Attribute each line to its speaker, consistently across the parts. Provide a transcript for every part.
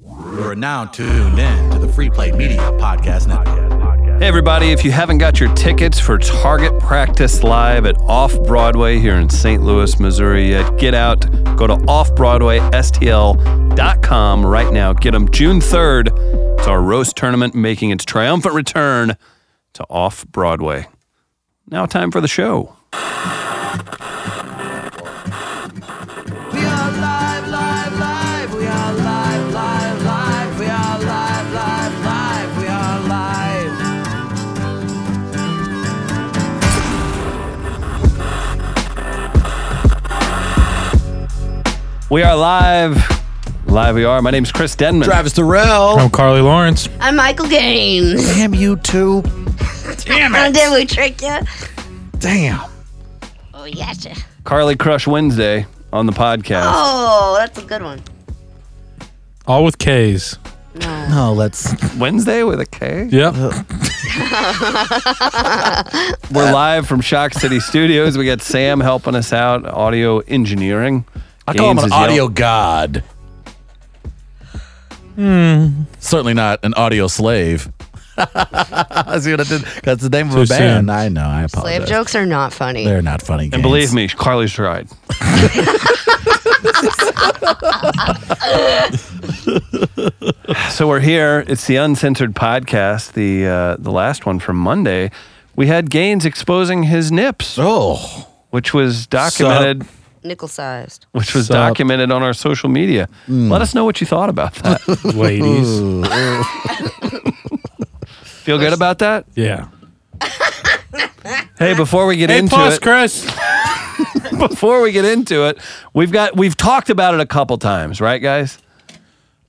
Speaker 1: You are now tuned in to the Free Play Media Podcast Network.
Speaker 2: Hey, everybody, if you haven't got your tickets for Target Practice Live at Off Broadway here in St. Louis, Missouri yet, get out. Go to offbroadwaystl.com right now. Get them June 3rd. It's our roast tournament making its triumphant return to Off Broadway. Now, time for the show.
Speaker 3: We are live, live, live. We are live, live, live. We are live, live, live. We are live.
Speaker 2: We are live. Live we are. My name's Chris Denman.
Speaker 1: Travis Terrell.
Speaker 4: I'm Carly Lawrence.
Speaker 5: I'm Michael Gaines.
Speaker 1: Oh. Damn you two. Damn
Speaker 5: Oh,
Speaker 1: it.
Speaker 5: did we trick you?
Speaker 1: Damn.
Speaker 5: Oh, yes.
Speaker 2: Carly Crush Wednesday on the podcast.
Speaker 3: Ah.
Speaker 5: Oh, that's a good one.
Speaker 4: All with K's.
Speaker 5: No.
Speaker 1: No, let's.
Speaker 2: Wednesday with a K?
Speaker 4: Yep.
Speaker 2: We're live from Shock City Studios. We got Sam helping us out, audio engineering.
Speaker 1: I call him
Speaker 2: Gaines
Speaker 1: an
Speaker 2: is
Speaker 1: audio
Speaker 2: yell-
Speaker 1: god. Hmm. Certainly not an audio slave. See what I did? That's the name of
Speaker 4: Too
Speaker 1: a band.
Speaker 4: soon.
Speaker 1: I know. I apologize.
Speaker 5: Slave jokes are not funny.
Speaker 1: They're not funny.
Speaker 2: And believe me, Carly's tried. so we're here. It's the uncensored podcast, the uh, the last one from Monday. We had Gaines exposing his nips,
Speaker 1: Oh,
Speaker 2: which was documented,
Speaker 5: Nickel sized.
Speaker 2: which was
Speaker 4: Sup.
Speaker 2: documented on our social media.
Speaker 1: Hmm.
Speaker 2: Let us know what you thought about that.
Speaker 4: Ladies.
Speaker 2: Feel good about that?
Speaker 4: Yeah.
Speaker 2: Hey, before we get into
Speaker 4: plus,
Speaker 2: it,
Speaker 4: Chris.
Speaker 2: before we get into it, we've got we've talked about it a couple times, right, guys?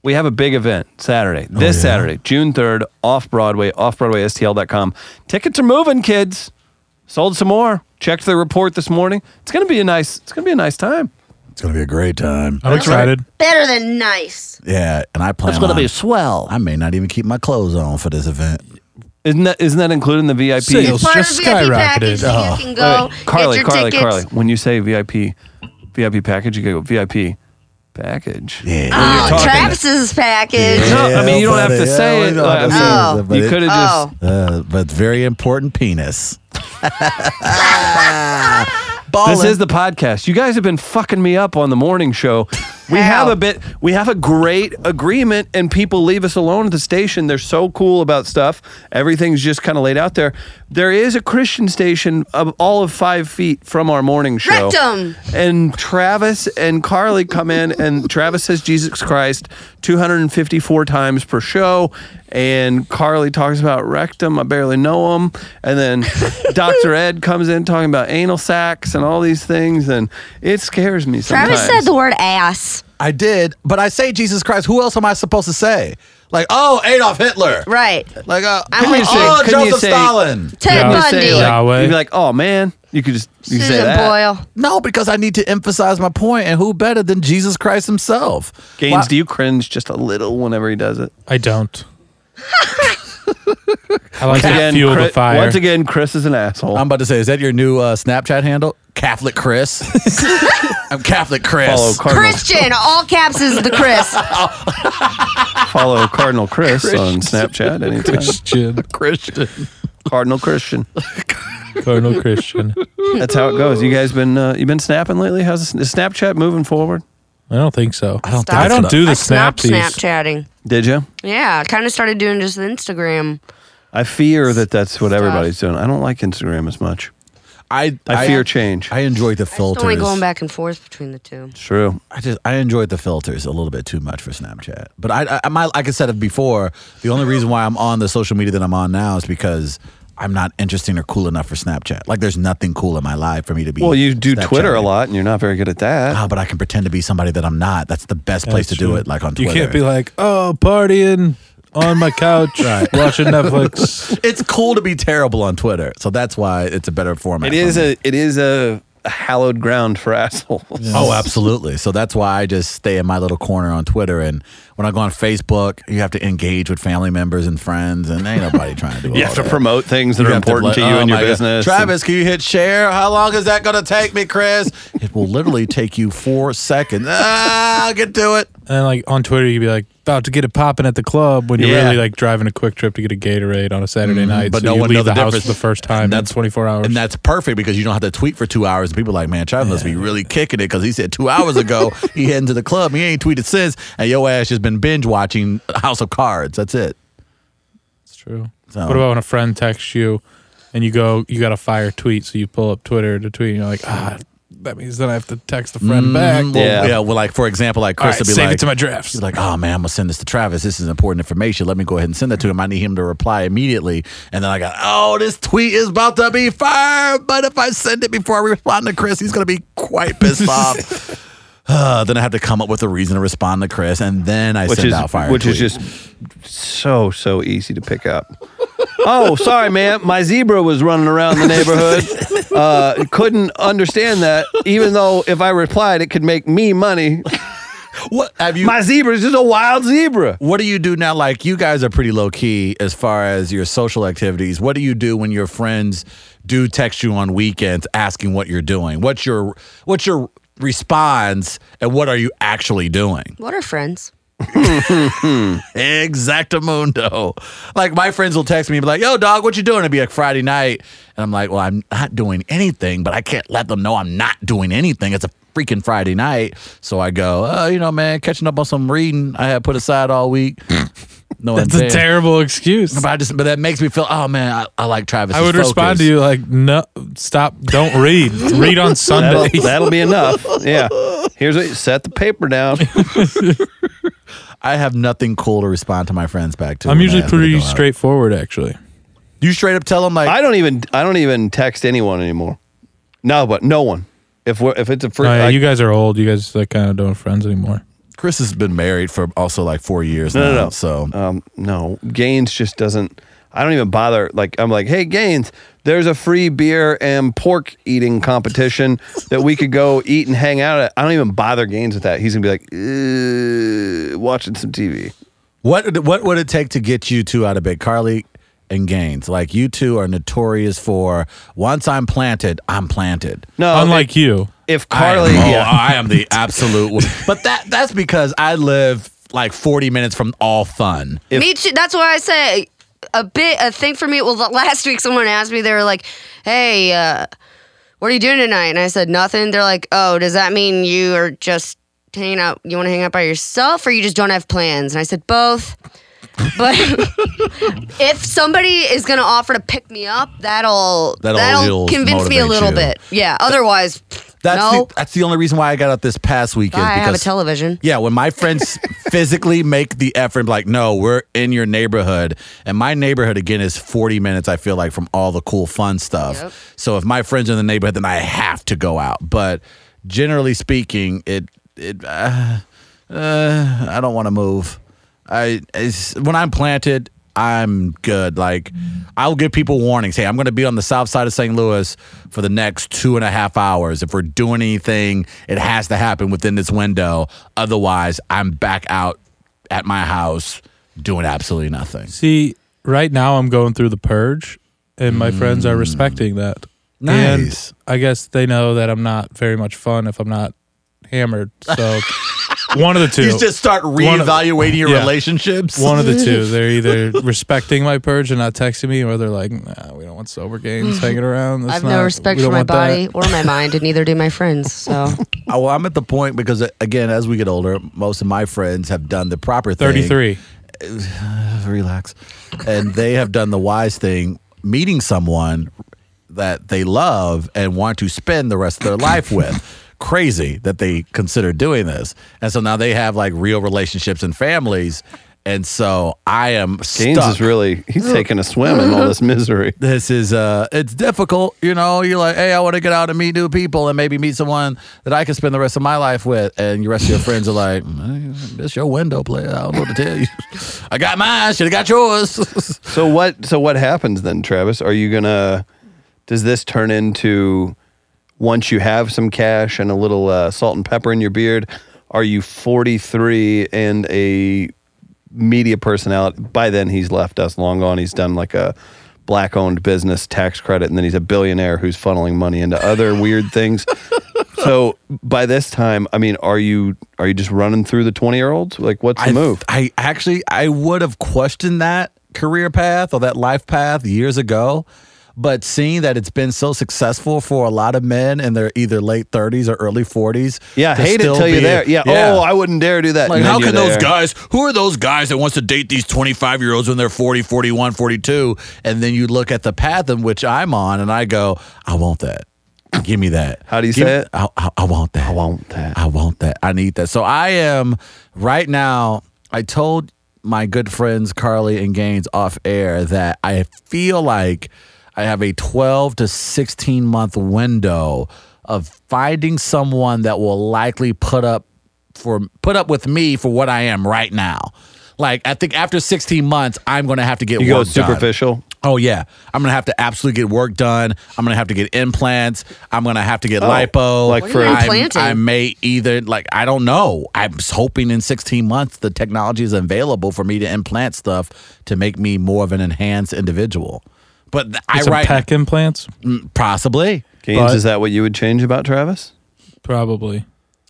Speaker 2: We have a big event Saturday,
Speaker 1: Oh,
Speaker 2: this Saturday, June third, off Broadway, off BroadwaySTL.com. Tickets are moving, kids. Sold some more. Checked the report this morning. It's gonna be a nice. It's gonna be a nice time.
Speaker 1: it's gonna be a great time.
Speaker 4: I'm excited.
Speaker 5: Better than nice.
Speaker 1: Yeah, and I plan. It's
Speaker 2: gonna be
Speaker 1: swell. I may not even keep my clothes on for this event.
Speaker 2: Isn't that isn't that included in the VIP?
Speaker 4: See
Speaker 2: Wait,
Speaker 4: you. It's just
Speaker 5: VIP
Speaker 4: skyrocketed.
Speaker 5: package.
Speaker 1: Oh.
Speaker 5: You can go
Speaker 2: Carly,
Speaker 5: get your
Speaker 2: Carly,
Speaker 5: tickets.
Speaker 2: Carly. When you say VIP, VIP package, you gotta go VIP package.
Speaker 1: Yeah.
Speaker 5: Oh, Travis's package.
Speaker 2: No, I mean you don't
Speaker 1: Yeah,
Speaker 2: have to
Speaker 1: buddy.
Speaker 2: say
Speaker 1: Yeah,
Speaker 2: it.
Speaker 1: we don't
Speaker 2: I
Speaker 1: have to
Speaker 5: say
Speaker 2: mean,
Speaker 1: it, but
Speaker 2: you
Speaker 1: it-
Speaker 2: could have just.
Speaker 5: Oh.
Speaker 1: Uh, but very important penis. Ballin'.
Speaker 2: This is the podcast. You guys have been fucking me up on the morning show. We
Speaker 5: How?
Speaker 2: have a bit. We have a great agreement, and people leave us alone at the station. They're so cool about stuff. Everything's just kind of laid out there. There is a Christian station of all of five feet from our morning show.
Speaker 5: Rectum.
Speaker 2: And Travis and Carly come in, and Travis says Jesus Christ 254 times per show. And Carly talks about rectum. I barely know him. And then Dr. Ed comes in talking about anal sacs and all these things. And it scares me sometimes.
Speaker 5: Travis said the word ass.
Speaker 1: I did, but I say Jesus Christ. Who else am I supposed to say? Like, oh, Adolf Hitler.
Speaker 5: Right.
Speaker 1: Like, uh,
Speaker 5: I'm like,
Speaker 1: oh,
Speaker 2: couldn't you
Speaker 1: Joseph
Speaker 2: say-
Speaker 1: Stalin.
Speaker 5: Ted
Speaker 4: Yeah.
Speaker 2: You
Speaker 5: Bundy.
Speaker 2: say, like,
Speaker 4: Yahweh.
Speaker 2: You'd be like, oh, man. You could just you could say
Speaker 5: Susan
Speaker 2: that.
Speaker 5: Boyle.
Speaker 1: No, because I need to emphasize my point, and who better than Jesus Christ himself?
Speaker 2: Gaines,
Speaker 1: Why-
Speaker 2: do you cringe just a little whenever he does it?
Speaker 4: I don't. I like to fuel
Speaker 2: Chris,
Speaker 4: the fire.
Speaker 2: Once again, Chris is an asshole.
Speaker 1: I'm about to say, is that your new uh, Snapchat handle? Catholic Chris. I'm Catholic Chris.
Speaker 2: follow Cardinal,
Speaker 5: Christian, all caps is the Chris.
Speaker 2: follow Cardinal Chris on Snapchat anytime.
Speaker 4: Christian.
Speaker 1: Christian.
Speaker 2: Cardinal Christian.
Speaker 4: Colonel Christian.
Speaker 2: That's how it goes. You guys been uh, you been snapping lately? How's the, is Snapchat moving forward?
Speaker 4: I don't think so. I
Speaker 1: don't
Speaker 5: think
Speaker 4: I don't
Speaker 1: so.
Speaker 4: do the
Speaker 5: I stopped
Speaker 4: snapsies.
Speaker 5: Snapchatting.
Speaker 2: Did you?
Speaker 5: Yeah, I kind of started doing just the Instagram.
Speaker 2: I fear that that's what everybody's doing. I don't like Instagram as much.
Speaker 1: I,
Speaker 2: I fear change.
Speaker 1: I enjoyed the
Speaker 5: It's
Speaker 1: filters.
Speaker 5: only going back and forth between the two.
Speaker 2: True.
Speaker 1: I just I enjoyed the filters a little bit too much for Snapchat. But I, I, I my, like I said it before, the only reason why I'm on the social media that I'm on now is because I'm not interesting or cool enough for Snapchat. Like there's nothing cool in my life for me to be.
Speaker 2: Well, you do Twitter a
Speaker 1: Snapchatting.
Speaker 2: lot, and you're not very good at that.
Speaker 1: Ah, but I can pretend to be somebody that I'm not. That's the best place to
Speaker 4: That's
Speaker 1: do
Speaker 4: true.
Speaker 1: it. Like on
Speaker 4: You
Speaker 1: Twitter,
Speaker 4: can't be like, oh, partying on my couch, watching Netflix.
Speaker 1: It's cool to be terrible on Twitter, so that's why it's a better format.
Speaker 2: It is
Speaker 1: for me.
Speaker 2: a it is a hallowed ground for assholes.
Speaker 1: Oh, absolutely. So that's why I just stay in my little corner on Twitter. And when When I go on Facebook, you have to engage with family members and friends, and ain't nobody trying to do.
Speaker 2: You
Speaker 1: all
Speaker 2: have to
Speaker 1: that.
Speaker 2: promote things that are
Speaker 1: have
Speaker 2: important to,
Speaker 1: like,
Speaker 2: you
Speaker 1: oh
Speaker 2: and your
Speaker 1: my God.
Speaker 2: business.
Speaker 1: Travis, can you hit share? How long is that going to take me, Chris? it will literally take you four seconds. Ah, I'll get to it.
Speaker 4: And like on Twitter, you'd be like about to get it popping at the club when you're
Speaker 2: Yeah.
Speaker 4: really like driving a quick trip to get a Gatorade on a Saturday
Speaker 1: Mm-hmm.
Speaker 4: night.
Speaker 1: but
Speaker 4: so
Speaker 1: no
Speaker 4: you
Speaker 1: one
Speaker 4: leave
Speaker 1: know the
Speaker 4: house
Speaker 1: difference.
Speaker 4: the first
Speaker 1: And
Speaker 4: time. in
Speaker 1: that's-
Speaker 4: 24 hours.
Speaker 1: And that's perfect because you don't have to tweet for two hours. And people are like, man, Travis must be really kicking it because he said two hours ago he heading to the club. He ain't tweeted since. And your ass has been binge watching House of Cards. That's it.
Speaker 4: It's true.
Speaker 1: So-
Speaker 4: What about when a friend texts you and you go, you got a fire tweet, so you pull up Twitter to tweet, and you're like, ah, that means then I have to text a friend back.
Speaker 1: Mm,
Speaker 4: All
Speaker 1: well,
Speaker 2: Yeah.
Speaker 1: yeah. Well, like, for example, like Chris
Speaker 4: right,
Speaker 1: would be
Speaker 4: save
Speaker 1: like,
Speaker 4: it to my drafts.
Speaker 1: She's like, oh man, I'm gonna send this to Travis. This is important information. Let me go ahead and send that to him. I need him to reply immediately. And then I got, oh, this tweet is about to be fire. But if I send it before I respond to Chris, he's gonna be quite pissed off. Uh, then I have to come up with a reason to respond to Chris, and then I
Speaker 2: which
Speaker 1: send
Speaker 2: is
Speaker 1: out fire.
Speaker 2: which is
Speaker 1: tweets.
Speaker 2: just so so easy to pick up. oh, sorry, ma'am. My zebra was running around the neighborhood. Uh, couldn't understand that, even though if I replied, it could make me money.
Speaker 1: what have you?
Speaker 2: My zebra is just a wild zebra.
Speaker 1: what do you do now? Like you guys are pretty low key as far as your social activities. What do you do when your friends do text you on weekends asking what you're doing? What's your what's your response and what are you actually doing?
Speaker 5: What are friends?
Speaker 1: Exactamundo. Like my friends will text me and be like, "Yo, dog, what you doing?" It'd be like Friday night, and I'm like, "Well, I'm not doing anything, but I can't let them know I'm not doing anything. It's a freaking Friday night." So I go, "Oh, you know, man, catching up on some reading I had put aside all week." No,
Speaker 4: That's
Speaker 1: one
Speaker 4: a
Speaker 1: cares.
Speaker 4: terrible excuse.
Speaker 1: But I just, but that makes me feel, oh man, I, I like Travis.
Speaker 4: I would respond to you like, no, stop, don't read. read on
Speaker 2: That'll,
Speaker 4: Sunday.
Speaker 2: that'll be enough. Yeah. Here's what set the paper down.
Speaker 1: I have nothing cool to respond to my friends back to.
Speaker 4: I'm
Speaker 1: when they
Speaker 4: usually
Speaker 1: ask me to
Speaker 4: pretty
Speaker 1: go out.
Speaker 4: straightforward, actually.
Speaker 1: You straight up tell them like,
Speaker 2: I don't even I don't even text anyone anymore. No, but no one. If we're if it's a free,
Speaker 4: No, Oh, yeah,
Speaker 2: like-
Speaker 4: you guys are old. You guys like kind of don't have friends anymore.
Speaker 1: Chris has been married for also like four years
Speaker 2: No,
Speaker 1: now,
Speaker 2: no, no.
Speaker 1: so
Speaker 2: um, no, Gaines just doesn't. I don't even bother. Like I'm like, hey, Gaines, there's a free beer and pork eating competition that we could go eat and hang out at. I don't even bother Gaines with that. He's gonna be like, "Ugh, watching some TV.
Speaker 1: What what would it take to get you two out of bed, Carly and Gaines? Like you two are notorious for once I'm planted, I'm planted.
Speaker 2: No,
Speaker 4: Unlike you.
Speaker 2: if, if Carly,
Speaker 1: I am,
Speaker 2: yeah,
Speaker 1: oh, I am the absolute. but that that's because I live like 40 minutes from all fun.
Speaker 2: If-
Speaker 5: me too. That's why I say a bit a thing for me. Well, the- last week someone asked me, they were like, "Hey, uh, what are you doing tonight?" And I said nothing. They're like, "Oh, does that mean you are just hanging out? You want to hang out by yourself, or you just don't have plans?" And I said both. But if somebody is gonna offer to pick me up, that'll
Speaker 1: That'll-
Speaker 5: that'll,
Speaker 1: you'll
Speaker 5: convince me a
Speaker 1: motivate
Speaker 5: little
Speaker 1: you.
Speaker 5: bit. Yeah. Otherwise,
Speaker 1: That's
Speaker 5: no.
Speaker 1: the, that's the only reason why I got out this past week is
Speaker 5: I have a
Speaker 1: because
Speaker 5: television.
Speaker 1: Yeah, when my friends physically make the effort, like, no, we're in your neighborhood. And my neighborhood, again, is 40 minutes, I feel like, from all the cool, fun stuff.
Speaker 5: Yep.
Speaker 1: So if my friends are in the neighborhood, then I have to go out. But generally speaking, it, it, uh, uh, I don't want to move. I, it's, when I'm planted, I'm good. Like, I'll give people warnings. Hey, I'm going to be on the south side of St. Louis for the next two and a half hours. If we're doing anything, it has to happen within this window. Otherwise, I'm back out at my house doing absolutely nothing.
Speaker 4: See, right now I'm going through the purge, and my friends are respecting that.
Speaker 1: Nice.
Speaker 4: And I guess they know that I'm not very much fun if I'm not hammered. So one of the two.
Speaker 1: You just start
Speaker 4: of-
Speaker 1: reevaluating your
Speaker 4: yeah.
Speaker 1: relationships.
Speaker 4: one of the two. They're either respecting my purge and not texting me, or they're like, nah, we don't want sober gains hanging around. That's
Speaker 5: I have
Speaker 4: not-
Speaker 5: no respect
Speaker 4: we
Speaker 5: for
Speaker 4: don't
Speaker 5: my
Speaker 4: want that."
Speaker 5: body or my mind, and neither do my friends. So.
Speaker 1: Oh, well, I'm at the point because, uh, again, as we get older, most of my friends have done the proper thing.
Speaker 4: 33.
Speaker 1: relax. And they have done the wise thing, meeting someone that they love and want to spend the rest of their life with. Crazy that they consider doing this. And so now they have like real relationships and families. And so I am
Speaker 2: Gaines
Speaker 1: stuck.
Speaker 2: is really he's taking a swim in all this misery.
Speaker 1: this is uh it's difficult, you know. You're like, hey, I want to get out and meet new people and maybe meet someone that I can spend the rest of my life with. And your rest of your friends are like, "Mm, this your window, player. I don't know what to tell you. I got mine, should have got yours.
Speaker 2: So what? So what happens then, Travis? Are you gonna? Does this turn into once you have some cash and a little uh, salt and pepper in your beard? Are you 43 and a media personality? By then, he's left us long gone. He's done like a black owned business tax credit, and then he's a billionaire who's funneling money into other weird things. So by this time, I mean, are you are you just running through the 20 year olds? Like, what's the
Speaker 1: I,
Speaker 2: move?
Speaker 1: I actually I would have questioned that career path or that life path years ago. But seeing that it's been so successful for a lot of men in their either late 30s or early 40s.
Speaker 2: Yeah,
Speaker 1: to
Speaker 2: hate it
Speaker 1: still
Speaker 2: till
Speaker 1: be-
Speaker 2: you're there. Yeah. Oh, I wouldn't dare do that.
Speaker 1: like,
Speaker 2: And then
Speaker 1: how
Speaker 2: you're
Speaker 1: can those
Speaker 2: there.
Speaker 1: guys, who are those guys that wants to date these 25 year olds when they're 40, 41, 42? And then you look at the path in which I'm on and I go, I want that. Give me that.
Speaker 2: How do you
Speaker 1: Give
Speaker 2: say
Speaker 1: me-
Speaker 2: it?
Speaker 1: I, I, I want that.
Speaker 2: I want that.
Speaker 1: I want that. I need that. So I am right now. I told my good friends Carly and Gaines off air that I feel like I have a 12 to 16 month window of finding someone that will likely put up for put up with me for what I am right now. Like I think after 16 months, I'm going to have to get
Speaker 2: You go
Speaker 1: work done.
Speaker 2: superficial.
Speaker 1: Oh yeah, I'm gonna have to absolutely get work done. I'm gonna have to get implants. I'm gonna have to get lipo.
Speaker 2: Oh, like What are you for-
Speaker 1: I'm-
Speaker 5: implanting?
Speaker 1: I may either like I don't know. I'm s- hoping in 16 months the technology is available for me to implant stuff to make me more of an enhanced individual. But th- I
Speaker 4: Some
Speaker 1: right
Speaker 4: peck implants?
Speaker 1: possibly.
Speaker 2: Gaines,
Speaker 4: But-
Speaker 2: is that what you would change about Travis?
Speaker 4: Probably.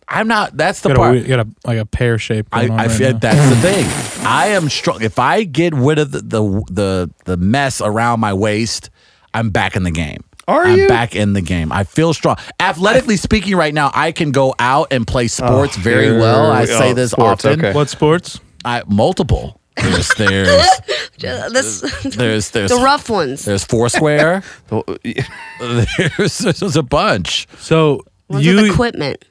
Speaker 1: I'm not. That's the
Speaker 4: Got
Speaker 1: part.
Speaker 4: a, we- got a like a pear shape.
Speaker 1: I,
Speaker 4: Going on
Speaker 1: I
Speaker 4: right
Speaker 1: feel
Speaker 4: now.
Speaker 1: that's the thing. I am strong. If I get rid of the, the the the mess around my waist, I'm back in the game.
Speaker 2: Are
Speaker 1: I'm
Speaker 2: you?
Speaker 1: back in the game. I feel strong. Athletically speaking, right now, I can go out and play sports very
Speaker 2: Oh, here
Speaker 1: well. I
Speaker 2: we-
Speaker 1: say
Speaker 2: oh,
Speaker 1: this
Speaker 2: sports,
Speaker 1: often.
Speaker 2: okay.
Speaker 4: What sports?
Speaker 1: I, multiple. There's there's
Speaker 5: Uh, This,
Speaker 1: there's there's
Speaker 5: the rough ones.
Speaker 1: there's Foursquare.
Speaker 2: The-
Speaker 1: there's, there's a bunch.
Speaker 4: So
Speaker 5: Ones
Speaker 4: you
Speaker 5: with equipment.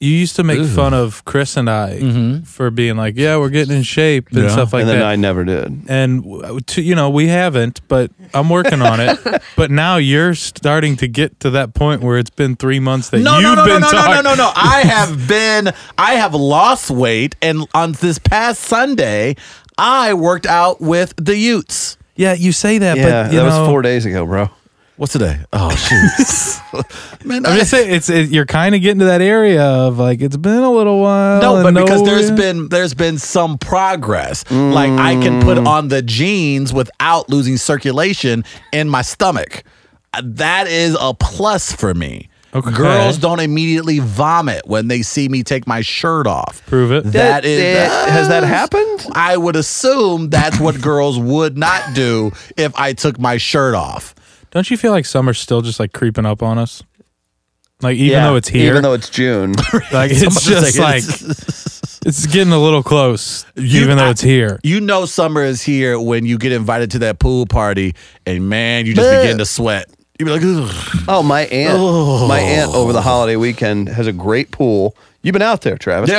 Speaker 4: you used to make fun of Chris and I
Speaker 2: Mm-hmm.
Speaker 4: for being like, yeah, we're getting in shape and
Speaker 1: Yeah.
Speaker 4: stuff like
Speaker 2: and then
Speaker 4: that.
Speaker 2: I never did.
Speaker 4: and w- to, you know we haven't, but I'm working on it. but now you're starting to get to that point where it's been three months that
Speaker 1: No,
Speaker 4: you've
Speaker 1: no, no, no,
Speaker 4: been
Speaker 1: no, no,
Speaker 4: talking.
Speaker 1: no, no, no. I have been, I have lost weight. And on this past Sunday, I worked out with the Utes.
Speaker 4: Yeah, you say that,
Speaker 2: Yeah,
Speaker 4: but
Speaker 2: that
Speaker 4: you know,
Speaker 2: was four days ago, bro.
Speaker 1: What's today? Oh, shoot. Man,
Speaker 4: I'm
Speaker 1: I-
Speaker 4: just saying, it's it, you're kind of getting to that area of like it's been a little while.
Speaker 1: No, but
Speaker 4: and
Speaker 1: because there's
Speaker 4: yeah.
Speaker 1: been there's been some progress. Like I can
Speaker 4: Mm.
Speaker 1: put on the jeans without losing circulation in my stomach. Uh, That is a plus for me.
Speaker 4: Okay.
Speaker 1: Girls don't immediately vomit when they see me take my shirt off.
Speaker 4: Prove it.
Speaker 1: That is
Speaker 2: That- has that happened?
Speaker 1: I would assume that's what girls would not do if I took my shirt off.
Speaker 4: Don't you feel like summer's still just like creeping up on us? Like even though it's here,
Speaker 2: Even though it's June.
Speaker 4: like it's
Speaker 1: Somebody
Speaker 4: just
Speaker 1: say
Speaker 4: like it's getting a little close. even though
Speaker 1: I-
Speaker 4: it's here,
Speaker 1: You know summer is here when you get invited to that pool party and man, you just
Speaker 2: Bleh.
Speaker 1: begin to sweat. You be like, Ugh.
Speaker 2: oh, my aunt. My aunt over the holiday weekend has a great pool. You've been out there, Travis.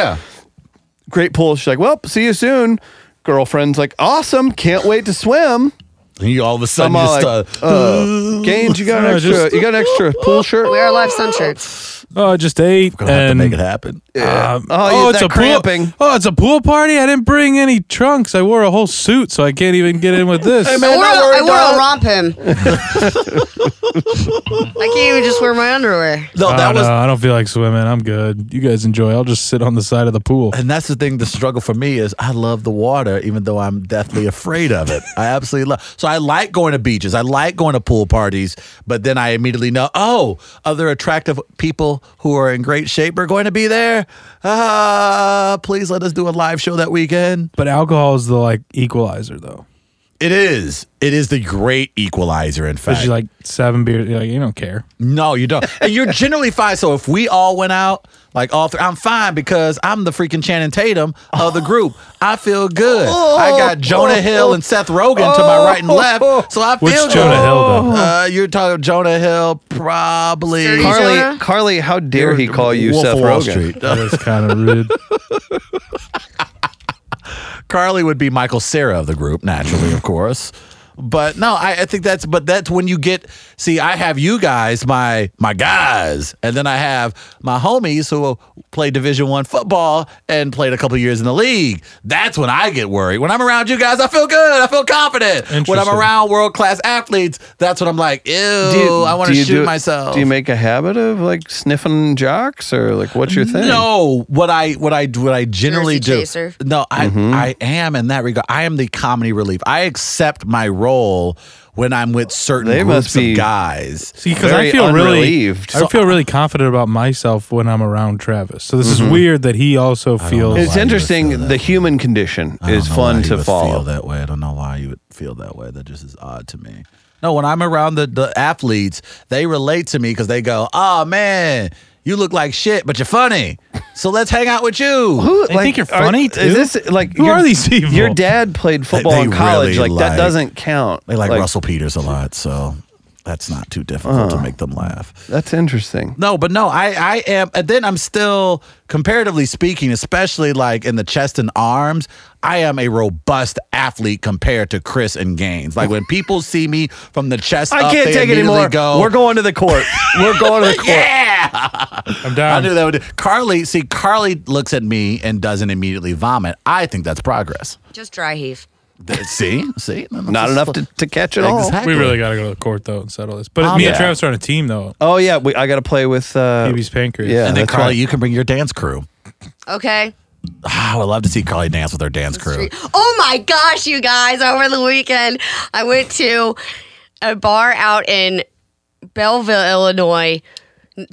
Speaker 2: Great pool. She's like, well, see you soon. Girlfriend's like, awesome. Can't wait to swim.
Speaker 1: And you all of a
Speaker 2: I'm
Speaker 1: sudden
Speaker 2: all
Speaker 1: just
Speaker 2: like,
Speaker 1: uh,
Speaker 2: uh, Gaines, you got an
Speaker 4: No,
Speaker 2: extra,
Speaker 4: just-
Speaker 2: you got an extra pool shirt?
Speaker 5: Wear our live sun shirts.
Speaker 4: oh, I just ate
Speaker 1: gonna have to
Speaker 4: and
Speaker 1: make it happen.
Speaker 4: Um,
Speaker 2: Oh, yeah, that cramping.
Speaker 4: pool. Oh, it's a pool party. I didn't bring any trunks. I wore a whole suit, so I can't even get in with this.
Speaker 5: I
Speaker 2: Man,
Speaker 5: wore,
Speaker 2: don't worry,
Speaker 5: I wore a
Speaker 2: dog.
Speaker 5: romp him. I can't even just wear my underwear.
Speaker 1: No,
Speaker 4: Oh,
Speaker 1: that
Speaker 4: no,
Speaker 1: was
Speaker 4: I don't feel like swimming. I'm good. You guys enjoy. I'll just sit on the side of the pool.
Speaker 1: and that's the thing, the struggle for me is I love the water, even though I'm deathly afraid of it. I absolutely love so I like going to beaches. I like going to pool parties, but then I immediately know, oh, other attractive people who are in great shape are going to be there. Uh, please let us do a live show that weekend.
Speaker 4: But alcohol is the like equalizer, though.
Speaker 1: It is. It is the great equalizer, in fact.
Speaker 4: Because you like seven beers, you're like you don't care.
Speaker 1: No, you don't. And you're generally fine. So if we all went out, like all three, I'm fine because I'm the freaking Channing Tatum of the group. I feel good. I
Speaker 2: Oh.
Speaker 1: got Jonah Hill and Seth Rogen to my right and left. So I feel
Speaker 4: Which
Speaker 1: good.
Speaker 4: Jonah Hill, though?
Speaker 1: Uh, you're talking Jonah Hill, probably.
Speaker 5: Sturdy Jonah
Speaker 2: Carly, Carly, how dare he call you
Speaker 1: Wolf
Speaker 2: Seth
Speaker 1: of Wall
Speaker 2: Rogen?
Speaker 1: Street.
Speaker 4: That was kind of rude.
Speaker 1: Carly would be Michael Sarah of the group, naturally, of course. But no, I, I think that's but that's when you get see, I have you guys, my my guys, and then I have my homies who play division one football and played a couple years in the league. That's when I get worried. When I'm around you guys, I feel good. I feel confident. When I'm
Speaker 4: Interesting.
Speaker 1: around world class athletes, that's when I'm like, ew, I want
Speaker 2: do
Speaker 1: to
Speaker 2: you
Speaker 1: shoot
Speaker 2: do-
Speaker 1: myself.
Speaker 2: Do you make a habit of like sniffing jocks or like what's your thing?
Speaker 1: No, what I what I what I generally
Speaker 5: Jersey
Speaker 1: do.
Speaker 5: chaser.
Speaker 1: No, I
Speaker 2: Mm-hmm.
Speaker 1: I am in that regard. I am the comedy relief. I accept my role when I'm with certain
Speaker 2: They
Speaker 1: groups
Speaker 2: must be-
Speaker 1: of guys.
Speaker 4: See, because
Speaker 2: Very
Speaker 4: I feel
Speaker 2: unrelieved.
Speaker 4: really, I feel really confident about myself when I'm around Travis. So this
Speaker 2: Mm-hmm.
Speaker 4: is weird that he also feels.
Speaker 1: know
Speaker 2: It's
Speaker 1: Why you would Oh, feel
Speaker 2: interesting.
Speaker 1: that
Speaker 2: The human condition
Speaker 1: I don't
Speaker 2: is
Speaker 1: know
Speaker 2: fun
Speaker 1: why you
Speaker 2: to
Speaker 1: would Feel
Speaker 2: follow.
Speaker 1: that way. I don't know why you would feel that way. That just is odd to me. No, when I'm around the, the athletes, they relate to me because they go, "Oh man, you look like shit, but you're funny. So let's hang out with you."
Speaker 2: Who-
Speaker 4: They think you're
Speaker 2: are-
Speaker 4: funny, too?
Speaker 2: Is this like
Speaker 4: Who
Speaker 2: your-
Speaker 4: are these people?
Speaker 2: Your dad played football
Speaker 1: they
Speaker 2: in college.
Speaker 1: really
Speaker 2: like, that
Speaker 1: like-
Speaker 2: doesn't count.
Speaker 1: They like, Russell Peters a lot, so that's not too difficult
Speaker 2: Uh-huh.
Speaker 1: to make them laugh.
Speaker 2: That's interesting.
Speaker 1: No, but no, I I am, and then I'm still comparatively speaking, especially like in the chest and arms. I am a robust athlete compared to Chris and Gaines. Like when people see me from the chest,
Speaker 2: I
Speaker 1: up,
Speaker 2: can't
Speaker 1: they
Speaker 2: take it
Speaker 1: immediately
Speaker 2: anymore.
Speaker 1: Go,
Speaker 2: We're going to the court. We're going to the court.
Speaker 4: I'm
Speaker 1: I
Speaker 4: down.
Speaker 1: knew that would. Carly, see, Carly looks at me and doesn't immediately vomit. I think that's progress.
Speaker 5: Just dry heave.
Speaker 1: Th- see, see,
Speaker 2: Not enough to, to catch it all.
Speaker 1: Exactly.
Speaker 4: we really got to go to the court though and settle this. But me and
Speaker 2: yeah.
Speaker 4: Travis are on a team though.
Speaker 2: Oh yeah, we, I got to play with. Uh,
Speaker 4: Baby's pancreas.
Speaker 2: yeah.
Speaker 1: And then
Speaker 2: that's
Speaker 1: Carly,
Speaker 2: right.
Speaker 1: you can bring your dance crew.
Speaker 5: Okay.
Speaker 1: Ah, I would love to see Carly dance with her dance crew.
Speaker 5: Oh my gosh, you guys! Over the weekend, I went to a bar out in Belleville, Illinois.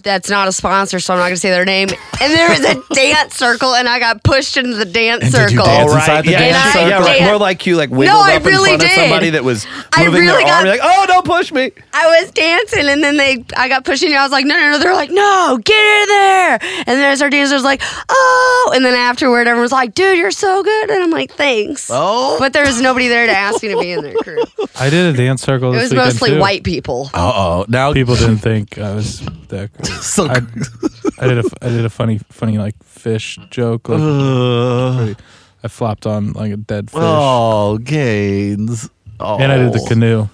Speaker 5: That's not a sponsor, so I'm not going to say their name. And there was a dance circle, and I got pushed into the dance
Speaker 1: And did you
Speaker 5: circle.
Speaker 1: dance
Speaker 2: All right.
Speaker 1: inside the
Speaker 2: yeah,
Speaker 1: dance
Speaker 2: yeah,
Speaker 5: circle?
Speaker 2: yeah, right.
Speaker 5: Yeah.
Speaker 2: More like you like wiggled
Speaker 5: I
Speaker 2: up
Speaker 5: really
Speaker 2: in front
Speaker 5: did.
Speaker 2: of somebody that was
Speaker 5: I
Speaker 2: moving
Speaker 5: really
Speaker 2: their
Speaker 5: got-
Speaker 2: arm. You're like, oh, don't push me.
Speaker 5: I was dancing, and then they, I got pushed in. I was like, no, no, no. They're like, no, get in there. And then I started dancing. I was like, oh. And then afterward, everyone's like, dude, you're so good. And I'm like, thanks.
Speaker 1: Oh.
Speaker 5: But there was nobody there to ask me to be in their crew. It
Speaker 4: I did a dance circle. This
Speaker 5: was
Speaker 4: weekend,
Speaker 5: mostly
Speaker 4: too.
Speaker 5: white people.
Speaker 1: Uh oh. Now
Speaker 4: People didn't think I was that. Cool.
Speaker 1: So
Speaker 4: I, I did a I did a funny funny like fish joke. Like, pretty- I flopped on like a dead fish,
Speaker 1: Oh, Gaines. Oh.
Speaker 4: and I did the canoe.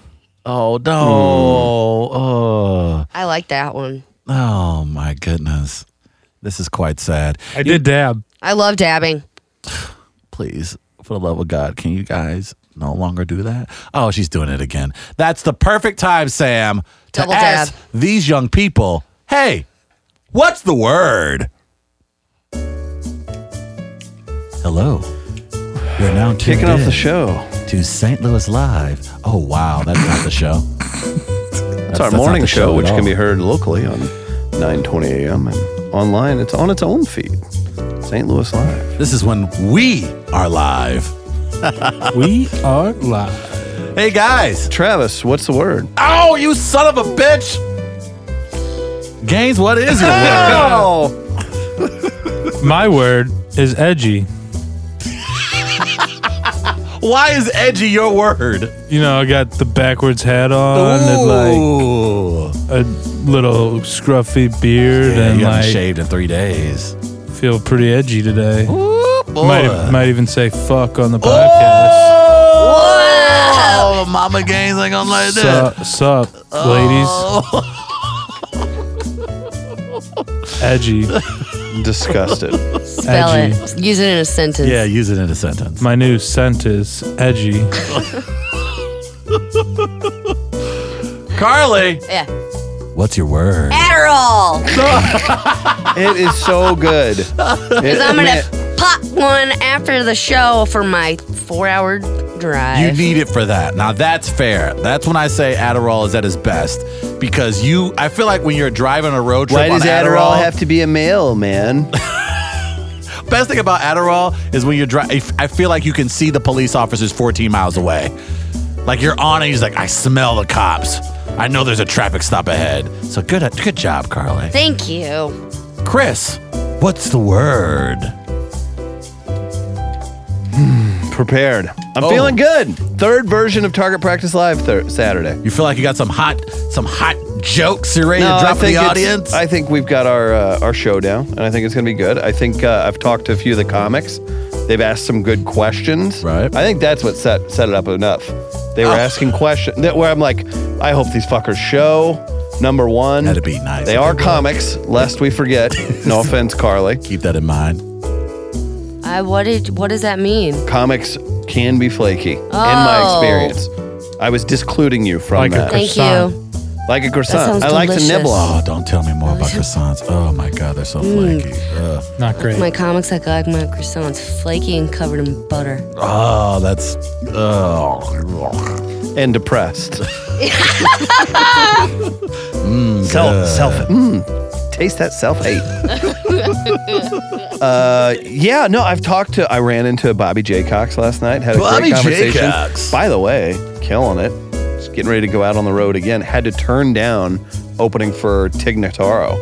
Speaker 1: Oh no.
Speaker 5: I like that one.
Speaker 1: Oh.
Speaker 2: Hmm.
Speaker 1: Oh my goodness. This is quite sad.
Speaker 4: I did dab.
Speaker 5: I love dabbing.
Speaker 1: Please, for the love of God, can you guys no longer do that? Oh, she's doing it again. That's the perfect time, Sam, to
Speaker 5: Double
Speaker 1: ask
Speaker 5: dab.
Speaker 1: these young people, "Hey, what's the word?" Hello. You're now tuned
Speaker 2: Kicking off
Speaker 1: in.
Speaker 2: the show.
Speaker 1: to St. Louis Live. Oh wow, that's not the show.
Speaker 2: It's our
Speaker 1: that's not
Speaker 2: morning
Speaker 1: the
Speaker 2: show,
Speaker 1: show at
Speaker 2: which can
Speaker 1: all.
Speaker 2: be heard locally on 9:20 a.m. and online. It's on its own feed. St. Louis Live.
Speaker 1: This is when we are live.
Speaker 4: we are live.
Speaker 1: Hey guys.
Speaker 2: Travis, what's the word?
Speaker 1: Oh, you son of a bitch. Gaines, what is your word?
Speaker 2: Oh,
Speaker 4: My word is edgy.
Speaker 1: Why is edgy your word?
Speaker 4: You know, I got the backwards hat on and like
Speaker 1: Ooh.
Speaker 4: a little scruffy beard
Speaker 1: yeah,
Speaker 4: and
Speaker 1: you haven't
Speaker 4: like
Speaker 1: shaved in three days.
Speaker 4: feel pretty edgy today.
Speaker 1: Ooh, boy.
Speaker 4: Might e-, might even say fuck on the podcast.
Speaker 1: Oh, Mama Gaines ain't gonna like that.
Speaker 4: Sup, sup,
Speaker 1: Oh.
Speaker 4: ladies. Edgy,
Speaker 2: disgusted.
Speaker 5: Spell
Speaker 4: Edgy.
Speaker 5: it. Use it in a sentence.
Speaker 1: Yeah, use it in a sentence.
Speaker 4: my new scent is edgy.
Speaker 1: Carly,
Speaker 5: Yeah.
Speaker 1: what's your word?
Speaker 5: Adderall.
Speaker 2: It is so good. It-
Speaker 5: I'm
Speaker 2: I mean,
Speaker 5: gonna pop one after the show for my four-hour
Speaker 1: You
Speaker 5: drive.
Speaker 1: need it for that. Now that's fair. That's when I say Adderall is at its best because you. I feel like when you're driving a road trip
Speaker 2: Why
Speaker 1: on
Speaker 2: does Adderall have to be a male, man?
Speaker 1: Best thing about Adderall is when you're driving. I feel like you can see the police officers 14 miles away. Like you're on it. He's like, I smell the cops. I know there's a traffic stop ahead. So good, good job, Carly.
Speaker 5: Thank you.
Speaker 1: Chris, what's the word?
Speaker 2: Prepared. I'm
Speaker 1: Oh.
Speaker 2: feeling good. Third version of Target Practice Live thir- Saturday.
Speaker 1: You feel like you got some hot, some hot jokes you're ready
Speaker 2: No,
Speaker 1: to drop for the
Speaker 2: it's-
Speaker 1: audience?
Speaker 2: I think we've got our uh, our show down, and I think it's going to be good. I think uh, I've talked to a few of the comics. They've asked some good questions.
Speaker 1: Right. Oh.
Speaker 2: I think that's what set set it up enough. They were asking questions that where I'm like, I hope these fuckers show. Number one,
Speaker 1: That'd be nice
Speaker 2: They
Speaker 1: if
Speaker 2: are
Speaker 1: they would.
Speaker 2: comics, lest we forget. no offense, Carly.
Speaker 1: Keep that in mind.
Speaker 5: I what did what does that mean?
Speaker 2: Comics can be flaky, in my
Speaker 5: Oh.
Speaker 2: experience. I was discluding you from
Speaker 4: Like a
Speaker 2: that.
Speaker 4: cr-
Speaker 5: Thank
Speaker 4: Croissant.
Speaker 5: you.
Speaker 2: like a croissant.
Speaker 5: sounds
Speaker 2: I like
Speaker 5: delicious.
Speaker 2: to nibble on.
Speaker 1: Oh, don't tell me more about croissants. Oh my God, they're so flaky. Ugh.
Speaker 4: Not great.
Speaker 5: My comics I like my croissants flaky and covered in butter.
Speaker 1: Oh, that's. Oh.
Speaker 2: it. and depressed. self, self, mm, taste that self hate. uh, yeah, no, I've talked to. I ran into Bobby J. Cox last night. Had a
Speaker 1: Bobby J.
Speaker 2: great conversation.
Speaker 1: Cox.
Speaker 2: By the way, killing it. Just getting ready to go out on the road again. Had to turn down opening for Tig Notaro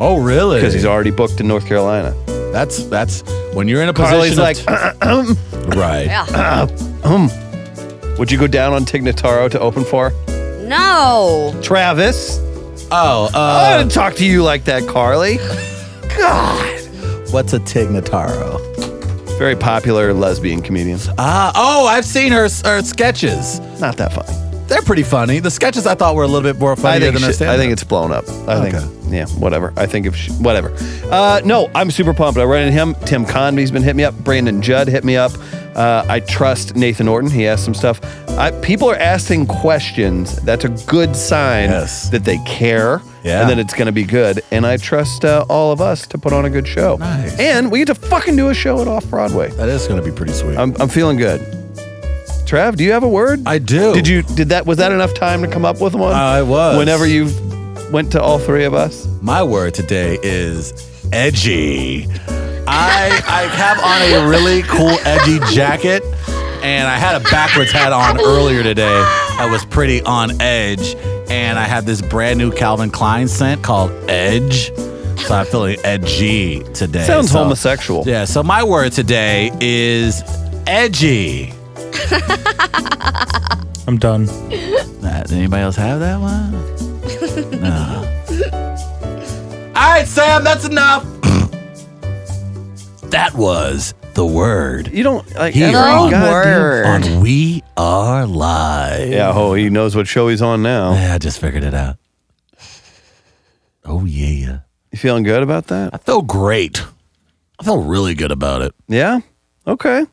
Speaker 1: Oh, really?
Speaker 2: because he's already booked in North Carolina.
Speaker 1: That's that's when you're in a
Speaker 2: Carly's
Speaker 1: position. of
Speaker 2: like,
Speaker 1: t- right.
Speaker 5: Yeah.
Speaker 2: Would you go down on Tig Notaro to open for
Speaker 5: No.
Speaker 2: Travis?
Speaker 1: Oh,
Speaker 2: I
Speaker 1: uh,
Speaker 2: didn't talk to you like that, Carly. God.
Speaker 1: what's a Tignataro?
Speaker 2: Very popular lesbian comedian.
Speaker 1: Ah, oh, I've seen her her sketches.
Speaker 2: Not that funny.
Speaker 1: They're pretty funny. The sketches I thought were a little bit more
Speaker 2: I
Speaker 1: funny
Speaker 2: think,
Speaker 1: than her
Speaker 2: she- I
Speaker 1: stand-up.
Speaker 2: think it's blown up. I
Speaker 1: Okay.
Speaker 2: think, yeah, whatever. I think if she, whatever. Uh, no, I'm super pumped. I ran into him. Tim Convey's been hitting me up. Brandon Judd hit me up. Uh, I trust Nathan Orton. He asked some stuff. I, people are asking questions. That's a good sign
Speaker 1: Yes.
Speaker 2: that they care
Speaker 1: Yeah.
Speaker 2: and that it's going to be good. And I trust uh, all of us to put on a good show.
Speaker 1: Nice.
Speaker 2: And we get to fucking do a show at Off Broadway.
Speaker 1: that is going to be pretty sweet.
Speaker 2: I'm, I'm feeling good. Trav, do you have a word?
Speaker 1: I do.
Speaker 2: Did you did that? Was that enough time to come up with one?
Speaker 1: Uh, it was.
Speaker 2: Whenever you went to all three of us,
Speaker 1: My word today is edgy. I I have on a really cool edgy jacket, and I had a backwards hat on earlier today. I was pretty on edge, and I had this brand new Calvin Klein scent called Edge. So I'm feeling edgy today.
Speaker 2: sounds
Speaker 1: So-
Speaker 2: homosexual.
Speaker 1: Yeah. So my word today is edgy.
Speaker 4: I'm done.
Speaker 1: Uh, Does anybody else have that one? no. All right, Sam, that's enough. that was the word
Speaker 2: You don't like
Speaker 1: Here
Speaker 2: every
Speaker 1: on-
Speaker 2: goddamn-
Speaker 5: Word.
Speaker 1: on We Are Live.
Speaker 2: Yeah, oh, he knows what show he's on now.
Speaker 1: Yeah, I just figured it out. Oh yeah,
Speaker 2: You feeling good about that?
Speaker 1: I feel great. I feel really good about it.
Speaker 2: Yeah. Okay.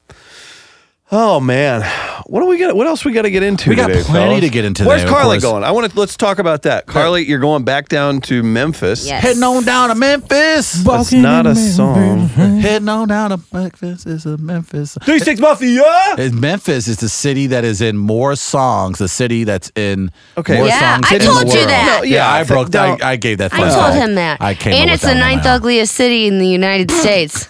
Speaker 2: Oh man, what do we got? What else we got to get into?
Speaker 1: We got
Speaker 2: today,
Speaker 1: plenty
Speaker 2: fellas?
Speaker 1: to get into
Speaker 2: Where's
Speaker 1: today, of
Speaker 2: Carly
Speaker 1: course.
Speaker 2: going? I want to let's talk about that. Carly, you're going back down to Memphis.
Speaker 5: Yes.
Speaker 1: Heading on down to Memphis.
Speaker 2: That's not a song.
Speaker 1: Heading on down to Memphis is a Memphis.
Speaker 2: Three six mafia.
Speaker 1: Is Memphis is the city that is in more songs. The city that's in
Speaker 2: Okay.
Speaker 1: more
Speaker 2: Yeah,
Speaker 1: songs.
Speaker 5: I
Speaker 1: in the
Speaker 5: told you
Speaker 1: world.
Speaker 5: that.
Speaker 2: No,
Speaker 1: yeah,
Speaker 2: yeah,
Speaker 1: I
Speaker 2: th-
Speaker 1: broke. I,
Speaker 2: no.
Speaker 1: I gave that.
Speaker 5: I
Speaker 1: thing
Speaker 5: told
Speaker 1: out.
Speaker 5: him that.
Speaker 1: I came.
Speaker 5: and
Speaker 1: up
Speaker 5: it's
Speaker 1: with
Speaker 5: the
Speaker 1: that on my
Speaker 5: ninth
Speaker 1: own.
Speaker 5: ugliest city in the United States.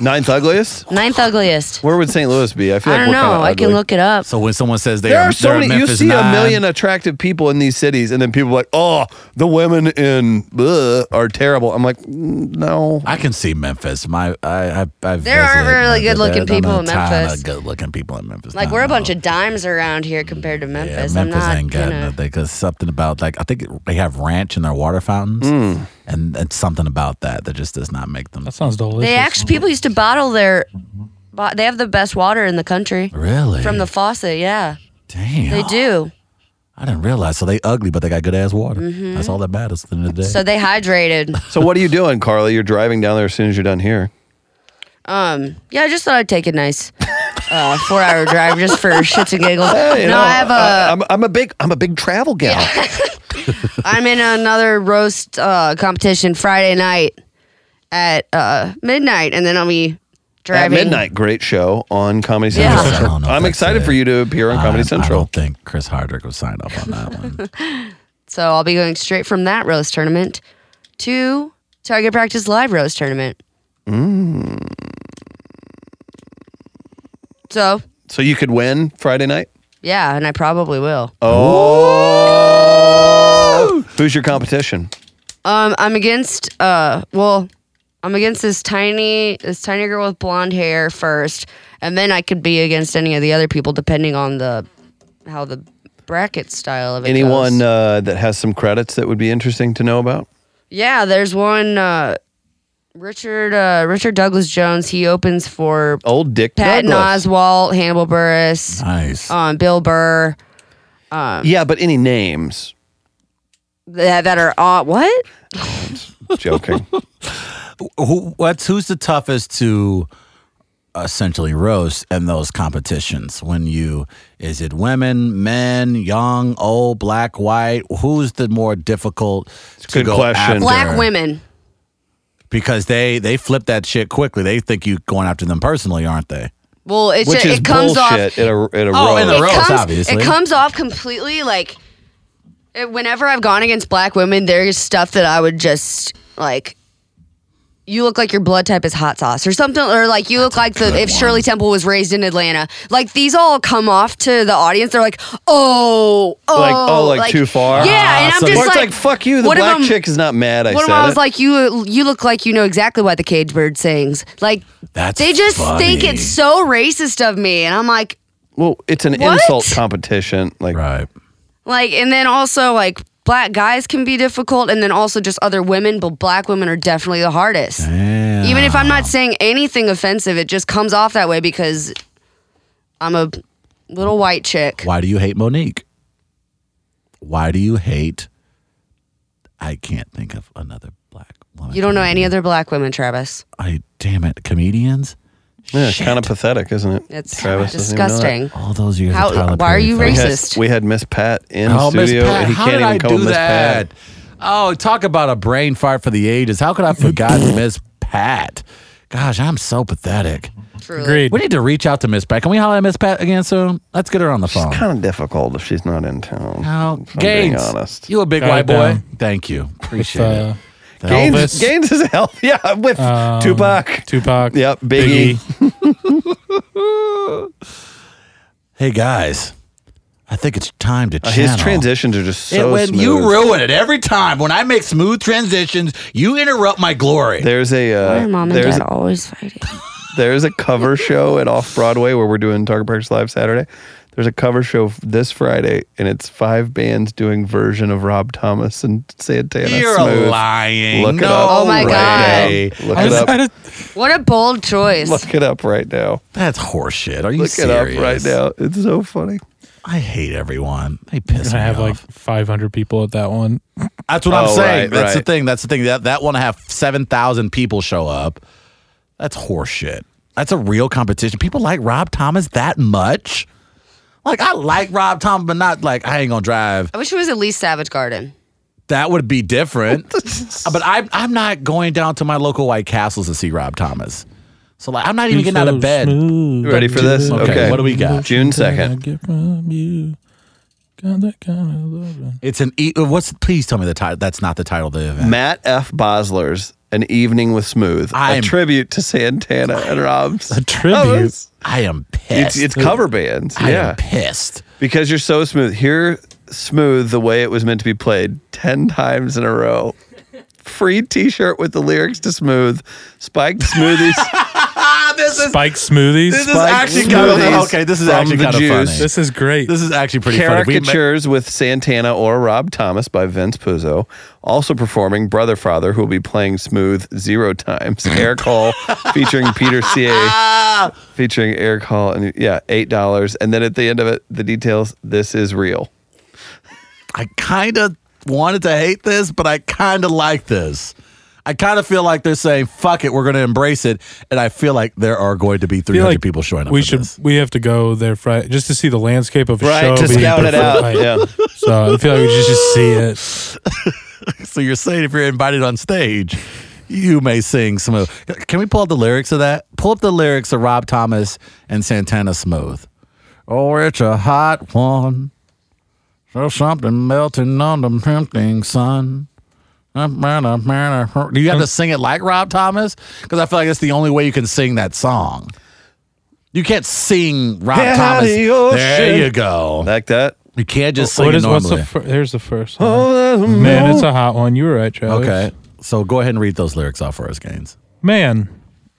Speaker 2: Ninth ugliest.
Speaker 5: ninth ugliest.
Speaker 2: Where would St. Louis be? I feel
Speaker 5: I
Speaker 2: like
Speaker 5: don't
Speaker 2: we're
Speaker 5: know.
Speaker 2: kinda
Speaker 5: I can
Speaker 2: ugly.
Speaker 5: look it up.
Speaker 1: So when someone says they
Speaker 2: There
Speaker 1: are,
Speaker 2: are so
Speaker 1: they're
Speaker 2: many. You
Speaker 1: Memphis
Speaker 2: see
Speaker 1: nine,
Speaker 2: a million attractive people in these cities, and then people are like, "Oh, the women in bleh are terrible." I'm like, "Mm, "No,
Speaker 1: I can see Memphis. My I I I've
Speaker 5: There aren't
Speaker 1: visited
Speaker 5: really
Speaker 1: Memphis.
Speaker 5: good-looking
Speaker 1: There's
Speaker 5: people
Speaker 1: a
Speaker 5: in
Speaker 1: ton
Speaker 5: Memphis.
Speaker 1: Of good-looking people in Memphis.
Speaker 5: like
Speaker 1: No,
Speaker 5: we're a
Speaker 1: no.
Speaker 5: bunch of dimes around here compared to Memphis.
Speaker 1: Yeah,
Speaker 5: I'm
Speaker 1: Memphis
Speaker 5: not
Speaker 1: ain't got
Speaker 5: gonna.
Speaker 1: nothing. Cause something about like I think it, they have ranch in their water fountains, and it's something about that that just does not make them
Speaker 4: That sounds delicious.
Speaker 5: They actually people used to bottle their. bo- They have the best water in the country
Speaker 1: really
Speaker 5: from the faucet. Yeah,
Speaker 1: damn.
Speaker 5: they do.
Speaker 1: I didn't realize. So they ugly, but they got good ass water. That's all that matters at the end of the day.
Speaker 5: Mm-hmm. So they hydrated.
Speaker 2: So what are you doing, Carly? You're driving down there as soon as you're done here.
Speaker 5: Um, yeah, I just thought I'd take a nice uh, four-hour drive just for shits and giggles.
Speaker 2: Hey, you
Speaker 5: no,
Speaker 2: know,
Speaker 5: I have a.
Speaker 2: I'm, I'm a big, I'm a big travel gal.
Speaker 5: I'm in another roast uh, competition Friday night at uh, midnight, and then I'll be
Speaker 2: At
Speaker 5: driving.
Speaker 2: midnight, great show on Comedy
Speaker 5: Yeah.
Speaker 2: Central.
Speaker 1: I don't know if
Speaker 2: I'm
Speaker 1: that's
Speaker 2: excited
Speaker 1: it.
Speaker 2: for you to appear on Comedy
Speaker 1: I, I
Speaker 2: Central.
Speaker 1: don't think Chris Hardrick will sign off on that one.
Speaker 5: So I'll be going straight from that roast tournament to Target Practice Live roast tournament.
Speaker 2: Mm.
Speaker 5: So
Speaker 2: So you could win Friday night.
Speaker 5: yeah, and I probably will.
Speaker 2: Oh, who's your competition?
Speaker 5: Um, I'm against. Uh, well, I'm against this tiny this tiny girl with blonde hair first, and then I could be against any of the other people depending on the how the bracket style of it
Speaker 2: Anyone
Speaker 5: goes.
Speaker 2: uh, that has some credits that would be interesting to know about?
Speaker 5: Yeah, there's one uh, Richard uh, Richard Douglas Jones. He opens for
Speaker 2: Old Dick
Speaker 5: Patton
Speaker 2: Douglas.
Speaker 5: Oswalt, Hannibal Burris,
Speaker 1: Nice.
Speaker 5: um, Bill Burr.
Speaker 2: Yeah, but any names?
Speaker 5: That, that are uh, what?
Speaker 2: Joking.
Speaker 1: Who, what's who's the toughest to essentially roast in those competitions? When you is it women, men, young, old, black, white? Who's the more difficult? to
Speaker 2: good
Speaker 1: go
Speaker 2: question.
Speaker 1: after?
Speaker 5: Black women.
Speaker 1: because they they flip that shit quickly. They think you going after them personally, aren't they?
Speaker 5: Well, it's
Speaker 2: Which
Speaker 5: ju-
Speaker 2: is
Speaker 5: it comes off.
Speaker 2: bullshit in a, in a
Speaker 1: Oh, in
Speaker 2: row.
Speaker 1: a
Speaker 5: it
Speaker 1: row.
Speaker 5: comes,
Speaker 1: obviously.
Speaker 5: It comes off completely like it, whenever I've gone against black women, there's stuff that I would just like. You look like your blood type is hot sauce or something, or like you look like the if Shirley Temple was raised in Atlanta. Like these all come off to the audience. They're like, oh, oh,
Speaker 2: Like, oh, like, too far?
Speaker 5: Yeah, and I'm
Speaker 1: so-
Speaker 5: just
Speaker 2: Or it's
Speaker 5: like,
Speaker 2: like, fuck you. The
Speaker 5: what if
Speaker 2: black
Speaker 5: I'm-
Speaker 2: chick is not mad. I
Speaker 5: What
Speaker 2: said
Speaker 5: if I was
Speaker 2: it.
Speaker 5: like you? You look like you know exactly why the cage bird sings. Like
Speaker 1: That's
Speaker 5: they just think
Speaker 1: funny.
Speaker 5: it's so racist of me, and I'm like,
Speaker 2: well, it's an
Speaker 5: What?
Speaker 2: insult competition. Like,
Speaker 1: Right.
Speaker 5: Like, and then also like black guys can be difficult, and then also just other women, but black women are definitely the hardest. Even if I'm not saying anything offensive, it just comes off that way because I'm a little white chick.
Speaker 1: Why do you hate Monique? Why do you hate? I can't think of another black woman.
Speaker 5: You don't know any other black women, Travis.
Speaker 1: I damn it, comedians.
Speaker 2: yeah, kind of pathetic, isn't it?
Speaker 5: It's
Speaker 2: doesn't even know that.
Speaker 5: disgusting.
Speaker 1: All those years.
Speaker 5: How-
Speaker 1: of Tyler
Speaker 5: why are
Speaker 1: Perry
Speaker 5: you
Speaker 1: films.
Speaker 5: racist?
Speaker 2: Yes, we had Miss Pat in
Speaker 1: Oh, Miss
Speaker 2: studio,
Speaker 1: Pat,
Speaker 2: and he
Speaker 1: how
Speaker 2: can't
Speaker 1: did
Speaker 2: even
Speaker 1: I
Speaker 2: call
Speaker 1: do
Speaker 2: Miss
Speaker 1: that?
Speaker 2: Pat.
Speaker 1: Oh, talk about a brain fart for the ages. How could I forgot Miss Pat? Gosh, I'm so pathetic.
Speaker 5: Truly.
Speaker 4: Agreed.
Speaker 1: We need to reach out to Miss Pat. Can we holler at Miss Pat again soon? Let's get her on the phone.
Speaker 2: Kind of difficult if she's not in town.
Speaker 1: Oh,
Speaker 2: if I'm being
Speaker 1: Gaines,
Speaker 2: honest.
Speaker 1: you a big
Speaker 4: Got it
Speaker 1: white boy?
Speaker 4: down.
Speaker 1: Thank you, appreciate
Speaker 4: uh,
Speaker 1: it. Thank-
Speaker 2: Gaines,
Speaker 4: Elvis.
Speaker 2: Gaines is healthy. Yeah, with
Speaker 4: um,
Speaker 2: Tupac.
Speaker 4: Tupac.
Speaker 2: Yep, Biggie.
Speaker 1: Hey guys, I think it's time to
Speaker 2: Uh,
Speaker 1: channel.
Speaker 2: His transitions are just
Speaker 1: It-
Speaker 2: so
Speaker 1: when
Speaker 2: smooth.
Speaker 1: you ruin it every time. When I make smooth transitions, you interrupt my glory.
Speaker 2: there's a
Speaker 5: Why are
Speaker 2: uh,
Speaker 5: mom and
Speaker 2: there's
Speaker 5: dad always fighting?
Speaker 2: there's a cover show at Off Broadway where we're doing Target Practice Live Saturday. There's a cover show f- this Friday, and it's five bands doing version of Rob Thomas and Santana.
Speaker 1: You're
Speaker 2: Smooth.
Speaker 1: lying.
Speaker 2: Look
Speaker 1: no
Speaker 2: it up.
Speaker 5: Oh my
Speaker 2: right
Speaker 5: God.
Speaker 2: now. Look
Speaker 4: I
Speaker 2: it
Speaker 4: was
Speaker 2: up.
Speaker 4: at a-
Speaker 5: What a bold choice.
Speaker 2: Look it up right now.
Speaker 1: That's horseshit. Are you
Speaker 2: Look
Speaker 1: serious?
Speaker 2: it up right now. It's so funny.
Speaker 1: I hate everyone. They piss
Speaker 4: I
Speaker 1: me
Speaker 4: have
Speaker 1: off.
Speaker 4: like 500 people at that one.
Speaker 1: That's what
Speaker 2: Oh,
Speaker 1: I'm saying.
Speaker 2: right,
Speaker 1: That's
Speaker 2: right.
Speaker 1: the thing. That's the thing. That that one to have seven thousand people show up. That's horseshit. That's a real competition. People like Rob Thomas that much. Like I like Rob Thomas, but not like I ain't gonna drive.
Speaker 5: I wish it was at least Savage Garden.
Speaker 1: That would be different. but I'm I'm not going down to my local White Castles to see Rob Thomas. So like I'm not even getting out of bed.
Speaker 2: You ready for this?
Speaker 1: Okay,
Speaker 2: Okay.
Speaker 1: what do we got?
Speaker 2: June 2nd.
Speaker 1: It's an e- what's please tell me the title. That's not the title of the event.
Speaker 2: Matt F. Bosler's An Evening with Smooth, a
Speaker 1: I'm-
Speaker 2: tribute to Santana and Rob's.
Speaker 4: A tribute.
Speaker 2: Thomas.
Speaker 1: I am
Speaker 2: It's,
Speaker 1: pissed.
Speaker 2: it's cover bands.
Speaker 1: I
Speaker 2: yeah.
Speaker 1: am pissed.
Speaker 2: Because you're so smooth. Hear smooth the way it was meant to be played 10 times in a row. Free t shirt with the lyrics to smooth, spiked smoothies.
Speaker 1: Ah, this is
Speaker 4: Spike smoothies.
Speaker 1: This is
Speaker 2: Spike
Speaker 1: actually kind
Speaker 2: smoothies
Speaker 1: of okay. This is
Speaker 2: from
Speaker 1: actually
Speaker 2: the
Speaker 1: kind of
Speaker 2: juice.
Speaker 1: funny. This,
Speaker 4: This is great.
Speaker 1: this is actually pretty funny. We ma-
Speaker 2: Caricatures with Santana or Rob Thomas by Vince Puzzo. Also performing Brother Father, who will be playing Smooth zero times. Eric Hall featuring Peter C.A. featuring Eric Hall. And yeah, $8. And then at the end of it, the details this is real.
Speaker 1: I kind of wanted to hate this, but I kind of like this. I kind of feel like they're saying, "Fuck it, we're going to embrace it," and I feel like there are going to be
Speaker 4: I feel
Speaker 1: 300 people showing up.
Speaker 4: We
Speaker 1: for
Speaker 4: should.
Speaker 1: this.
Speaker 4: We have to go there Friday just to see the landscape of a
Speaker 2: Right,
Speaker 4: show.
Speaker 2: to
Speaker 4: being
Speaker 2: scout it
Speaker 4: performed.
Speaker 2: out.
Speaker 4: Like,
Speaker 2: Yeah.
Speaker 4: So I feel like we should just see it.
Speaker 1: So you're saying if you're invited on stage, you may sing some of. Can we pull up the lyrics of that? Pull up the lyrics of Rob Thomas and Santana Smooth. Oh, it's a hot one. There's something melting on the tempting sun. Do you have to sing it like Rob Thomas? Because I feel like that's the only way you can sing that song. You can't sing Rob
Speaker 2: Head out of
Speaker 1: Thomas.
Speaker 2: the
Speaker 1: There
Speaker 2: ocean.
Speaker 1: you go.
Speaker 2: Like that.
Speaker 1: You can't just sing
Speaker 4: oh, What
Speaker 1: it
Speaker 4: is- what's
Speaker 1: normally.
Speaker 4: the fir- There's the first. One. Man, it's a hot one. You were right, Travis.
Speaker 1: okay, so go ahead and read those lyrics off for us, Gaines.
Speaker 4: Man,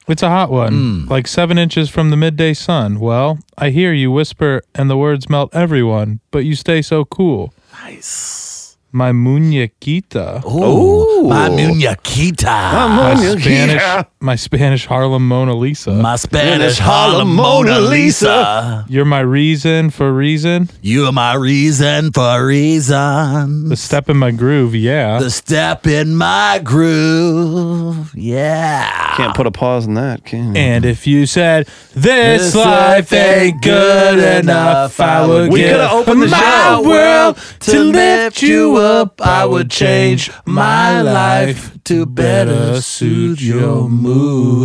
Speaker 4: it's a hot one,
Speaker 1: Hmm.
Speaker 4: like seven inches from the midday sun. Well, I hear you whisper, and the words melt everyone, but you stay so cool.
Speaker 1: Nice.
Speaker 4: My muñequita.
Speaker 1: Ooh, my muñequita,
Speaker 4: My Spanish, my Spanish Harlem Mona Lisa.
Speaker 1: Oh, my Spanish Harlem Mona Lisa.
Speaker 4: You're my reason for reason.
Speaker 1: You are my reason for reason.
Speaker 4: The step in my groove, yeah.
Speaker 1: The step in my groove, yeah.
Speaker 2: Can't put a pause in that, can you?
Speaker 4: And if you said this life ain't good enough, I would
Speaker 2: We
Speaker 4: give
Speaker 2: coulda opened the
Speaker 4: my
Speaker 2: show.
Speaker 4: world to lift you up. I would change my life to better suit your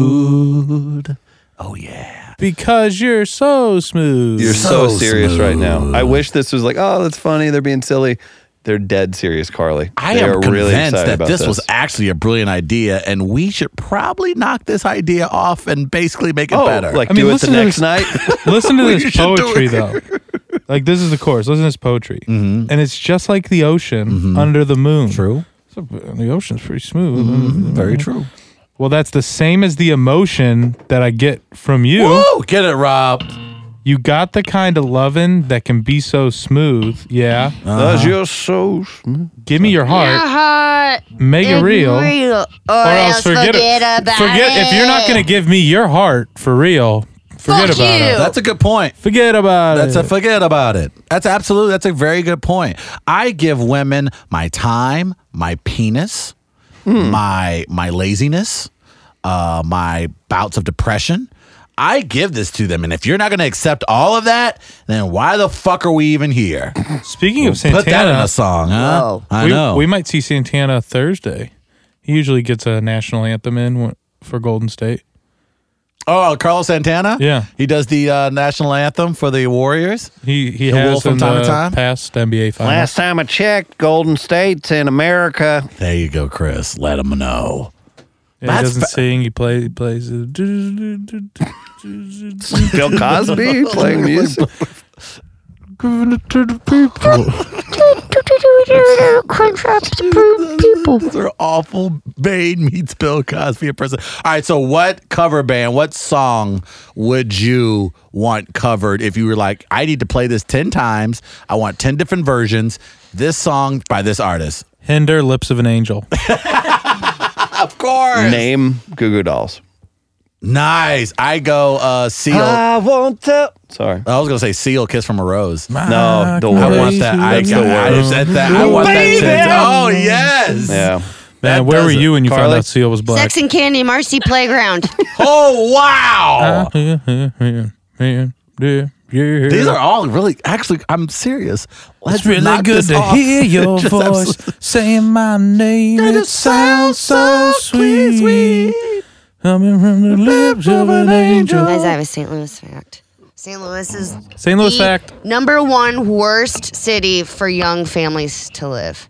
Speaker 1: mood. Oh yeah.
Speaker 4: because you're so smooth.
Speaker 2: You're so,
Speaker 1: So
Speaker 2: serious right now. I wish this was like, oh, that's funny. They're being silly. They're dead serious, Carly.
Speaker 1: I
Speaker 2: They
Speaker 1: am
Speaker 2: are
Speaker 1: convinced
Speaker 2: really excited
Speaker 1: that
Speaker 2: about
Speaker 1: this, was actually a brilliant idea, and we should probably knock this idea off and basically make it
Speaker 2: oh,
Speaker 1: better.
Speaker 2: like
Speaker 4: I
Speaker 2: do
Speaker 4: mean,
Speaker 2: it the
Speaker 4: listen to
Speaker 2: next
Speaker 4: this-
Speaker 2: night.
Speaker 1: Uh-huh.
Speaker 4: Listen to
Speaker 1: We
Speaker 4: this
Speaker 1: should do
Speaker 4: poetry
Speaker 1: it. Mm-hmm.
Speaker 4: though. Like this is the chorus. Listen to this poetry, and it's just like the ocean under the moon.
Speaker 1: true, Mm-hmm.
Speaker 4: So, uh, the ocean's pretty smooth.
Speaker 1: very true.
Speaker 4: Well, that's the same as the emotion that I get from you.
Speaker 1: Woo! Get it, Rob.
Speaker 4: You got the kind of lovin' that can be so smooth. Yeah.
Speaker 2: Cause you're so smooth.
Speaker 4: Give me your heart.
Speaker 5: heart.
Speaker 4: Make it real.
Speaker 5: Or,
Speaker 4: Or
Speaker 5: else forget,
Speaker 4: it.
Speaker 5: about
Speaker 4: forget
Speaker 5: it.
Speaker 4: if you're not gonna give me your heart for real. Forget
Speaker 5: Fuck
Speaker 4: about
Speaker 5: you.
Speaker 4: it.
Speaker 1: That's a good point.
Speaker 4: Forget about
Speaker 1: That's
Speaker 4: it.
Speaker 1: a forget about it. That's absolutely. That's a very good point. I give women my time, my penis,
Speaker 2: Hmm.
Speaker 1: my my laziness, uh, my bouts of depression. I give this to them, and if you're not going to accept all of that, then why the fuck are we even here?
Speaker 4: Speaking of Santana,
Speaker 1: Put that in a song, huh?
Speaker 5: Whoa.
Speaker 1: I
Speaker 4: we,
Speaker 1: know.
Speaker 4: we might see Santana Thursday. He usually gets a national anthem in w- for Golden State.
Speaker 1: oh, Carlos Santana.
Speaker 4: Yeah.
Speaker 1: he does the uh, national anthem for the Warriors.
Speaker 4: He he
Speaker 1: The
Speaker 4: has
Speaker 1: Wolf from
Speaker 4: in
Speaker 1: time to
Speaker 4: the
Speaker 1: time?
Speaker 4: past NBA finals.
Speaker 2: Last time I checked, Golden State's in America.
Speaker 1: There you go, Chris. Let them know.
Speaker 4: Yeah, he
Speaker 1: That's
Speaker 4: doesn't
Speaker 1: fa-
Speaker 4: sing. He plays. He plays. uh,
Speaker 2: Bill Cosby playing music.
Speaker 4: Giving it to the people.
Speaker 1: Those are awful. Bane meets Bill Cosby in person. All right, so what cover band, what song would you want covered if you were like, I need to play this 10 times? I want 10 different versions. This song by this artist.
Speaker 4: Hinder lips of an angel.
Speaker 1: Of course.
Speaker 2: Name Goo Goo Dolls.
Speaker 1: Nice. I go uh Seal.
Speaker 2: I want to. Sorry.
Speaker 1: I was gonna say Seal Kiss from a Rose.
Speaker 2: No, the
Speaker 1: I
Speaker 2: worst.
Speaker 1: want that. I,
Speaker 2: That's the
Speaker 1: I, I
Speaker 2: worst.
Speaker 1: said that. I want
Speaker 2: Baby.
Speaker 1: that. 10 Oh yes.
Speaker 2: Yeah.
Speaker 1: That
Speaker 4: Man, where were
Speaker 1: does it.
Speaker 4: you when you found
Speaker 2: Carly?
Speaker 4: out Seal was black?
Speaker 5: Sex and Candy, Marcy Playground.
Speaker 1: Oh wow. These
Speaker 4: These
Speaker 1: are all really actually I'm serious. Let's
Speaker 4: It's really
Speaker 1: knock
Speaker 4: good
Speaker 1: this
Speaker 4: to
Speaker 1: off.
Speaker 4: hear your
Speaker 1: Just
Speaker 4: voice
Speaker 1: absolutely-
Speaker 4: saying my name.
Speaker 1: It
Speaker 4: It, sounds so sweet. Coming from the lips of an
Speaker 5: Guys,
Speaker 4: angel.
Speaker 5: I have a St. Louis fact. St. Louis is
Speaker 4: St. Louis
Speaker 5: the
Speaker 4: fact.
Speaker 5: number one worst city for young families to live.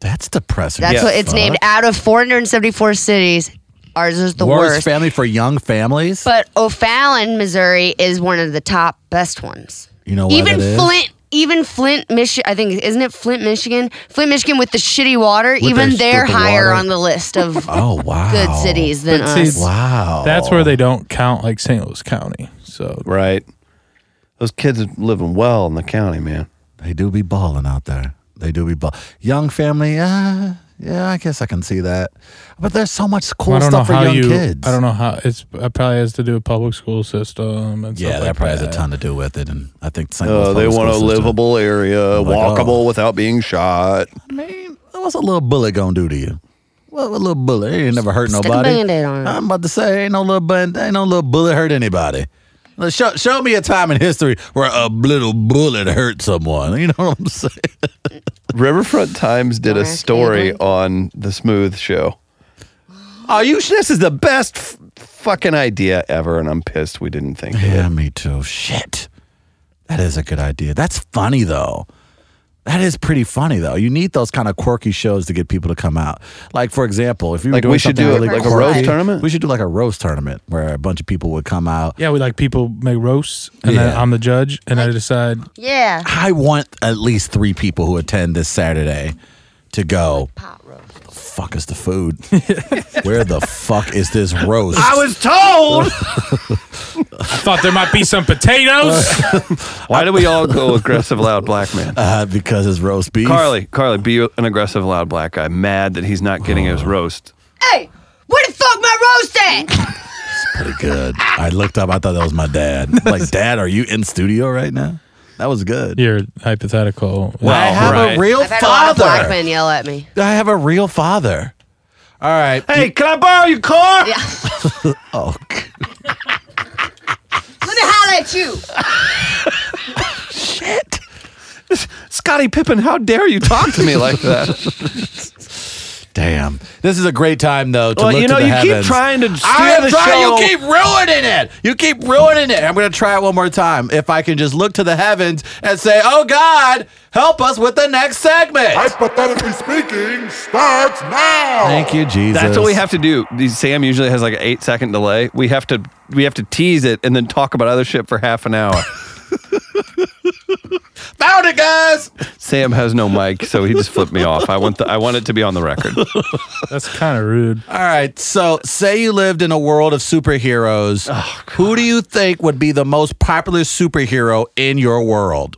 Speaker 1: That's depressing. Uh-huh.
Speaker 5: That's
Speaker 2: Yeah.
Speaker 5: what it's named. Out of 474 cities, ours is the
Speaker 1: worst,
Speaker 5: worst.
Speaker 1: family for young families.
Speaker 5: but O'Fallon, Missouri, is one of the top best ones.
Speaker 1: you know what
Speaker 5: Even
Speaker 1: it Oh, is?
Speaker 5: Flint, even Flint, Michigan. I think isn't it Flint, Michigan? Flint, Michigan, with the shitty water. even
Speaker 1: the-
Speaker 5: they're
Speaker 1: with the
Speaker 5: higher
Speaker 1: water.
Speaker 5: on the list of
Speaker 1: Oh wow.
Speaker 5: good cities than
Speaker 4: But see,
Speaker 5: us.
Speaker 1: Wow.
Speaker 4: That's where they don't count like St. Louis County. So
Speaker 2: Right. Those kids are living well in the county, man.
Speaker 1: they do be balling out there. They do be ball. Young family. Yeah. Yeah, I guess I can see that. But there's so much cool
Speaker 4: I don't know
Speaker 1: stuff for
Speaker 4: how
Speaker 1: young
Speaker 4: you.
Speaker 1: kids.
Speaker 4: I don't know how it's. It probably has to do with public school system and
Speaker 1: Yeah,
Speaker 4: stuff
Speaker 1: that
Speaker 4: like
Speaker 1: probably
Speaker 4: that.
Speaker 1: has a ton to do with it, and I think
Speaker 5: Oh,
Speaker 1: St. Louis
Speaker 2: Uh, they
Speaker 1: public
Speaker 2: want a
Speaker 1: school system-
Speaker 2: livable area,
Speaker 1: like,
Speaker 2: walkable
Speaker 1: oh.
Speaker 2: without being shot.
Speaker 1: I mean, what's a little bullet gonna do to you? What a little bullet? It ain't never hurt
Speaker 5: Stick a
Speaker 1: nobody.
Speaker 5: Band-Aid on it.
Speaker 1: I'm about to say, ain't no little bullet, ain't no little bullet hurt anybody. Let's Show, show me a time in history where a little bullet hurt someone. You know what I'm saying?
Speaker 2: Riverfront Times did a
Speaker 5: Alright,
Speaker 2: story
Speaker 5: Caitlin.
Speaker 2: on the Smooth Show. Oh, you! This is the best f- fucking idea ever, and I'm pissed we didn't think of it.
Speaker 1: Yeah, me too. Shit, that is a good idea. That's funny though. That is pretty funny though. You need those kind of quirky shows to get people to come out. Like for example, if you were
Speaker 2: Like,
Speaker 1: doing
Speaker 2: we should
Speaker 1: something
Speaker 2: do
Speaker 1: really
Speaker 2: it like a
Speaker 1: quirky,
Speaker 2: roast tournament.
Speaker 1: We should do like a roast tournament where a bunch of people would come out
Speaker 4: Yeah, we like people make roasts, and then
Speaker 1: Yeah.
Speaker 4: I'm the judge, and I decide.
Speaker 5: yeah.
Speaker 1: I want at least three people who attend this Saturday to go.
Speaker 5: Pot roast.
Speaker 1: fuck is the food? Where the fuck is this roast?
Speaker 2: I was told.
Speaker 4: I thought there might be some potatoes.
Speaker 2: Why do we all go aggressive, loud black man?
Speaker 1: uh, because it's roast beef.
Speaker 2: Carly, Carly, be an aggressive, loud black guy. Mad that he's not getting
Speaker 1: Oh.
Speaker 2: his roast.
Speaker 5: Hey, where the fuck my roast at?
Speaker 1: pretty good. I looked up. I thought that was my dad. Like, Dad, are you in studio right now? That was good.
Speaker 4: Your hypothetical.
Speaker 1: I
Speaker 2: Wow.
Speaker 1: have
Speaker 2: Oh, Right.
Speaker 1: a real
Speaker 5: I've had a lot of
Speaker 1: father.
Speaker 5: black men yell at me.
Speaker 1: I have a real father. All right.
Speaker 2: Hey, can I borrow your car?
Speaker 5: Yeah.
Speaker 1: Oh, g-
Speaker 5: Let me holler at you.
Speaker 2: Scotty Pippen, how dare you talk to me like that?
Speaker 1: damn. This is a great time though to
Speaker 2: Well,
Speaker 1: look
Speaker 2: you know,
Speaker 1: to the
Speaker 2: you keep
Speaker 1: heavens.
Speaker 2: trying to steer
Speaker 1: I am
Speaker 2: the
Speaker 1: trying.
Speaker 2: show.
Speaker 1: You keep ruining it. You keep ruining it. I'm going to try it one more time. If I can just look to the heavens and say, "Oh God, help us with the next segment."
Speaker 6: Hypothetically speaking, starts now.
Speaker 1: Thank you, Jesus.
Speaker 2: That's what we have to do. These- Sam usually has like an eight second delay. We have to we have to tease it and then talk about other shit for half an hour.
Speaker 1: Found it, guys.
Speaker 2: Sam has no mic, so he just flipped me off. I want the, I want it to be on the record.
Speaker 4: That's kind of rude.
Speaker 1: All right. So, say you lived in a world of superheroes.
Speaker 2: Oh,
Speaker 1: who do you think would be the most popular superhero in your world?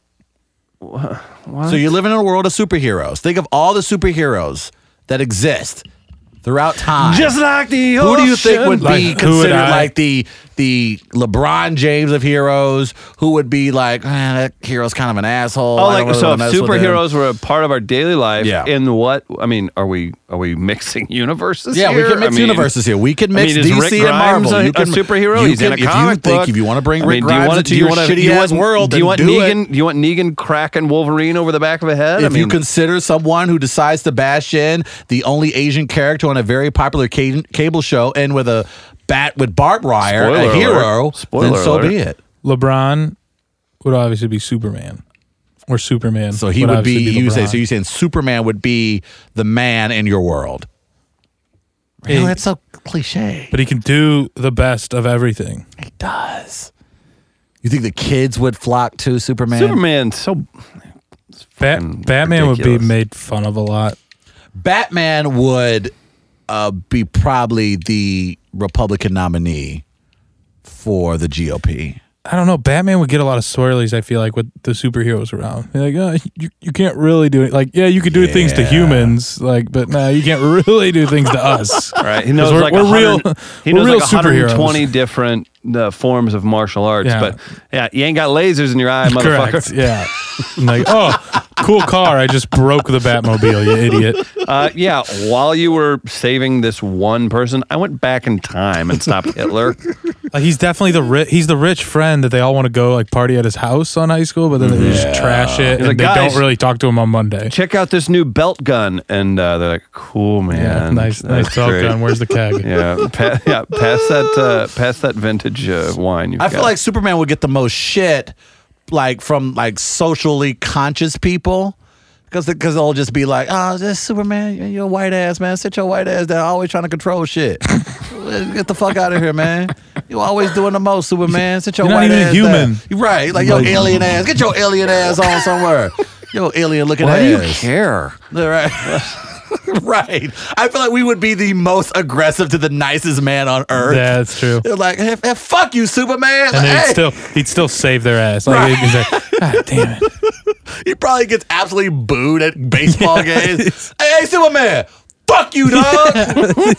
Speaker 1: So, you live in a world of superheroes. Think of all the superheroes that exist throughout time.
Speaker 2: like the
Speaker 1: who do you think would
Speaker 4: Like,
Speaker 1: be
Speaker 4: who would
Speaker 1: considered
Speaker 4: I-
Speaker 1: like the the LeBron James of heroes? Who would be like eh, that hero's kind of an asshole? I
Speaker 2: Oh, like
Speaker 1: don't really
Speaker 2: so if
Speaker 1: wanna mess with him."
Speaker 2: superheroes were a part of our daily life,
Speaker 1: Yeah.
Speaker 2: in what I mean, are we are we mixing universes?
Speaker 1: Yeah,
Speaker 2: here?
Speaker 1: we can mix
Speaker 2: I mean,
Speaker 1: universes here. We can
Speaker 2: I
Speaker 1: mix
Speaker 2: mean, is
Speaker 1: DC
Speaker 2: Rick
Speaker 1: and
Speaker 2: Grimes
Speaker 1: Marvel.
Speaker 2: a-
Speaker 1: you
Speaker 2: a
Speaker 1: can,
Speaker 2: superhero?
Speaker 1: You
Speaker 2: He's
Speaker 1: can,
Speaker 2: in a
Speaker 1: if you
Speaker 2: comic
Speaker 1: think
Speaker 2: book.
Speaker 1: if you want to bring
Speaker 2: I
Speaker 1: Rick
Speaker 2: mean, do you
Speaker 1: Grimes
Speaker 2: wanna-
Speaker 1: into
Speaker 2: do you
Speaker 1: your
Speaker 2: wanna-
Speaker 1: shitty
Speaker 2: do you
Speaker 1: ass
Speaker 2: want-
Speaker 1: world,
Speaker 2: Do you
Speaker 1: then
Speaker 2: want
Speaker 1: do
Speaker 2: Negan?
Speaker 1: It.
Speaker 2: Do you want Negan cracking Wolverine over the back of a head?
Speaker 1: If
Speaker 2: I
Speaker 1: you
Speaker 2: mean,
Speaker 1: consider someone who decides to bash in the only Asian character on a very popular ca- cable show and with a bat with barbed wire,
Speaker 2: Spoiler
Speaker 1: a
Speaker 2: alert.
Speaker 1: hero,
Speaker 2: Spoiler
Speaker 1: then so
Speaker 2: alert.
Speaker 1: be it.
Speaker 4: LeBron would obviously be Superman, or Superman.
Speaker 1: So he would, be,
Speaker 4: obviously
Speaker 1: you say, so
Speaker 4: LeBron.
Speaker 1: you saying Superman would be the man in your world.
Speaker 4: Hey,
Speaker 1: Oh, that's so cliche.
Speaker 4: but he can do the best of everything.
Speaker 1: He does. You think the kids would flock to Superman?
Speaker 2: Superman, so
Speaker 4: Bat- Batman would
Speaker 2: ridiculous.
Speaker 4: be made fun of a lot.
Speaker 1: Batman would uh, be probably the Republican nominee for the GOP.
Speaker 4: I don't know. Batman would get a lot of swirlies. I feel like with the superheroes around, They're like oh, you you can't really do it. Like yeah, you could do things to
Speaker 1: Yeah.
Speaker 4: humans, like but no, you can't really do things to us.
Speaker 2: right. He knows
Speaker 4: 'Cause we're-
Speaker 2: like
Speaker 4: we're
Speaker 2: 100
Speaker 4: real-
Speaker 2: He
Speaker 4: we're
Speaker 2: knows
Speaker 4: real
Speaker 2: like 120
Speaker 4: superheroes.
Speaker 2: different uh, forms of martial arts,
Speaker 4: Yeah.
Speaker 2: but yeah, you ain't got lasers in your eye,
Speaker 4: Correct.
Speaker 2: motherfucker.
Speaker 4: Yeah. And like oh, cool car. I just broke the Batmobile. You idiot.
Speaker 2: Uh, yeah, while you were saving this one person, I went back in time and stopped Hitler.
Speaker 4: Like he's definitely the ri- he's the rich friend that they all want to go like party at his house on high school, but then they just trash it and
Speaker 2: Mm-hmm. like,
Speaker 4: they
Speaker 2: "Guys."
Speaker 4: don't really talk to him on Monday.
Speaker 2: Check out this new belt gun, and uh, they're like, "Cool, man,
Speaker 4: Yeah, nice,
Speaker 2: That's
Speaker 4: nice talk
Speaker 2: great."
Speaker 4: gun. Where's the keg?
Speaker 2: Yeah, pa- yeah, pass that, uh, pass that vintage uh, wine. You've
Speaker 1: I feel
Speaker 2: got.
Speaker 1: like Superman would get the most shit, like from like socially conscious people. Because they'll just be like, oh, this Superman, you- you're a white ass, man. Sit your white ass down. Always trying to control shit. Get the fuck out of here, man. You always doing the most, Superman. Sit your
Speaker 4: You're not
Speaker 1: white
Speaker 4: even a
Speaker 1: ass
Speaker 4: human.
Speaker 1: down. You're right. Like, yo,
Speaker 4: Like-
Speaker 1: alien ass. Get your alien ass on somewhere. Yo, alien looking
Speaker 2: Why
Speaker 1: ass.
Speaker 2: do you care?
Speaker 1: All Right. right. I feel like we would be the most aggressive to the nicest man on earth.
Speaker 4: That's true.
Speaker 1: They're like, hey, f- fuck you, Superman.
Speaker 4: And
Speaker 1: Like,
Speaker 4: he'd
Speaker 1: hey,
Speaker 4: still he'd still save their ass. Like
Speaker 1: Right.
Speaker 4: he's like, God damn it.
Speaker 1: he probably gets absolutely booed at baseball games. Hey, hey, Superman. Fuck you, dog.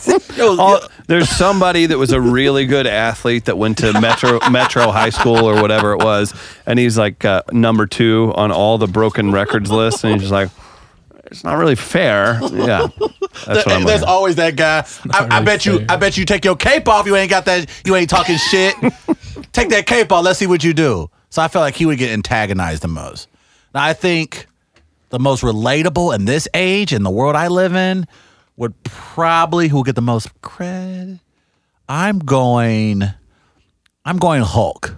Speaker 1: Yo,
Speaker 2: All-
Speaker 1: yo,
Speaker 2: there's somebody that was a really good athlete that went to Metro Metro High School or whatever it was, and he's like uh, number two on all the broken records list, and he's just like, it's not really fair. Yeah, that's what I'm.
Speaker 1: there's
Speaker 2: like.
Speaker 1: always that guy. I, I
Speaker 4: really
Speaker 1: bet you.
Speaker 4: fair.
Speaker 1: I bet you take your cape off. You ain't got that. You ain't talking shit. take that cape off. Let's see what you do. So I felt like he would get antagonized the most. Now I think the most relatable in this age in the world I live in would probably who would get the most cred. I'm going. I'm going Hulk.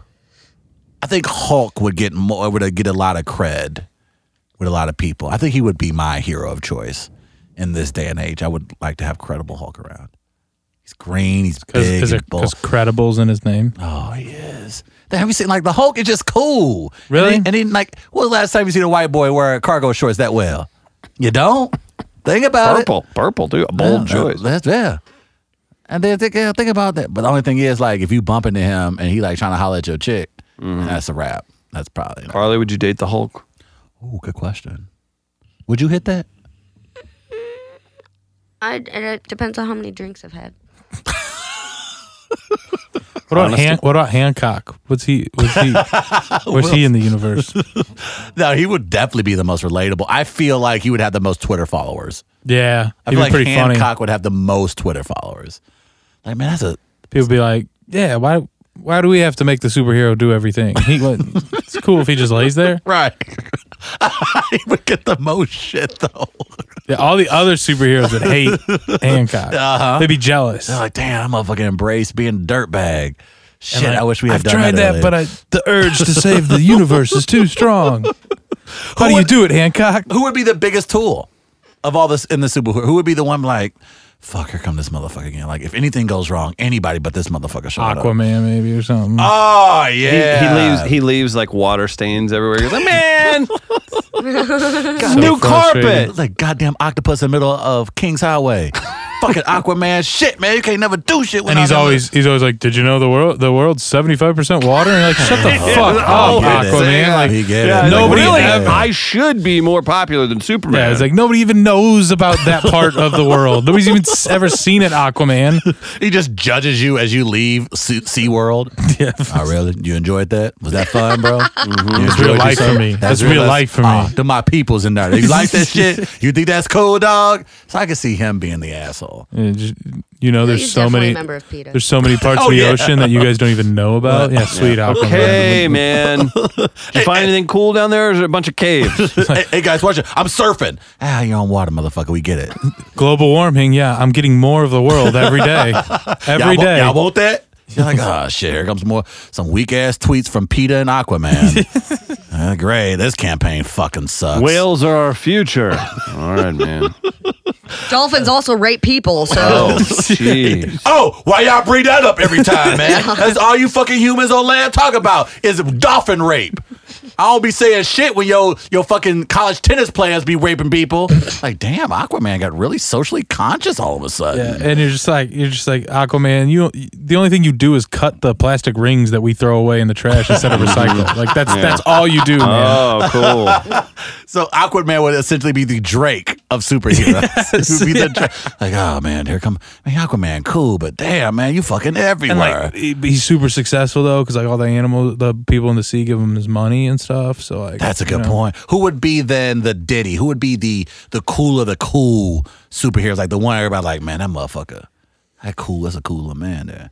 Speaker 1: I think Hulk would get more. Would get a lot of cred with a lot of people. I think he would be my hero of choice in this day and age. I would like to have credible Hulk around. He's green. He's big.
Speaker 4: Because
Speaker 1: He's bold.
Speaker 4: credibles in his name.
Speaker 1: Oh, he is. Then have you seen like the Hulk is just cool?
Speaker 4: Really?
Speaker 1: And then, and then, like, when was the last time you seen a white boy wear cargo shorts that well? You don't. Think about it.
Speaker 2: Purple, purple, dude. A bold
Speaker 1: yeah,
Speaker 2: choice.
Speaker 1: That's yeah. And then think, yeah, think about that. But the only thing is, like, if you bump into him and he like trying to holler at your chick, that's a wrap. That's probably. Not.
Speaker 2: Carly, would you date the Hulk?
Speaker 1: Ooh, good question. Would you hit that?
Speaker 5: I, it depends on how many drinks I've had.
Speaker 4: What about,
Speaker 2: Honesty.
Speaker 4: Han- what about Hancock? What's he? What's he? where's he in the universe?
Speaker 1: No, he would definitely be the most relatable. I feel like he would have the most Twitter followers.
Speaker 4: Yeah,
Speaker 1: I feel
Speaker 4: he'd be
Speaker 1: like
Speaker 4: pretty
Speaker 1: Hancock
Speaker 4: funny.
Speaker 1: would have the most Twitter followers. Like, man, that's a
Speaker 4: People be like, "Yeah, why? Why do we have to make the superhero do everything? He, what, it's cool if he just lays there.
Speaker 1: right. he would get the most shit though.
Speaker 4: Yeah, all the other superheroes that hate Hancock,
Speaker 1: Uh-huh.
Speaker 4: they'd be jealous.
Speaker 1: They're like, damn, I'm gonna fucking embrace being a dirtbag. Shit, I wish we had
Speaker 4: have
Speaker 1: done
Speaker 4: tried that,
Speaker 1: earlier.
Speaker 4: but I, the urge to save the universe is too strong. How do you do it, Hancock?
Speaker 1: who would be the biggest tool of all this in the Super Bowl? Who would be the one like, fuck, here come this motherfucker again? Like, if anything goes wrong, anybody but this motherfucker showed up.
Speaker 4: Aquaman, maybe or something.
Speaker 1: Oh
Speaker 2: He, he
Speaker 1: yeah,
Speaker 2: leaves. He leaves like water stains everywhere. He's like, man,
Speaker 4: So
Speaker 2: new
Speaker 4: frustrating.
Speaker 2: carpet.
Speaker 1: It's like goddamn octopus in the middle of King's Highway. Fucking Aquaman, shit, man, you can't never do shit. When
Speaker 4: And he's
Speaker 1: I'm in
Speaker 4: always he's always like, "Did you know the world the world's seventy five percent water?" And you're like, "Shut the fuck
Speaker 1: the-
Speaker 4: up,
Speaker 1: He get it.
Speaker 4: Aquaman!" Like,
Speaker 1: He get it.
Speaker 2: Yeah, nobody.
Speaker 4: Nobody
Speaker 2: Really,
Speaker 4: ever-
Speaker 2: I should be more popular than Superman.
Speaker 4: yeah, it's like nobody even knows about that part of the world. Nobody's even s- ever seen it, Aquaman.
Speaker 1: He just judges you as you leave Sea SeaWorld. Yeah. Oh, really? You enjoyed that? Was that fun, bro? You
Speaker 4: It's
Speaker 1: enjoyed
Speaker 4: Mm-hmm. real life
Speaker 1: yourself?
Speaker 4: for me. That's real life for me.
Speaker 1: Ah, to my peoples in there. You like that shit? You think that's cool, dog? So I can see him being the asshole.
Speaker 4: And just- you know, there's
Speaker 5: He's
Speaker 4: so
Speaker 5: definitely
Speaker 4: many
Speaker 5: a member of PETA.
Speaker 4: there's so many parts
Speaker 1: Oh,
Speaker 4: of the
Speaker 1: yeah.
Speaker 4: ocean that you guys don't even know about. Yeah, sweet Aquaman.
Speaker 2: Hey man, did you find anything cool down there? Or is it a bunch of caves?
Speaker 1: hey, hey, guys, watch it. I'm surfing. Ah, you're on water, motherfucker. We get it.
Speaker 4: Global warming. Yeah, I'm getting more of the world every day. Every
Speaker 1: y'all, wa-
Speaker 4: day.
Speaker 1: y'all want that? You're like, oh shit, here comes more some weak ass tweets from PETA and Aquaman. Ah, great. This campaign fucking sucks.
Speaker 2: Whales are our future. All right, man.
Speaker 5: Dolphins also rape people, so
Speaker 2: Oh, jeez.
Speaker 1: Oh, why y'all bring that up every time, man? That's all you fucking humans on land talk about is dolphin rape. I don't be saying shit when yo your fucking college tennis players be raping people. Like, damn, Aquaman got really socially conscious all of a
Speaker 4: Yeah,
Speaker 1: sudden.
Speaker 4: and you're just like you're just like Aquaman. You the only thing you do is cut the plastic rings that we throw away in the trash instead of recycle. Like that's that's all you do, man.
Speaker 2: Oh, cool.
Speaker 1: So Aquaman would essentially be the Drake of superheroes. He would be the Drake. Like, oh man, here come I mean, Aquaman, cool, but damn man, you fucking
Speaker 4: and
Speaker 1: everywhere.
Speaker 4: like he- he's super successful though, because like all the animal, the people in the sea give him his money and stuff. So like
Speaker 1: That's a
Speaker 4: you
Speaker 1: good
Speaker 4: know.
Speaker 1: point. Who would be then the Diddy? Who would be the the cool of the cool superheroes? Like the one everybody like, man, that motherfucker, that cool. That's a cooler man there.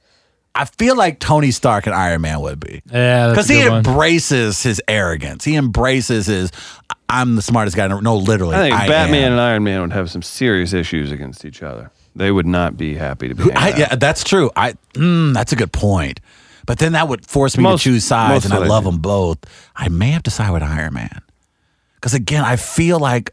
Speaker 1: I feel like Tony Stark and Iron Man would be.
Speaker 4: Yeah, that's
Speaker 1: Because
Speaker 4: a
Speaker 1: he
Speaker 4: good one.
Speaker 1: embraces his arrogance. He embraces his, "I- I'm the smartest guy. in the-" No, literally.
Speaker 2: I think
Speaker 1: am.
Speaker 2: Batman and Iron Man would have some serious issues against each other. They would not be happy to be. hanging
Speaker 1: I,
Speaker 2: out.
Speaker 1: yeah, that's true. I mm, that's a good point. But then that would force me
Speaker 2: Most-
Speaker 1: to choose
Speaker 2: most
Speaker 1: sides, and I
Speaker 2: of it.
Speaker 1: love them both. I may have to side with Iron Man. Because again, I feel like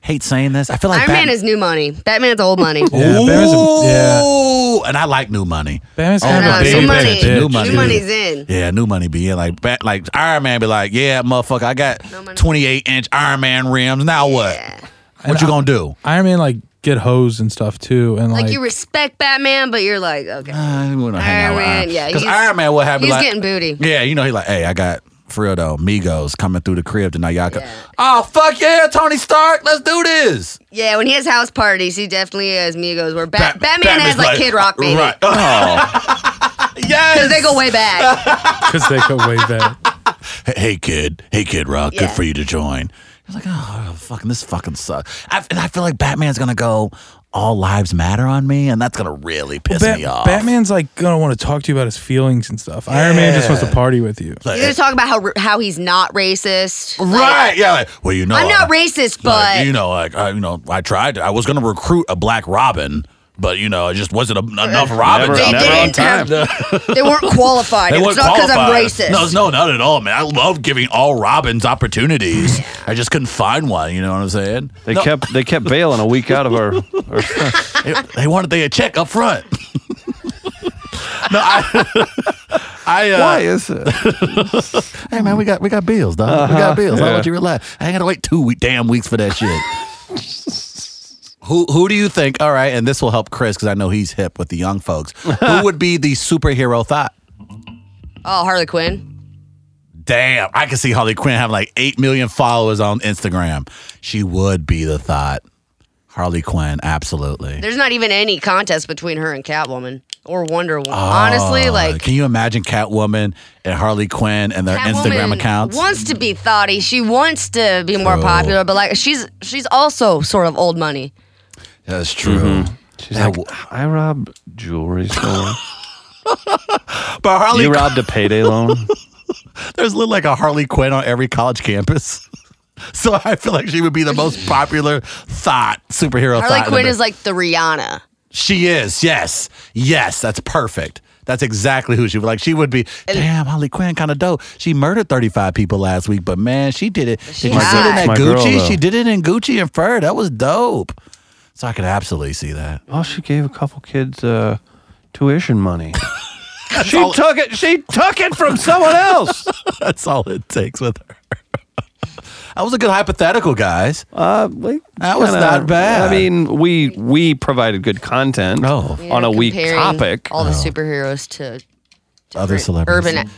Speaker 1: hate saying this. I feel like
Speaker 5: Iron Man
Speaker 1: Bat-
Speaker 5: is new money. Batman's old money.
Speaker 4: Yeah, Batman's a- yeah.
Speaker 1: Ooh, and I like new money.
Speaker 4: Batman's
Speaker 1: Oh,
Speaker 4: kind of
Speaker 1: no,
Speaker 4: a baby
Speaker 5: new money.
Speaker 4: bitch.
Speaker 1: New money.
Speaker 5: New money's in.
Speaker 1: Yeah, new money be in like bat, like Iron Man be like, yeah, motherfucker, I got
Speaker 5: No money.
Speaker 1: twenty eight inch Iron Man rims. Now what? What you gonna do?
Speaker 4: Iron Man like get hosed and stuff too, and like,
Speaker 5: Like you respect Batman, but you're like, okay.
Speaker 1: Uh, we don't hang out
Speaker 5: Iron
Speaker 1: with
Speaker 5: Man,
Speaker 1: Iron
Speaker 5: yeah,
Speaker 1: because
Speaker 5: he's-
Speaker 1: Iron Man will have me
Speaker 5: he's
Speaker 1: like,
Speaker 5: getting booty.
Speaker 1: Yeah, you know he like, hey, I got for real though, Migos coming through the crib tonight. Y'all, co-
Speaker 5: Yeah.
Speaker 1: oh fuck yeah, Tony Stark, let's do this.
Speaker 5: Yeah, when he has house parties, he definitely has Migos. Where Bat-
Speaker 1: Bat-
Speaker 5: Batman
Speaker 1: Batman's
Speaker 5: has like, Kid Rock, baby.
Speaker 1: Right. Oh. yes.
Speaker 5: Because they go way back.
Speaker 4: because they go way back.
Speaker 1: hey, hey, kid, hey kid Rock, good
Speaker 5: Yeah.
Speaker 1: for you to join. I was like, oh fucking this fucking sucks. I, and I feel like Batman's gonna go all lives matter on me, and that's gonna really piss
Speaker 4: Bat-
Speaker 1: me off.
Speaker 4: Batman's like gonna want to talk to you about his feelings and stuff. Iron Man just wants to party with you.
Speaker 1: Like,
Speaker 5: He's gonna talk about how how he's not racist. Like,
Speaker 1: right? Yeah. Like, well, you know,
Speaker 5: I'm
Speaker 1: I-
Speaker 5: not racist,
Speaker 1: like,
Speaker 5: but
Speaker 1: you know, like I, you know, I tried. I was gonna recruit a Black Robin, but you know, it just wasn't a, enough Robins.
Speaker 5: They
Speaker 2: Never,
Speaker 1: out there.
Speaker 2: never on
Speaker 5: didn't have-
Speaker 2: time.
Speaker 5: they weren't qualified.
Speaker 1: They
Speaker 5: it's
Speaker 1: weren't
Speaker 5: not because I'm
Speaker 1: qualified.
Speaker 5: racist.
Speaker 1: No, it's- no, not at all, man. I love giving all Robins opportunities. I just couldn't find one. You know what I'm saying?
Speaker 2: They
Speaker 1: No,
Speaker 2: kept they kept bailing a week out of our. our
Speaker 1: they, they wanted they a check up front. no, I, I uh,
Speaker 2: why is it?
Speaker 1: Hey man, we got we got bills, dog. We got bills. Why would you relax? I ain't gotta wait two we- damn weeks for that shit. Who who do you think? All right, and this will help Chris because I know he's hip with the young folks. who would be the superhero thought?
Speaker 5: Oh, Harley Quinn.
Speaker 1: Damn, I can see Harley Quinn have like eight million followers on Instagram. She would be the thought. Harley Quinn, absolutely.
Speaker 5: There's not even any contest between her and Catwoman or Wonder Woman. Honestly,
Speaker 1: Uh,
Speaker 5: like
Speaker 1: can you imagine Catwoman and Harley Quinn and their Instagram
Speaker 5: Catwoman
Speaker 1: accounts?
Speaker 5: wants to be thoughty. She wants to be more
Speaker 1: True.
Speaker 5: popular, but like she's she's also sort of old money.
Speaker 1: That's true. Mm-hmm.
Speaker 2: She's
Speaker 1: That
Speaker 2: like,
Speaker 1: w-
Speaker 2: I robbed jewelry store.
Speaker 1: But Harley,
Speaker 2: you robbed a payday loan.
Speaker 1: there's look like a Harley Quinn on every college campus. So I feel like she would be the most popular thought superhero.
Speaker 5: Harley
Speaker 1: thought
Speaker 5: Quinn is like the Rihanna.
Speaker 1: she is yes, yes. That's perfect. That's exactly who she would like. She would be. Damn, Harley Quinn, kind of dope. She murdered 35 people last week, but man, she did it.
Speaker 5: She
Speaker 1: did you see
Speaker 5: hot.
Speaker 1: it in that
Speaker 2: My girl,
Speaker 1: Gucci?
Speaker 2: though.
Speaker 1: she did it in Gucci and fur. That was dope. So I could absolutely see that.
Speaker 2: Oh, she gave a couple kids uh, tuition money. she took it. She took it from someone else.
Speaker 1: That's all it takes with her. that was a good hypothetical, guys.
Speaker 2: Uh, we
Speaker 1: That was
Speaker 2: kinda-
Speaker 1: not bad.
Speaker 2: I mean, we we provided good content
Speaker 1: Oh.
Speaker 2: on a weak
Speaker 5: Comparing
Speaker 2: topic.
Speaker 5: All the superheroes to
Speaker 1: Other celebrities.
Speaker 5: urban.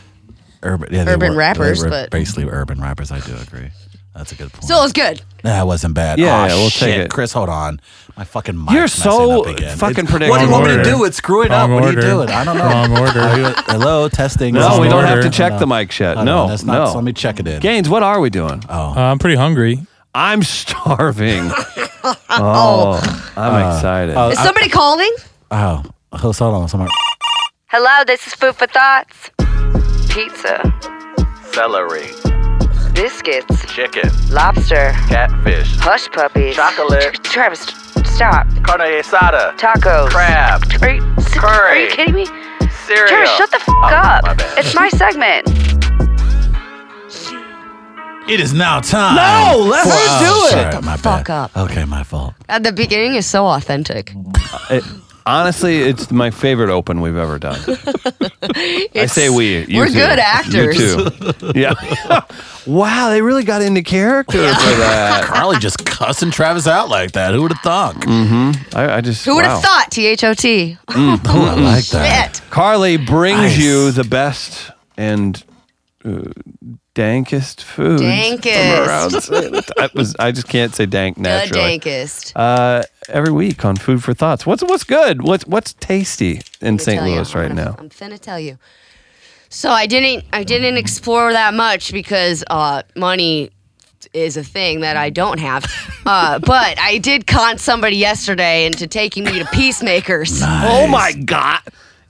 Speaker 1: urban, yeah, they
Speaker 5: urban
Speaker 1: were-
Speaker 5: rappers,
Speaker 1: they were
Speaker 5: but-
Speaker 1: basically urban rappers. I do agree. That's a good point.
Speaker 5: Still, it's good.
Speaker 1: that wasn't bad.
Speaker 2: Yeah,
Speaker 1: Aw,
Speaker 2: yeah, we'll
Speaker 1: shit.
Speaker 2: take it.
Speaker 1: Chris, hold on. My fucking mic's
Speaker 2: You're
Speaker 1: messing
Speaker 2: so
Speaker 1: up again.
Speaker 2: fucking
Speaker 1: It's- What do
Speaker 2: predictable.
Speaker 1: you want me to
Speaker 4: Wrong
Speaker 1: do? It's screwing up.
Speaker 4: Wrong
Speaker 1: What do you
Speaker 4: order.
Speaker 1: do? It. I don't know.
Speaker 4: Wrong order. Uh,
Speaker 1: Are you- hello, testing.
Speaker 2: No, we don't
Speaker 4: order.
Speaker 2: have to
Speaker 4: Hold
Speaker 2: check
Speaker 1: Hold
Speaker 2: the
Speaker 1: on.
Speaker 2: mic shit.
Speaker 1: Hold
Speaker 2: No,
Speaker 1: on, that's not,
Speaker 2: no.
Speaker 1: So let me check it in.
Speaker 2: Gaines, what are we doing?
Speaker 4: Uh, I'm pretty hungry.
Speaker 2: I'm starving. oh,
Speaker 1: Uh.
Speaker 2: I'm excited.
Speaker 5: Is somebody calling?
Speaker 1: Oh, hold hold on. Someone.
Speaker 5: Hello, this is Food for Thoughts. Pizza,
Speaker 7: celery,
Speaker 5: biscuits,
Speaker 7: chicken,
Speaker 5: lobster,
Speaker 7: catfish,
Speaker 5: hush puppies,
Speaker 7: Chocolate.
Speaker 5: Travis, stop.
Speaker 7: carne asada,
Speaker 5: Tacos.
Speaker 7: crab,
Speaker 5: Are you,
Speaker 7: Curry. you
Speaker 5: kidding me?
Speaker 7: cereal. Oh, My bad.
Speaker 5: It's my segment.
Speaker 1: It is now time.
Speaker 2: No, let
Speaker 1: for-
Speaker 2: her
Speaker 1: oh,
Speaker 2: do it.
Speaker 1: sorry,
Speaker 5: Shut the
Speaker 1: my
Speaker 5: fuck
Speaker 1: bad.
Speaker 5: up.
Speaker 1: Okay, my fault.
Speaker 5: At the beginning is so authentic.
Speaker 2: It- honestly, it's my favorite open we've ever done. I say we. You
Speaker 5: we're
Speaker 2: two.
Speaker 5: good actors.
Speaker 2: You too. Yeah. wow, they really got into character for that. Mm-hmm.
Speaker 1: Carly just cussing Travis out like that. Who would have thunk?
Speaker 2: I, I just.
Speaker 5: Who would have
Speaker 2: wow. Mm,
Speaker 5: thought? T H O T.
Speaker 1: I like that.
Speaker 5: Shit.
Speaker 2: Carly brings
Speaker 1: Nice.
Speaker 2: you the best and uh, dankest foods. from
Speaker 5: Dankest.
Speaker 2: around- I was. I just can't say dank
Speaker 5: The
Speaker 2: naturally.
Speaker 5: dankest.
Speaker 2: Uh, every week on Food for Thoughts. What's what's good? What's what's tasty in St.
Speaker 5: tell you.
Speaker 2: Louis
Speaker 5: I'm
Speaker 2: right
Speaker 5: gonna-
Speaker 2: now?
Speaker 5: I'm finna tell you. So I didn't e, I didn't explore that much because uh, money is a thing that I don't have. Uh, but I did con somebody yesterday into taking me to Peacemakers.
Speaker 2: Oh my god!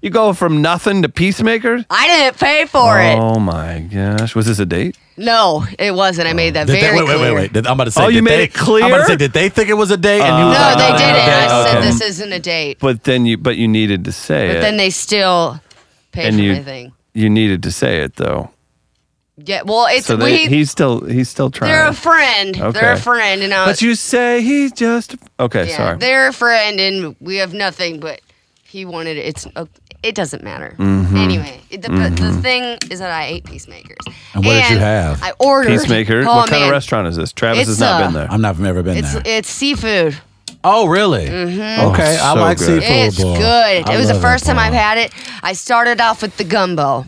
Speaker 2: You go from nothing to peacemakers.
Speaker 5: I didn't pay for it.
Speaker 2: Oh my gosh! Was this a date?
Speaker 5: No, it wasn't. I made that
Speaker 1: Did they-
Speaker 5: very
Speaker 1: wait, wait,
Speaker 5: clear.
Speaker 1: wait, wait, Did- I'm about to say.
Speaker 2: Oh, you
Speaker 1: did
Speaker 2: made
Speaker 1: they-
Speaker 2: it clear?
Speaker 1: I'm about to say, did they think it was a date? And you were
Speaker 5: No,
Speaker 1: like,
Speaker 5: they
Speaker 1: no,
Speaker 5: didn't. I
Speaker 1: no,
Speaker 5: said
Speaker 1: okay.
Speaker 5: this isn't a date.
Speaker 2: Ah, But then you but you needed to say
Speaker 5: But
Speaker 2: it.
Speaker 5: then they still paid
Speaker 2: and
Speaker 5: for
Speaker 2: you
Speaker 5: my thing.
Speaker 2: you needed to say it though.
Speaker 5: Yeah, well, it's
Speaker 2: So they,
Speaker 5: we,
Speaker 2: he's still he's still
Speaker 5: they're
Speaker 2: trying.
Speaker 5: a friend. They're a
Speaker 2: Okay.
Speaker 5: friend, and I was,
Speaker 2: but you say he's just okay.
Speaker 5: Yeah,
Speaker 2: sorry.
Speaker 5: they're a friend, and we have nothing. But he wanted it. It's uh, it doesn't matter.
Speaker 1: Mm-hmm.
Speaker 5: Anyway, it- the, but the thing is that I ate peacemakers.
Speaker 1: And what did you have?
Speaker 5: I ordered
Speaker 2: Peacemaker.
Speaker 5: Oh,
Speaker 2: what kind
Speaker 5: man.
Speaker 2: of restaurant is this? Travis
Speaker 5: It's,
Speaker 2: has not
Speaker 5: uh,
Speaker 2: been there.
Speaker 1: I'm not. I've never been
Speaker 5: It's
Speaker 1: there.
Speaker 5: it's seafood.
Speaker 1: oh, really? Okay, I
Speaker 2: so
Speaker 1: like
Speaker 2: good.
Speaker 1: seafood.
Speaker 5: It's
Speaker 1: boy.
Speaker 5: good.
Speaker 1: I
Speaker 5: it was the
Speaker 1: love that
Speaker 5: first time
Speaker 1: boy.
Speaker 5: I've had it. I started off with the gumbo.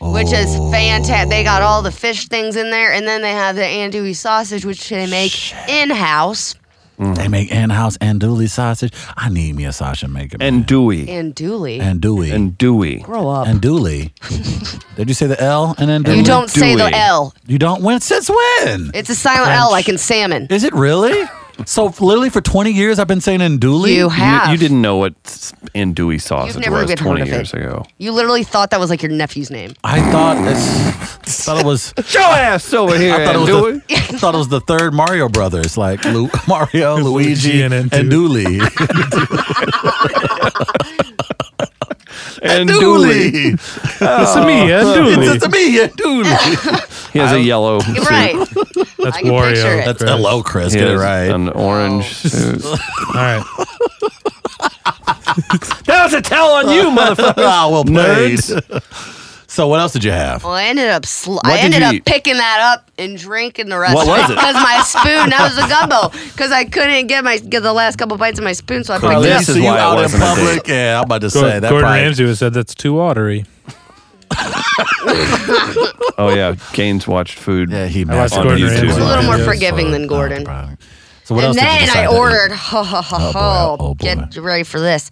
Speaker 5: Which is
Speaker 1: Oh.
Speaker 5: fantastic. They got all the fish things in there, and then they have the andouille sausage, which they make in house.
Speaker 1: They make in-house andouille sausage. I need me a sausage maker.
Speaker 2: and Dewey.
Speaker 5: Andouille.
Speaker 1: andouille.
Speaker 2: And Dewey.
Speaker 5: Grow up.
Speaker 1: andouille. did you say the L and andouille?
Speaker 5: you don't say the
Speaker 2: Andouille.
Speaker 5: L.
Speaker 1: You don't. When since when?
Speaker 5: It's a silent L, like in salmon.
Speaker 1: Is it really? so literally for 20 years I've been saying andouille.
Speaker 5: You have.
Speaker 2: You, you didn't know what s- andouille sausage
Speaker 5: never
Speaker 2: was
Speaker 5: even heard
Speaker 2: 20
Speaker 5: of it.
Speaker 2: years ago.
Speaker 5: You literally thought that was like your nephew's name.
Speaker 1: I thought it's, thought it was
Speaker 2: Show ass over here,
Speaker 1: I thought, it was
Speaker 2: andouille.
Speaker 1: the, I thought it was the third Mario Brothers, like Lu- Mario, Luigi,
Speaker 4: Luigi and
Speaker 1: and
Speaker 4: Andouille.
Speaker 1: Dooley.
Speaker 2: Andouille.
Speaker 1: Oh.
Speaker 4: It's a me,
Speaker 1: It's
Speaker 4: Andouille.
Speaker 1: just me, Andouille.
Speaker 2: He has a yellow
Speaker 5: You're
Speaker 2: suit.
Speaker 5: Right.
Speaker 4: That's
Speaker 5: I can picture
Speaker 4: Wario.
Speaker 5: it.
Speaker 1: That's
Speaker 4: Chris.
Speaker 1: hello, Chris.
Speaker 2: He
Speaker 1: Get it
Speaker 2: has
Speaker 1: right.
Speaker 2: An orange
Speaker 5: Oh.
Speaker 2: suit.
Speaker 4: All right.
Speaker 2: That was a tell on you, motherfucker.
Speaker 1: ah, well played.
Speaker 2: Nerds.
Speaker 1: So what else did you have?
Speaker 5: Well, I ended up sl-
Speaker 2: What
Speaker 5: I
Speaker 2: did
Speaker 5: ended
Speaker 2: you
Speaker 5: up
Speaker 2: eat?
Speaker 5: picking that up and drinking the rest.
Speaker 2: What was it?
Speaker 5: Because my spoon, that was a gumbo. Because I couldn't get my get the last couple bites of my spoon, so I
Speaker 2: Well,
Speaker 5: picked it
Speaker 2: this
Speaker 5: up.
Speaker 2: is why it wasn't a date.
Speaker 1: Yeah, I'm about to
Speaker 4: Gordon,
Speaker 1: say that.
Speaker 4: Gordon
Speaker 1: probably-
Speaker 4: Ramsay would said that's too watery.
Speaker 2: Oh yeah, Gaines watched food.
Speaker 1: Yeah, he
Speaker 4: I watched
Speaker 1: mastered
Speaker 4: Gordon
Speaker 1: it.
Speaker 4: Ramsay. He's
Speaker 5: a little more
Speaker 1: Yeah.
Speaker 5: forgiving than Gordon.
Speaker 1: Probably. Oh, So what else
Speaker 5: and
Speaker 1: did you
Speaker 5: then
Speaker 1: decide
Speaker 5: I
Speaker 1: to eat?
Speaker 5: ordered, ho ho ho
Speaker 1: boy,
Speaker 5: ho,
Speaker 1: oh, boy.
Speaker 5: get ready for this.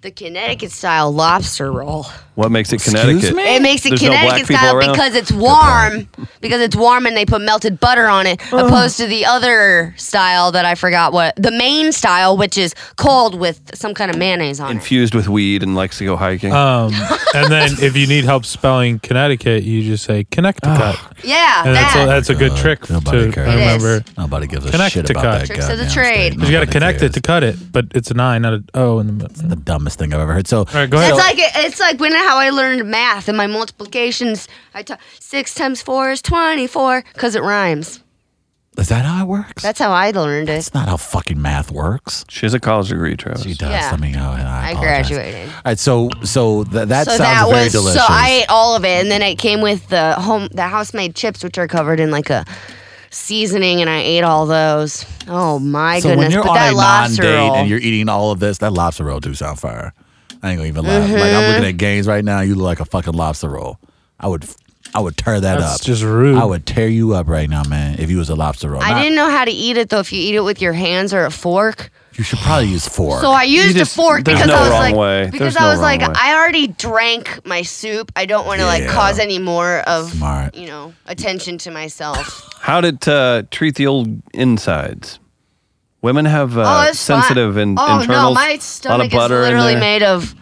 Speaker 5: The Connecticut style lobster roll.
Speaker 2: What makes it
Speaker 1: Excuse
Speaker 2: Connecticut?
Speaker 1: me?
Speaker 5: It makes it
Speaker 2: There's no black
Speaker 5: Connecticut
Speaker 2: people
Speaker 5: style
Speaker 2: around?
Speaker 5: because it's warm. Because it's warm and they put melted butter on it, opposed to the other style that I forgot what the main style, which is cold with some kind of mayonnaise on it.
Speaker 2: Infused with weed and likes to go hiking.
Speaker 4: Um, and then if you need help spelling Connecticut, you just say Connecticut,
Speaker 5: Yeah,
Speaker 4: and that's a,
Speaker 5: that.
Speaker 4: that's a good trick to
Speaker 1: Uh, Nobody cares.
Speaker 5: It is.
Speaker 4: remember.
Speaker 1: Nobody gives a
Speaker 4: Connect
Speaker 1: shit
Speaker 4: to
Speaker 1: about
Speaker 4: cut.
Speaker 1: that
Speaker 5: Tricks of the
Speaker 1: goddamn state.
Speaker 5: trade.
Speaker 4: You got to
Speaker 1: Nobody
Speaker 4: connect
Speaker 1: cares.
Speaker 4: it to cut it, but it's a nine, not a O in the middle.
Speaker 1: The dumbest thing I've ever heard. So
Speaker 4: All right, go ahead.
Speaker 5: That's like it's like when how I learned math and my multiplications. I taught six times four is twenty-four because it rhymes.
Speaker 1: is that how it works?
Speaker 5: That's how I learned it.
Speaker 1: That's not how fucking math works.
Speaker 2: she has a college degree, Travis.
Speaker 1: She does.
Speaker 5: Yeah.
Speaker 1: I mean, oh, and I,
Speaker 5: I
Speaker 1: apologize.
Speaker 5: graduated.
Speaker 1: All right, so so th- that
Speaker 5: so
Speaker 1: sounds
Speaker 5: that
Speaker 1: very
Speaker 5: was
Speaker 1: delicious.
Speaker 5: so I ate all of it, and then it came with the home the house made chips, which are covered in like a seasoning, and I ate all those. Oh my
Speaker 1: So
Speaker 5: goodness!
Speaker 1: when you're
Speaker 5: but
Speaker 1: on
Speaker 5: that
Speaker 1: a
Speaker 5: lobster
Speaker 1: non-date
Speaker 5: roll,
Speaker 1: and you're eating all of this, that lobster roll do sound fire. I ain't gonna even lie. Like
Speaker 5: Mm-hmm.
Speaker 1: I'm looking at games right now. You look like a fucking lobster roll. I would, I would tear that
Speaker 4: That's
Speaker 1: up.
Speaker 4: just rude.
Speaker 1: I would tear you up right now, man. If you was a lobster roll, Not-
Speaker 5: I didn't know how to eat it though. If you eat it with your hands or a fork,
Speaker 1: You should probably use four.
Speaker 5: so I used
Speaker 2: just-
Speaker 5: a fork
Speaker 2: there's
Speaker 5: because
Speaker 2: no
Speaker 5: I was
Speaker 2: wrong
Speaker 5: like,
Speaker 2: way.
Speaker 5: because
Speaker 2: There's no
Speaker 5: I was like,
Speaker 2: wrong way.
Speaker 5: I already drank my soup. I don't want to like
Speaker 1: Yeah.
Speaker 5: cause any more of
Speaker 1: Smart.
Speaker 5: you know attention to myself.
Speaker 2: How did uh, treat the old insides? Women have uh,
Speaker 5: oh, it's fine.
Speaker 2: sensitive in,
Speaker 5: oh,
Speaker 2: internals.
Speaker 5: no, my
Speaker 2: a lot of
Speaker 5: stomach
Speaker 2: butter
Speaker 5: is
Speaker 2: in
Speaker 5: literally
Speaker 2: there.
Speaker 5: made of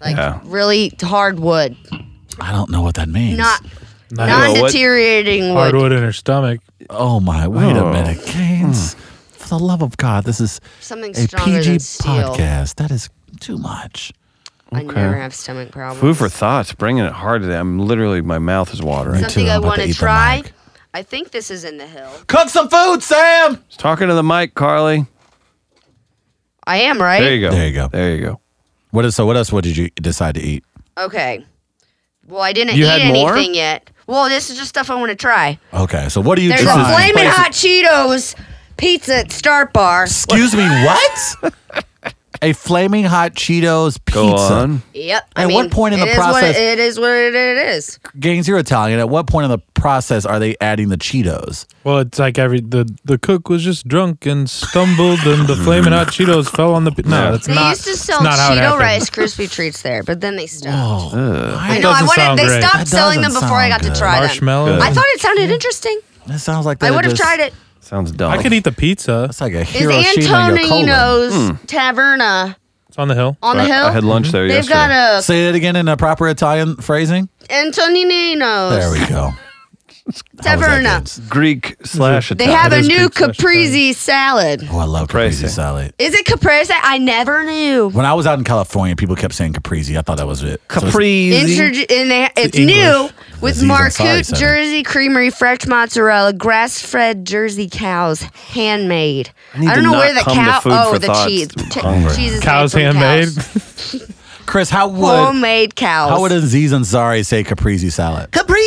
Speaker 5: like
Speaker 2: Yeah.
Speaker 5: really hard wood.
Speaker 1: I don't know what that means.
Speaker 5: not
Speaker 2: Well,
Speaker 5: non
Speaker 2: what-
Speaker 5: deteriorating wood.
Speaker 4: hardwood in her stomach.
Speaker 1: oh my! Wait
Speaker 2: Oh.
Speaker 1: a minute, Gaines.
Speaker 4: Hmm.
Speaker 1: For the love of God, this is
Speaker 5: Something
Speaker 1: a
Speaker 5: stronger
Speaker 1: PG
Speaker 5: than steel.
Speaker 1: podcast. That is too much.
Speaker 5: I never have stomach problems.
Speaker 2: Food for thought. Bringing it hard today. I'm literally my mouth is watering.
Speaker 5: Something
Speaker 1: too.
Speaker 5: I
Speaker 1: I'm about
Speaker 5: want
Speaker 1: to
Speaker 5: to
Speaker 1: eat the
Speaker 5: try.
Speaker 1: mic.
Speaker 5: I think this is in the hill.
Speaker 1: Cook some food, Sam.
Speaker 2: Just talking to the mic, Carly.
Speaker 5: I am right.
Speaker 2: There you go.
Speaker 1: There you go.
Speaker 2: There you go.
Speaker 1: What is so? What else? What did you decide to eat?
Speaker 5: Okay. Well, I didn't
Speaker 2: You
Speaker 5: eat
Speaker 2: had more?
Speaker 5: anything yet. Well, this is just stuff I want to try.
Speaker 1: Okay, so what do you?
Speaker 5: There's
Speaker 1: try?
Speaker 5: a flaming hot Cheetos pizza at Start Bar.
Speaker 1: Excuse me, what? a flaming hot Cheetos pizza.
Speaker 2: Go on.
Speaker 5: Yep. I
Speaker 1: At
Speaker 5: mean,
Speaker 1: what point in
Speaker 5: it
Speaker 1: the
Speaker 5: is what
Speaker 1: process-
Speaker 5: it is what it is.
Speaker 1: Gaines, you're Italian. At what point in the process are they adding the Cheetos?
Speaker 4: Well, it's like every the the cook was just drunk and stumbled, and the flaming hot Cheetos fell on the. p-
Speaker 2: Yeah.
Speaker 4: No, that's
Speaker 5: They
Speaker 4: not.
Speaker 5: used to
Speaker 4: it's
Speaker 5: sell
Speaker 4: not how it
Speaker 5: Cheeto
Speaker 4: happened.
Speaker 5: Rice Krispy treats there, but then they stopped.
Speaker 1: I
Speaker 5: I
Speaker 1: know.
Speaker 5: know. I
Speaker 4: doesn't
Speaker 5: wanted.
Speaker 4: sound
Speaker 5: They
Speaker 4: great.
Speaker 5: stopped
Speaker 1: That
Speaker 5: selling them
Speaker 1: doesn't
Speaker 5: before I
Speaker 1: sound
Speaker 5: got to
Speaker 1: good.
Speaker 5: try
Speaker 4: Marshmallow.
Speaker 5: them. I thought it sounded interesting.
Speaker 1: That sounds like
Speaker 5: I
Speaker 1: they're
Speaker 5: would have
Speaker 1: just-
Speaker 5: tried it.
Speaker 2: Sounds dumb.
Speaker 4: I could eat the pizza.
Speaker 1: It's like a
Speaker 5: Is
Speaker 1: Hiroshima and your colon.
Speaker 5: Antonino's Taverna
Speaker 4: It's on the hill.
Speaker 5: on the
Speaker 2: Hmm. I,
Speaker 5: hill?
Speaker 2: I had lunch there
Speaker 5: They've
Speaker 2: yesterday.
Speaker 5: got a
Speaker 1: Say it again in a proper Italian phrasing. There
Speaker 5: Antonino's
Speaker 1: we go. How was that,
Speaker 5: Taverna.
Speaker 1: Gaines?
Speaker 2: Greek slash
Speaker 5: They
Speaker 2: Italian.
Speaker 5: have a
Speaker 4: is
Speaker 5: new
Speaker 4: good slash
Speaker 5: caprese salad.
Speaker 1: Oh, I love caprese
Speaker 2: Caprese.
Speaker 1: salad.
Speaker 5: Is it caprese? I never knew.
Speaker 1: When I was out in California, people kept saying caprese. I thought that was it. So it's-
Speaker 2: Caprese.
Speaker 5: Introdu- and they, it's
Speaker 4: English.
Speaker 5: new with
Speaker 1: Disease, I'm sorry,
Speaker 5: Marcoot,
Speaker 1: Sarah.
Speaker 5: Jersey Creamery, fresh mozzarella, grass fed Jersey cows, handmade.
Speaker 2: need
Speaker 5: I, don't
Speaker 2: to
Speaker 5: know
Speaker 2: not
Speaker 5: where the
Speaker 2: come to
Speaker 5: cow.
Speaker 2: Food
Speaker 5: oh,
Speaker 2: for
Speaker 5: the
Speaker 2: Thought.
Speaker 5: cheese.
Speaker 2: I'm
Speaker 5: Ch-
Speaker 2: hungry.
Speaker 5: cheese is
Speaker 4: Cows
Speaker 5: made from
Speaker 4: handmade.
Speaker 5: cows.
Speaker 1: Chris, how would
Speaker 5: Homemade cows.
Speaker 1: how would Aziz Ansari say caprese salad?
Speaker 5: caprese?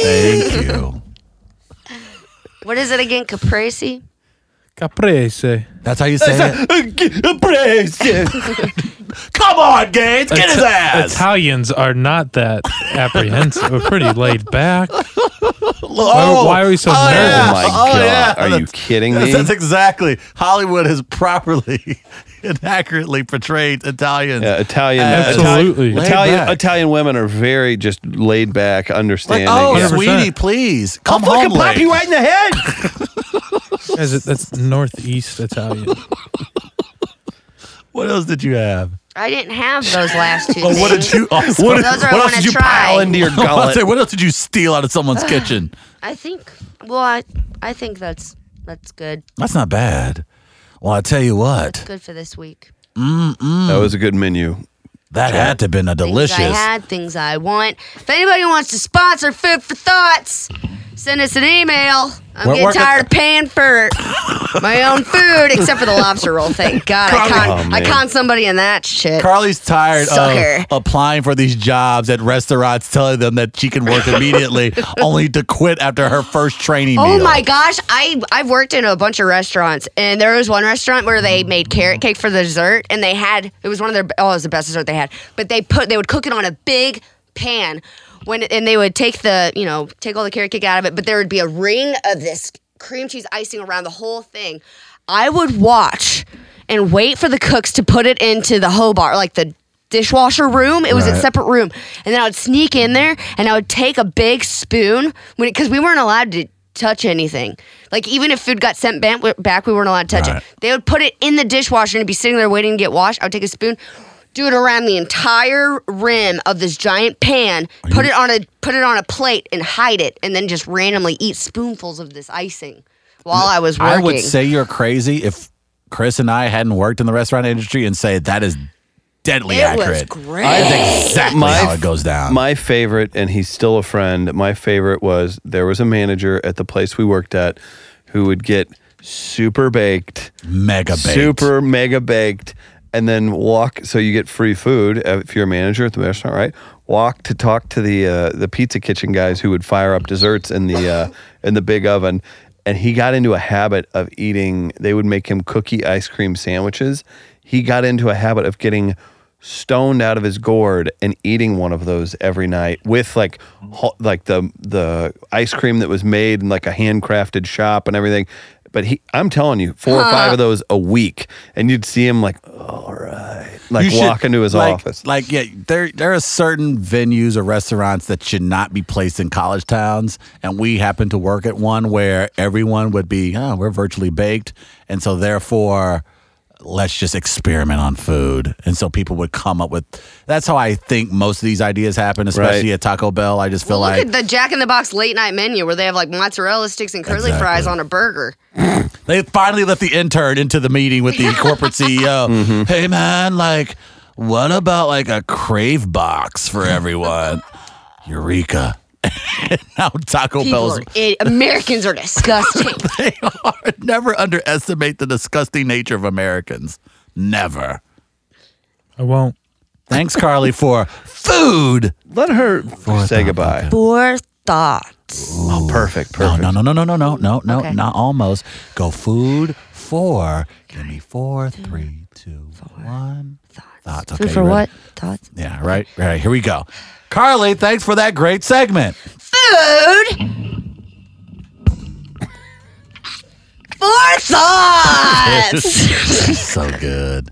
Speaker 1: Thank you.
Speaker 5: What is it again? Caprese.
Speaker 4: Caprese.
Speaker 1: That's how you say it.
Speaker 2: Oh, Caprese.
Speaker 1: Come on, Gaines, get his ass.
Speaker 4: Italians are not that apprehensive. We're pretty laid back.
Speaker 1: Oh,
Speaker 4: why are we so
Speaker 1: oh,
Speaker 4: nervous?
Speaker 1: Yeah.
Speaker 2: Oh my
Speaker 1: Oh,
Speaker 2: God.
Speaker 1: yeah.
Speaker 2: Are you
Speaker 1: That's-
Speaker 2: kidding
Speaker 1: Yes,
Speaker 2: me?
Speaker 1: that's exactly. Hollywood has properly and accurately portrayed Italians.
Speaker 2: Yeah, Italian.
Speaker 4: Absolutely.
Speaker 2: Italian,
Speaker 1: Laid
Speaker 2: Italian,
Speaker 1: Uh, back.
Speaker 2: Italian women are very just laid back, understanding.
Speaker 1: Like, oh,
Speaker 2: Yeah.
Speaker 4: 100%.
Speaker 1: sweetie, please come home late.
Speaker 2: in the head.
Speaker 4: Guys, it- that's northeast Italian.
Speaker 1: What else did you have?
Speaker 5: I didn't have those last two.
Speaker 1: Oh, what did
Speaker 5: things.
Speaker 1: you? Oh,
Speaker 5: Those
Speaker 1: what,
Speaker 5: are
Speaker 1: what
Speaker 5: I
Speaker 1: else
Speaker 5: wanna
Speaker 1: did you
Speaker 5: try.
Speaker 1: pile into your
Speaker 2: I was
Speaker 1: gullet?
Speaker 2: gonna say,
Speaker 1: what else did you steal out of someone's kitchen?
Speaker 5: I think. Well, I, I think that's that's good.
Speaker 1: That's not bad. Well, I tell you what,
Speaker 5: Good for this week.
Speaker 1: Mm.
Speaker 2: That was a good menu.
Speaker 1: that had to have been a
Speaker 5: Things I
Speaker 1: delicious.
Speaker 5: had things I want. If anybody wants to sponsor Food for Thoughts, Send us an email. I'm
Speaker 1: We're
Speaker 5: getting
Speaker 1: working-
Speaker 5: tired of paying for my own food, except for the lobster roll. Thank God, I
Speaker 2: Oh,
Speaker 5: con, I
Speaker 2: man.
Speaker 5: con somebody in that shit.
Speaker 1: Carly's tired
Speaker 5: Sucker.
Speaker 1: of applying for these jobs at restaurants, telling them that she can work immediately, only to quit after her first training
Speaker 5: Oh
Speaker 1: meal.
Speaker 5: my gosh, I I've worked in a bunch of restaurants, and there was one restaurant where they made carrot cake for the dessert, and they had it was one of their oh it was the best dessert they had, but they put they would cook it on a big pan when and they would take the you know take all the carrot cake out of it, but there would be a ring of this cream cheese icing around the whole thing. I would watch and wait for the cooks to put it into the Hobart like the dishwasher room. It was a
Speaker 1: Right.
Speaker 5: separate room, and then I would sneak in there and I would take a big spoon when because we weren't allowed to touch anything. Like even if food got sent ban- back, we weren't allowed to touch
Speaker 1: Right.
Speaker 5: it. They would put it in the dishwasher and it'd be sitting there waiting to get washed. I would take a spoon. Do it around the entire rim of this giant pan. Put it on a put it on a plate and hide it, and then just randomly eat spoonfuls of this icing while I was working.
Speaker 1: I would say you're crazy if Chris and I hadn't worked in the restaurant industry and say that is deadly
Speaker 5: It was
Speaker 1: accurate.
Speaker 5: great.
Speaker 1: That's exactly
Speaker 2: My-
Speaker 1: how it goes down.
Speaker 2: My favorite, and he's still a friend. My favorite was there was a manager at the place we worked at who would get super baked,
Speaker 1: Mega baked.
Speaker 2: super mega baked, and then walk. So you get free food uh, if you're a manager at the restaurant, right? Walk to talk to the uh, the pizza kitchen guys who would fire up desserts in the uh, in the big oven. And he got into a habit of eating. They would make him cookie ice cream sandwiches. He got into a habit of getting stoned out of his gourd and eating one of those every night with like ho- like the the ice cream that was made in like a handcrafted shop and everything but he I'm telling you four or five of those a week and you'd see him like all right like
Speaker 1: You should-
Speaker 2: walk into his
Speaker 1: like-
Speaker 2: office
Speaker 1: Like, yeah, there there are certain venues or restaurants that should not be placed in college towns, and we happen to work at one where everyone would be, oh, we're virtually baked, and so therefore, let's just experiment on food, and so people would come up with. That's how I think most of these ideas happen, especially
Speaker 2: Right.
Speaker 1: at Taco Bell. I just feel
Speaker 5: Well,
Speaker 1: like
Speaker 5: look at the Jack in the Box late night menu where they have like mozzarella sticks and curly
Speaker 1: Exactly.
Speaker 5: fries on a burger.
Speaker 1: They finally let the intern into the meeting with the corporate CEO.
Speaker 5: Mm-hmm.
Speaker 1: Hey, man, like, what about like a crave box for everyone? Eureka. now Taco
Speaker 5: People
Speaker 1: Bell's.
Speaker 5: are, i- Americans are disgusting.
Speaker 1: They are. Never underestimate the disgusting nature of Americans. Never.
Speaker 4: I won't.
Speaker 1: Thanks, Carly, for food.
Speaker 2: let her say goodbye
Speaker 5: Four thoughts.
Speaker 2: oh perfect
Speaker 1: No,
Speaker 2: perfect
Speaker 1: no, no, no, no, no, no, no, no,
Speaker 5: Okay.
Speaker 1: not almost. Go food four. Give me four, three, two, one. Thoughts. Okay,
Speaker 5: Food for
Speaker 1: you ready?
Speaker 5: what? Thoughts.
Speaker 1: Yeah, right. Right. Here we go. Carly, thanks for that great segment.
Speaker 5: Food. Four thoughts.
Speaker 1: so good.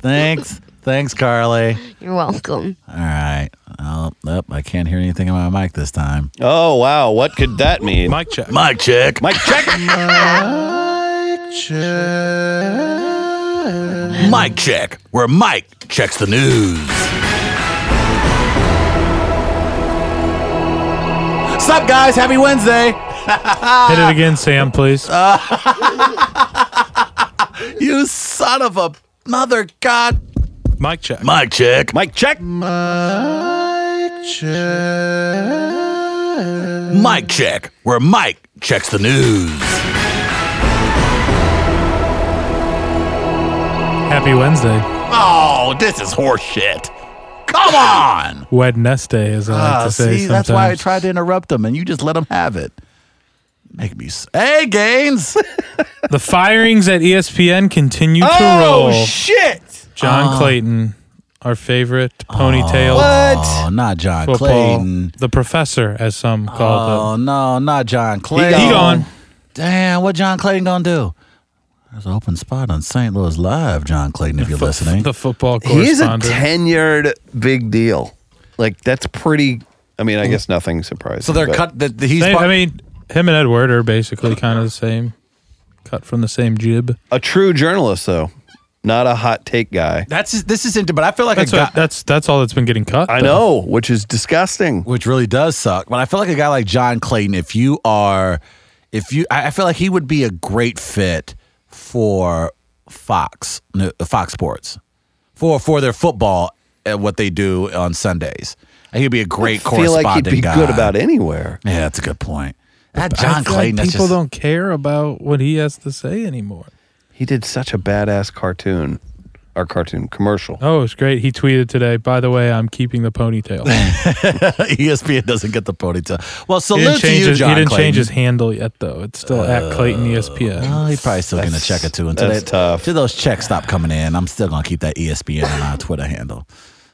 Speaker 1: Thanks. Thanks, Carly.
Speaker 5: You're welcome.
Speaker 1: All right. Oh, nope, I can't hear anything on my mic this time.
Speaker 2: oh wow what could that mean
Speaker 4: Mic check.
Speaker 1: Mic check.
Speaker 2: Mike check
Speaker 1: Mic check, where Mike checks the news. Sup, guys? Happy Wednesday.
Speaker 4: Hit it again, Sam, please.
Speaker 1: You son of a mother god.
Speaker 4: Mic check.
Speaker 1: Mic check.
Speaker 2: Mike check
Speaker 1: Mike Check, where Mike checks the news.
Speaker 4: Happy Wednesday.
Speaker 1: Oh, this is horseshit. Come on.
Speaker 4: Wednesday, as I like to say
Speaker 1: Ah, Uh, see,
Speaker 4: sometimes.
Speaker 1: that's why I tried to interrupt him, and you just let him have it. Make me. S- hey, Gaines.
Speaker 4: The firings at E ESPN continue
Speaker 2: oh
Speaker 4: to roll.
Speaker 2: shit
Speaker 1: Ah.
Speaker 4: John Clayton, our favorite ponytail
Speaker 1: Oh, not John
Speaker 4: football,
Speaker 1: Ah. Clayton.
Speaker 4: the professor, as some
Speaker 1: Oh
Speaker 4: called
Speaker 1: no, not John
Speaker 4: it.
Speaker 1: Clayton.
Speaker 4: He gone.
Speaker 1: Damn, what John Clayton gonna do? There's an open spot on St. Louis Live, John Clayton. If you're listening,
Speaker 4: The football
Speaker 2: he's a
Speaker 4: correspondent.
Speaker 2: tenured big deal like that's pretty I mean I guess nothing surprising
Speaker 1: Mm. so they're
Speaker 2: but-
Speaker 1: cut. The, the, he's.
Speaker 4: They-
Speaker 1: part-
Speaker 4: I mean, him and Edward are basically kind of the same, cut from the same jib.
Speaker 2: a true journalist though not a hot take guy
Speaker 1: that's this is interesting, but I feel like
Speaker 4: That's
Speaker 1: a guy,
Speaker 4: what, that's that's all that's been getting cut.
Speaker 2: I
Speaker 4: though.
Speaker 2: know which is disgusting
Speaker 1: which really does suck. But I feel like a guy like John Clayton, if you are, if you, I I feel like he would be a great fit for Fox, no, uh, Fox Sports, for for their football and what they do on Sundays. He'd be a great
Speaker 2: feel
Speaker 1: correspondent.
Speaker 2: like he'd be
Speaker 1: guy.
Speaker 2: good about anywhere
Speaker 1: Yeah, that's a good point. That
Speaker 4: I
Speaker 1: John
Speaker 4: feel
Speaker 1: Clayton.
Speaker 4: Like
Speaker 1: that's
Speaker 4: people
Speaker 1: just,
Speaker 4: don't care about what he has to say anymore.
Speaker 2: He did such a badass cartoon, or cartoon commercial.
Speaker 4: Oh, it's great. He tweeted today. By the way, I'm keeping the ponytail.
Speaker 1: ESPN doesn't get the ponytail. Well,
Speaker 4: he
Speaker 1: salute
Speaker 4: didn't,
Speaker 1: to
Speaker 4: change
Speaker 1: you,
Speaker 4: his, he
Speaker 1: John
Speaker 4: didn't
Speaker 1: Clayton.
Speaker 4: change his handle yet, though. It's still at Clayton E ESPN.
Speaker 1: Oh, he's probably still going to
Speaker 2: That's-
Speaker 1: check it too. Until
Speaker 2: that's
Speaker 1: that-
Speaker 2: tough.
Speaker 1: Till those checks stop coming in, I'm still going to keep that E ESPN on my Twitter handle.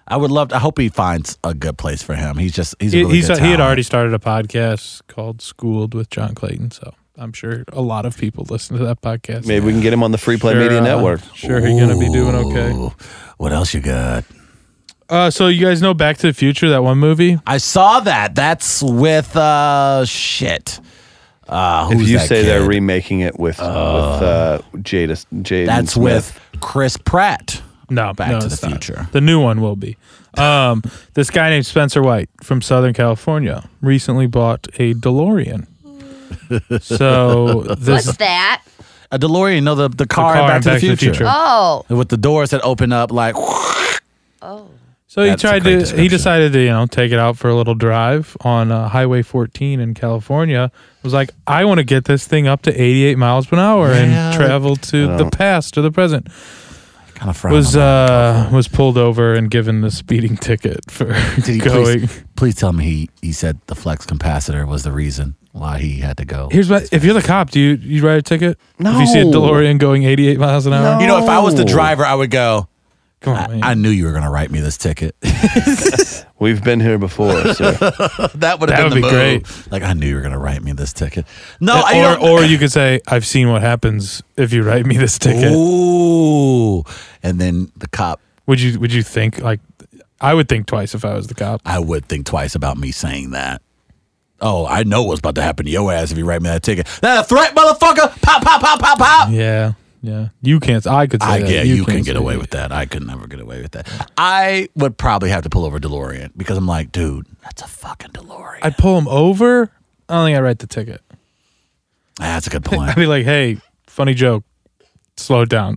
Speaker 1: I would love. To, I hope he finds a good place for him. He's just he's a
Speaker 4: he,
Speaker 1: really
Speaker 4: he's-
Speaker 1: good
Speaker 4: he had
Speaker 1: talent.
Speaker 4: already started a podcast called Schooled with John Clayton, so I'm sure a lot of people listen to that podcast.
Speaker 2: Maybe we can get him on the Free Play
Speaker 4: Sure,
Speaker 2: Media
Speaker 4: uh,
Speaker 2: Network.
Speaker 4: Sure, he's gonna be doing okay.
Speaker 1: Ooh, What else you got?
Speaker 4: Uh, so you guys know Back to the Future, that one movie.
Speaker 1: I saw that. That's with uh shit. Uh, who's
Speaker 2: If you
Speaker 1: that
Speaker 2: say they're
Speaker 1: kid?
Speaker 2: remaking it with with uh, Jada, Jaden
Speaker 1: that's
Speaker 2: Smith.
Speaker 1: with Chris Pratt.
Speaker 4: No,
Speaker 1: Back
Speaker 4: no,
Speaker 1: to the
Speaker 4: it's not.
Speaker 1: Future.
Speaker 4: The new one will be. Um, this guy named Spencer White from Southern California recently bought a DeLorean. so this
Speaker 5: What's that?
Speaker 1: A DeLorean, no, the, the car, in
Speaker 4: car
Speaker 1: Back,
Speaker 4: in
Speaker 1: to,
Speaker 4: Back
Speaker 1: the Future.
Speaker 5: Oh,
Speaker 1: With the doors that open up, like That's
Speaker 4: So
Speaker 1: a
Speaker 4: he tried
Speaker 1: great
Speaker 4: to. He
Speaker 1: description.
Speaker 4: decided to you know take it out for a little drive on uh, Highway 14 in California. Was like, I want to get this thing up to 88 miles per hour
Speaker 1: Yeah,
Speaker 4: and travel to the past to the present.
Speaker 1: kind of
Speaker 4: Was uh was pulled over and given the speeding ticket for
Speaker 1: Did he
Speaker 4: going.
Speaker 1: please, please tell me he, he said the flex capacitor was the reason why he had to go.
Speaker 4: Here's what: if you're the cop, do you you write a ticket? If you see a
Speaker 2: No.
Speaker 4: DeLorean going 88 miles an hour,
Speaker 1: you know, if I was the
Speaker 4: Oh.
Speaker 1: driver, I would go.
Speaker 4: come on,
Speaker 1: I,
Speaker 4: man.
Speaker 1: I knew you were going to write me this ticket.
Speaker 2: We've been here before. So.
Speaker 1: that would
Speaker 4: That
Speaker 1: have been
Speaker 4: would
Speaker 1: the
Speaker 4: be
Speaker 1: move. Like I knew you were going to write me this ticket. No, I, you
Speaker 4: or
Speaker 1: know-
Speaker 4: or you could say, I've seen what happens if you write me this ticket.
Speaker 1: Ooh, and then the cop.
Speaker 4: Would you would you think like? I would think twice if I was the cop.
Speaker 1: I would think twice about me saying that. Oh, I know what's about to happen to your ass if you write me that ticket. That a threat, motherfucker! Pop, pop, pop, pop, pop.
Speaker 4: Yeah, yeah. You can't. I could. Say
Speaker 1: I
Speaker 4: that.
Speaker 1: yeah, you, can
Speaker 4: can't
Speaker 1: get
Speaker 4: say
Speaker 1: away
Speaker 4: that.
Speaker 1: with that. I could never get away with that. I would probably have to pull over DeLorean because I'm like, dude, that's a fucking DeLorean.
Speaker 4: I'd pull him over. I don't think I'd write the ticket.
Speaker 1: Ah, that's a good point.
Speaker 4: I'd be like, "Hey, funny joke. Slow it down."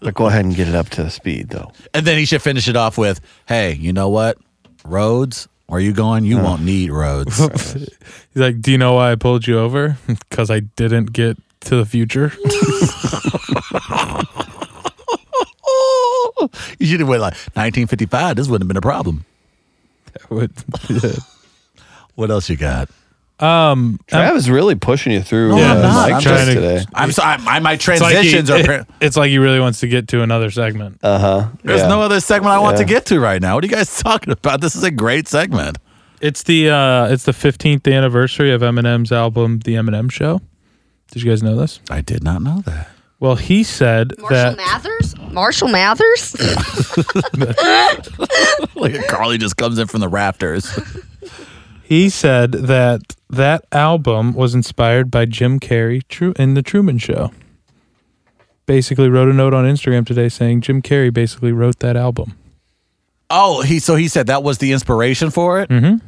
Speaker 2: but go ahead and get it up to speed, though.
Speaker 1: and then he should finish it off with, hey, you know what? Roads, where you going? You won't need roads.
Speaker 4: He's like, "Do you know why I pulled you over? Because I didn't get to the future."
Speaker 1: you should have went like 1955. This wouldn't have been a problem.
Speaker 4: Would-
Speaker 1: What else you got?
Speaker 4: um,
Speaker 2: Travis really pushing you through.
Speaker 1: No,
Speaker 4: Yeah,
Speaker 2: uh,
Speaker 1: I'm not.
Speaker 2: mic
Speaker 1: I'm
Speaker 2: tests
Speaker 4: trying to-
Speaker 2: today.
Speaker 1: I'm sorry. I, my
Speaker 4: it's like, he,
Speaker 1: transitions are.
Speaker 4: it-
Speaker 1: apparent- Uh,
Speaker 4: it's like he really wants to get to another segment.
Speaker 1: There's
Speaker 2: Uh-huh. Yeah.
Speaker 1: no other segment I want to
Speaker 2: Yeah.
Speaker 1: get to right now. What are you guys talking about? This is a great segment.
Speaker 4: It's the uh, it's the 15th anniversary of Eminem's album, The Eminem Show. Did you guys know this?
Speaker 1: I did not know that.
Speaker 4: Well, he said
Speaker 5: Marshall
Speaker 4: that
Speaker 5: Mathers? Marshall Mathers?
Speaker 1: Like Carly just comes in from the rafters.
Speaker 4: He said that that album was inspired by Jim Carrey True in the Truman Show. Basically, wrote a note on Instagram today saying Jim Carrey basically wrote that album.
Speaker 1: Oh, he so he said that was the inspiration for it. Mm-hmm.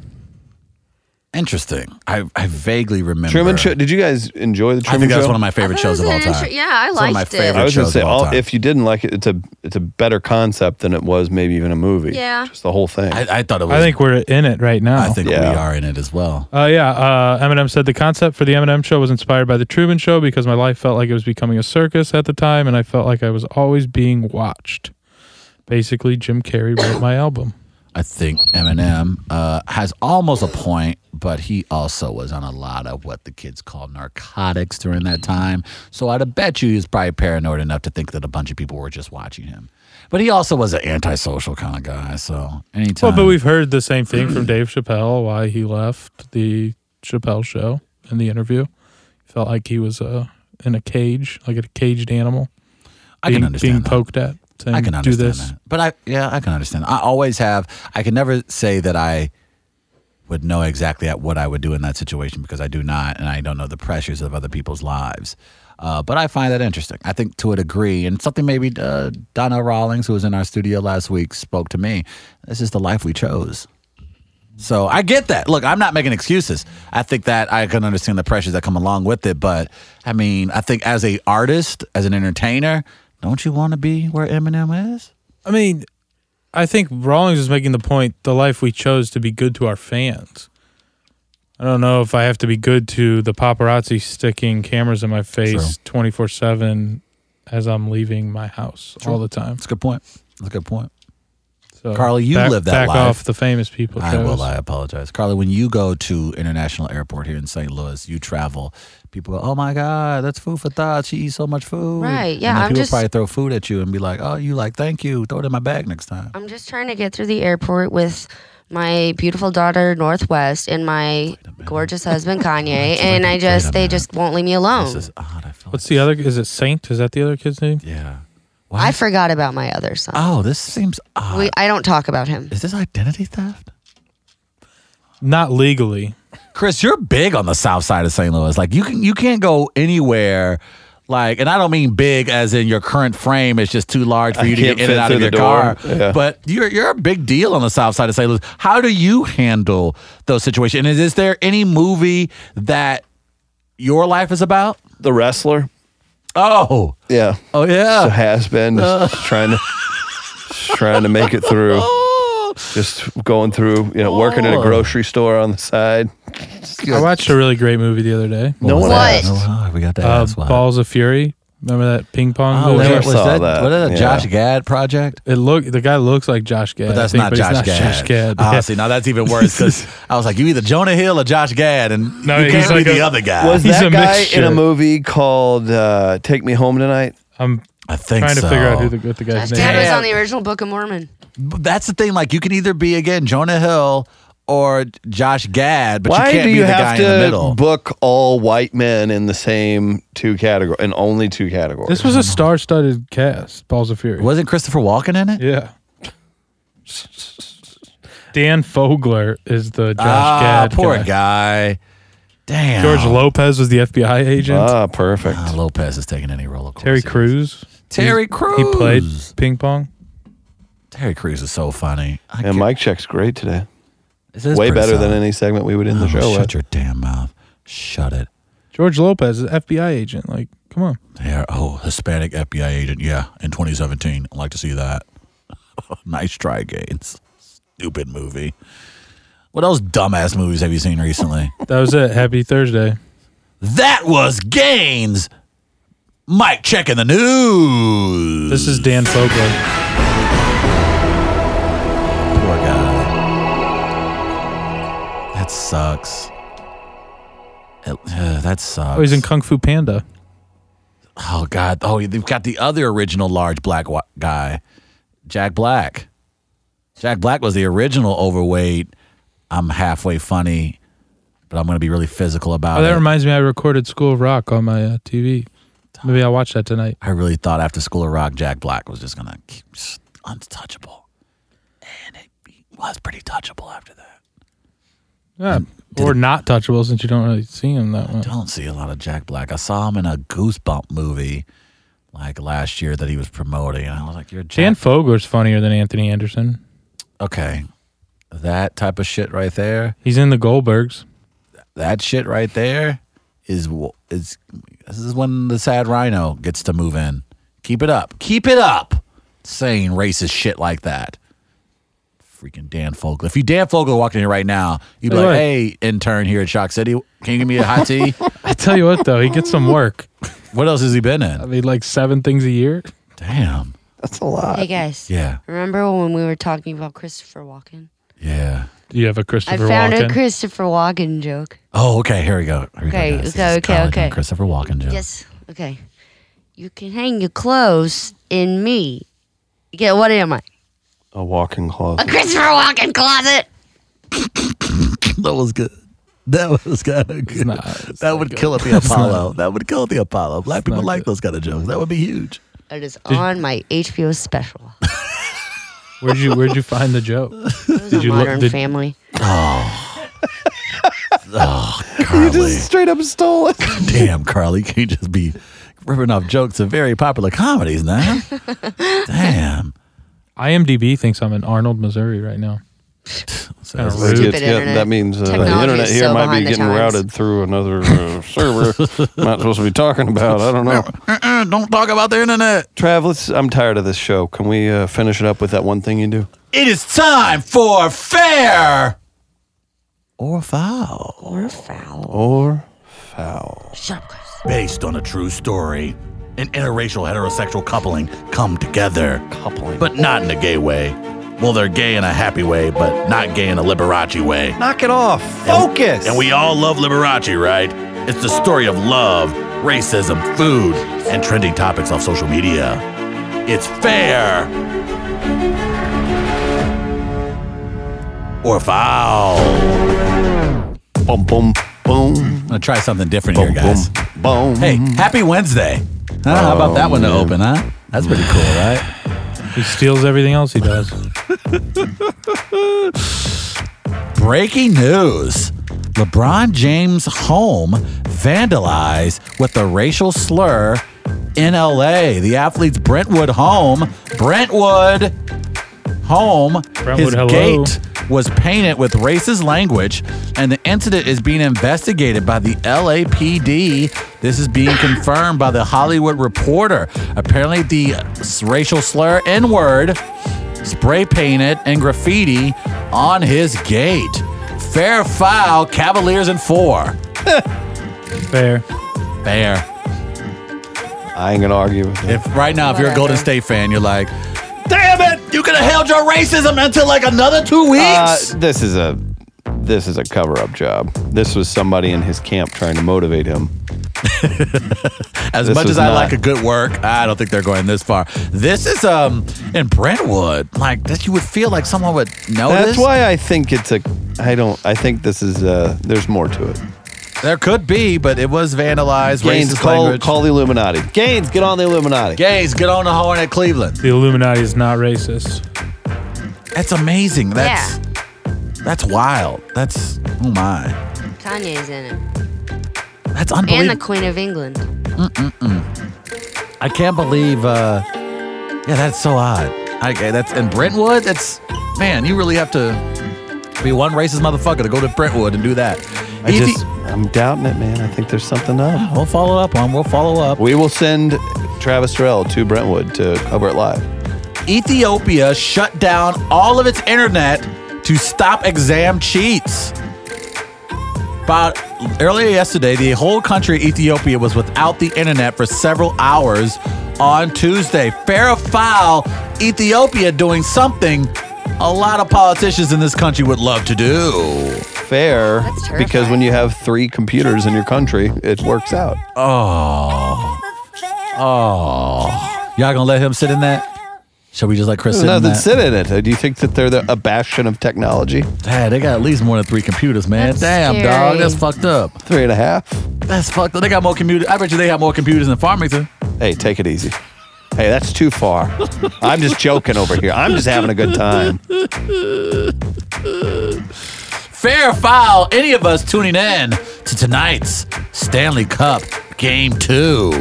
Speaker 1: Interesting. I, I vaguely remember.
Speaker 2: Truman Show. Did you guys enjoy the
Speaker 1: I
Speaker 2: Truman
Speaker 1: think that's
Speaker 2: Show?
Speaker 1: one of my favorite
Speaker 5: I thought it
Speaker 1: shows of
Speaker 5: was
Speaker 1: all
Speaker 5: an
Speaker 1: time.
Speaker 5: inter- yeah, I
Speaker 1: It's one of my
Speaker 5: liked it.
Speaker 1: favorite
Speaker 2: I was gonna
Speaker 1: shows
Speaker 2: say,
Speaker 1: of all
Speaker 2: all,
Speaker 1: time.
Speaker 2: if you didn't like it, it's a it's a better concept than it was maybe even a movie.
Speaker 5: Yeah.
Speaker 2: just the whole thing.
Speaker 1: I, I thought it was.
Speaker 4: I think we're in it right now.
Speaker 1: I think
Speaker 2: Yeah.
Speaker 1: we are in it as well.
Speaker 4: Uh, yeah, uh, Eminem said the concept for the Eminem show was inspired by the Truman show because my life felt like it was becoming a circus at the time, and I felt like I was always being watched. Basically, Jim Carrey wrote my album.
Speaker 1: I think Eminem uh, has almost a point, but he also was on a lot of what the kids call narcotics during that time. So I'd have bet you he was probably paranoid enough to think that a bunch of people were just watching him. But he also was an antisocial kind of guy. So anytime.
Speaker 4: Well, but we've heard the same thing from Dave Chappelle why he left the Chappelle show in the interview. Felt like he was uh, in a cage, like a caged animal,
Speaker 1: I
Speaker 4: being,
Speaker 1: can understand
Speaker 4: being
Speaker 1: that.
Speaker 4: poked at. Saying,
Speaker 1: I can
Speaker 4: do
Speaker 1: understand
Speaker 4: this.
Speaker 1: that. But I yeah, I can understand. I always have I can never say that I would know exactly at what I would do in that situation because I do not and I don't know the pressures of other people's lives. Uh, but I find that interesting. I think to a degree, and something maybe uh, Donna Rawlings, who was in our studio last week, spoke to me. This is the life we chose. So I get that. Look, I'm not making excuses. I think that I can understand the pressures that come along with it, but I mean, I think as a artist, as an entertainer, don't you want to be where Eminem is?
Speaker 4: I mean, I think Rawlings is making the point the life we chose to be good to our fans. I I don't know if I have to be good to the paparazzi sticking cameras in my face 24 7 as I'm leaving my house all the time.
Speaker 1: That's a good point. That's a good point.
Speaker 4: So
Speaker 1: Carly, you
Speaker 4: back,
Speaker 1: live that
Speaker 4: back
Speaker 1: life.
Speaker 4: off the famous people.
Speaker 1: I
Speaker 4: Travis.
Speaker 1: will. I apologize, Carly. When you go to International Airport here in St. Louis, you travel. People go, "Oh my God, that's food for thought." She eats so much food,
Speaker 5: Right, yeah,
Speaker 1: And then
Speaker 5: I'm
Speaker 1: people
Speaker 5: just-
Speaker 1: probably throw food at you and be like, "Oh, you like? Thank you. Throw it in my bag next time."
Speaker 5: I'm just trying to get through the airport with my beautiful daughter Northwest and my gorgeous husband Kanye, and I just
Speaker 1: Wait a
Speaker 5: they
Speaker 1: minute.
Speaker 5: just won't leave me alone.
Speaker 1: This is odd. I feel.
Speaker 4: What's
Speaker 1: like
Speaker 4: the other? Is it Saint? Is that the other kid's name?
Speaker 1: this- Yeah. Why?
Speaker 5: I forgot about my other son.
Speaker 4: Ah.
Speaker 1: oh, this seems odd.
Speaker 5: we, I don't talk about him.
Speaker 1: is this identity theft?
Speaker 4: Not legally.
Speaker 1: Chris, you're big on the south side of St. Louis. Like you can you can't go anywhere like and I don't mean big as in your current frame is just too large for you to
Speaker 2: can't
Speaker 1: get in
Speaker 2: fit
Speaker 1: and out of
Speaker 2: through
Speaker 1: your
Speaker 2: the
Speaker 1: car.
Speaker 2: door. Yeah.
Speaker 1: But you're you're a big deal on the south side of St. Louis. How do you handle those situations? And is, is there any movie that your life is about?
Speaker 2: The wrestler.
Speaker 1: Oh.
Speaker 2: Yeah.
Speaker 1: Oh
Speaker 2: Just a
Speaker 1: yeah.
Speaker 2: has been just trying to just trying to make it through.
Speaker 1: Oh.
Speaker 2: Just going through, you know, working at a
Speaker 1: Oh.
Speaker 2: grocery store on the side.
Speaker 4: I watched a really great movie the other day.
Speaker 2: No one
Speaker 5: What?
Speaker 2: asked.
Speaker 1: Oh, we got to
Speaker 4: Uh,
Speaker 1: ask why.
Speaker 4: Balls of Fury. Remember that ping pong
Speaker 1: Oh,
Speaker 4: movie?
Speaker 2: never
Speaker 1: was
Speaker 2: saw
Speaker 1: that,
Speaker 2: that.
Speaker 1: What is that?
Speaker 2: Yeah.
Speaker 1: Josh Gad project?
Speaker 4: It look the guy looks like Josh Gad.
Speaker 1: But that's
Speaker 4: I think,
Speaker 1: not
Speaker 4: but he's
Speaker 1: Josh Gad.
Speaker 4: Josh Gad.
Speaker 1: Ah,
Speaker 4: Yeah.
Speaker 1: see, now that's even worse. 'cause I was like, you either Jonah Hill or Josh Gad, and
Speaker 4: No,
Speaker 1: you
Speaker 4: he's
Speaker 1: can't be
Speaker 4: like
Speaker 1: the
Speaker 4: a-
Speaker 1: other guy.
Speaker 2: Was
Speaker 4: He's
Speaker 2: that
Speaker 4: a
Speaker 2: guy in
Speaker 4: mixture.
Speaker 2: a movie called uh, Take Me Home Tonight?
Speaker 4: I'm
Speaker 1: I think
Speaker 4: trying to
Speaker 1: so.
Speaker 4: figure out who the, what the
Speaker 5: Josh
Speaker 4: guy's
Speaker 5: Gad
Speaker 4: name.
Speaker 5: was
Speaker 4: is.
Speaker 5: on the original Book of Mormon.
Speaker 1: But that's the thing. Like, you can either be again Jonah Hill or Josh Gad, but
Speaker 2: Why
Speaker 1: you can't
Speaker 2: do
Speaker 1: be
Speaker 2: you
Speaker 1: the
Speaker 2: have
Speaker 1: guy in the
Speaker 2: to
Speaker 1: middle.
Speaker 2: book all white men in the same two category and only two categories?
Speaker 4: This was a star-studded cast. Balls of Fury.
Speaker 1: Wasn't Christopher Walken in it?
Speaker 4: Yeah. Dan Fogler is the Josh
Speaker 1: ah,
Speaker 4: Gad
Speaker 1: poor
Speaker 4: guy.
Speaker 1: guy. Damn.
Speaker 4: George Lopez was the FBI agent.
Speaker 2: ah, perfect.
Speaker 1: Ah, Lopez is taking any roller coaster.
Speaker 4: Terry Crews.
Speaker 1: Terry Crews.
Speaker 4: He played ping pong.
Speaker 1: Terry Crews is so funny. I
Speaker 2: and
Speaker 1: can't-
Speaker 2: Mike checks great today.
Speaker 1: This is
Speaker 2: Way
Speaker 1: pretty
Speaker 2: better than
Speaker 1: solid.
Speaker 2: any segment we would end the
Speaker 1: Oh,
Speaker 2: show
Speaker 1: Shut
Speaker 2: with.
Speaker 1: your damn mouth. Shut it.
Speaker 4: George Lopez is FBI agent. Like, come on.
Speaker 1: Yeah. Oh, Hispanic FBI agent. Yeah, in 2017. I'd like to see that. nice try, Gaines. Stupid movie. What else dumbass movies have you seen recently?
Speaker 4: That was it. Happy Thursday.
Speaker 1: that was Gaines. Mike checking the news.
Speaker 4: This is Dan Fogler.
Speaker 1: poor guy. That sucks. It- uh, that sucks.
Speaker 4: Oh, he's in Kung Fu Panda.
Speaker 1: Oh God! Oh, they've got the other original large black wa- guy, Jack Black. Jack Black was the original overweight. I'm halfway funny, but I'm going to be really physical about
Speaker 4: Oh, that
Speaker 1: it.
Speaker 4: reminds me. I recorded School of Rock on my uh, TV. Maybe I'll watch that tonight.
Speaker 1: I really thought after School of Rock, Jack Black was just going to keep s- untouchable, and it he was pretty touchable after that.
Speaker 4: Yeah. Or not touchable since you don't really see him that much.
Speaker 1: Don't see a lot of Jack Black. I saw him in a Goosebump movie like last year that he was promoting, and I was like, "You're Jack."
Speaker 4: Dan Fogler's funnier than Anthony Anderson.
Speaker 1: okay, that type of shit right there.
Speaker 4: He's in the Goldbergs.
Speaker 1: that shit right there is wh- is this is when the sad rhino gets to move in. Keep it up. Keep it up. Saying racist shit like that. Freaking Dan Fogler. If you Dan Fogler walked in here right now, you'd be
Speaker 4: Hey,
Speaker 1: like,
Speaker 4: what?
Speaker 1: "Hey, intern here at Shock City, can you give me a hot tea?"
Speaker 4: I tell you what, though, he gets some work.
Speaker 1: what else has he been
Speaker 4: I
Speaker 1: in?
Speaker 4: mean, like seven things a year.
Speaker 1: Damn.
Speaker 2: That's a lot.
Speaker 5: Hey guys,
Speaker 1: Yeah.
Speaker 5: remember when we were talking about Christopher Walken?
Speaker 1: Yeah.
Speaker 4: Do you have a
Speaker 5: I
Speaker 4: Christopher
Speaker 5: found
Speaker 4: Walken?
Speaker 5: a Christopher Walken joke.
Speaker 1: Oh, okay. Here we go. Here we
Speaker 5: Okay,
Speaker 1: Go, guys. This
Speaker 5: okay,
Speaker 1: is
Speaker 5: okay,
Speaker 1: Colin and
Speaker 5: okay.
Speaker 1: Christopher Walken. Joe.
Speaker 5: Yes. Okay. You can hang your clothes in me. Yeah. What am I?
Speaker 2: A walking
Speaker 5: A
Speaker 2: closet.
Speaker 5: Christopher Walken closet.
Speaker 1: That was good. That was kind of good.
Speaker 4: not- it's
Speaker 1: that would kill at the Apollo. That would kill at the Apollo. Black people
Speaker 4: not
Speaker 1: like
Speaker 4: good.
Speaker 1: those kind of jokes. That would be huge.
Speaker 5: It is on my HBO special.
Speaker 4: Where'd you Where'd you find the joke?
Speaker 5: It was
Speaker 4: Did
Speaker 5: on
Speaker 4: you look-
Speaker 5: Modern
Speaker 4: did-
Speaker 5: Family.
Speaker 1: Carly,
Speaker 2: Straight up stolen.
Speaker 1: damn, Carly, you can't just be ripping off jokes of very popular comedies now. damn.
Speaker 4: IMDb thinks I'm in Arnold, Missouri right now.
Speaker 1: So
Speaker 4: Kinda
Speaker 1: it's-
Speaker 4: rude.
Speaker 5: Stupid internet.
Speaker 2: that means uh, the
Speaker 5: Technology
Speaker 2: internet
Speaker 5: is
Speaker 2: here
Speaker 5: so
Speaker 2: might be
Speaker 5: behind the
Speaker 2: getting
Speaker 5: times.
Speaker 2: routed through another uh, server. Not supposed to be talking about. I don't know.
Speaker 1: uh-uh, don't talk about the internet.
Speaker 2: Trav, let's, I'm tired of this show. Can we uh, finish it up with that one thing you do?
Speaker 1: It is time for fair or foul.
Speaker 5: Or
Speaker 4: Oh.
Speaker 5: foul.
Speaker 2: Or foul.
Speaker 5: Shut up, guys.
Speaker 1: Based on a true story, an interracial heterosexual coupling come together,
Speaker 2: Coupling.
Speaker 1: but not in a gay way. Well, they're gay in a happy way, but not gay in a Liberace way.
Speaker 2: knock it off. Focus.
Speaker 1: And we all love Liberace, right? It's the story of love, racism, food, and trending topics off social media. It's fair. Or foul. I'm
Speaker 2: boom, boom, boom,
Speaker 1: gonna try something different
Speaker 2: boom, boom, boom.
Speaker 1: Hey, happy Wednesday. Huh, how about that one to open, huh? That's pretty cool, right?
Speaker 4: He steals everything else he does.
Speaker 1: Breaking news. LeBron James' home vandalized with a racial slur in LA. The athlete's Brentwood home, Brentwood home, his
Speaker 4: Brentwood, hello.
Speaker 1: gate was painted with racist language, and the incident is being investigated by the LAPD. This is being confirmed by the Hollywood Reporter. Apparently, the s- racial slur N word spray painted and graffiti on his gate. Fair foul, Cavaliers in four.
Speaker 4: Fair.
Speaker 1: Fair.
Speaker 2: I ain't gonna argue with that.
Speaker 1: If right now, if you're a Golden
Speaker 5: Whatever.
Speaker 1: State fan, you're like, damn it, you could have held your racism until like another two weeks.
Speaker 2: Uh, this is a this is a cover up job. This was somebody in his camp trying to motivate him.
Speaker 1: As
Speaker 2: This
Speaker 1: much
Speaker 2: was
Speaker 1: as I
Speaker 2: not-
Speaker 1: like a good work, I don't think they're going this far. This is um in Brentwood, like that you would feel like someone would notice.
Speaker 2: That's why I think it's a. I don't. I think this is. Uh, there's more to it.
Speaker 1: there could be, but it was vandalized.
Speaker 2: Gaines,
Speaker 1: racist
Speaker 2: call,
Speaker 1: language.
Speaker 2: call the Illuminati. Gaines, get on the Illuminati.
Speaker 1: Gaines, get on the horn at Cleveland.
Speaker 4: The Illuminati is not racist.
Speaker 1: That's amazing. That's that's wild. That's oh my.
Speaker 5: Kanye's in it.
Speaker 1: That's
Speaker 5: And
Speaker 1: unbelievable.
Speaker 5: the Queen of England.
Speaker 1: I can't believe. uh Yeah, that's so odd. Okay, that's in Brentwood. That's man, you really have to be one racist motherfucker to go to Brentwood and do that.
Speaker 2: I
Speaker 1: Easy-
Speaker 2: just, I'm doubting it, man. I think there's something up.
Speaker 1: we'll follow up on. We'll follow up.
Speaker 2: We will send Travis Terrell to Brentwood to cover it live.
Speaker 1: Ethiopia shut down all of its internet to stop exam cheats. About earlier yesterday, the whole country of Ethiopia was without the internet for several hours on Tuesday. Fair or foul, Ethiopia doing something a lot of politicians in this country would love to do.
Speaker 2: Fair,
Speaker 5: That's terrifying.
Speaker 2: because when you have three computers in your country, it works out.
Speaker 1: Oh. Oh. Y'all gonna let him sit in that? Shall we just let Chris sit in
Speaker 2: Nothing
Speaker 1: that?
Speaker 2: sit in it. Uh, Do you think that they're the, a bastion of technology?
Speaker 1: Dad, they got at least more than three computers, man.
Speaker 5: That's
Speaker 1: Damn,
Speaker 5: scary.
Speaker 1: dog. That's fucked up.
Speaker 2: Three and a half.
Speaker 1: That's fucked up. They got more computers. I bet you they have more computers than Farmington.
Speaker 2: Hey, take it easy. Hey, that's too far. I'm just joking over here. I'm just having a good time.
Speaker 1: Fair or foul, any of us tuning in to tonight's Stanley Cup Game 2.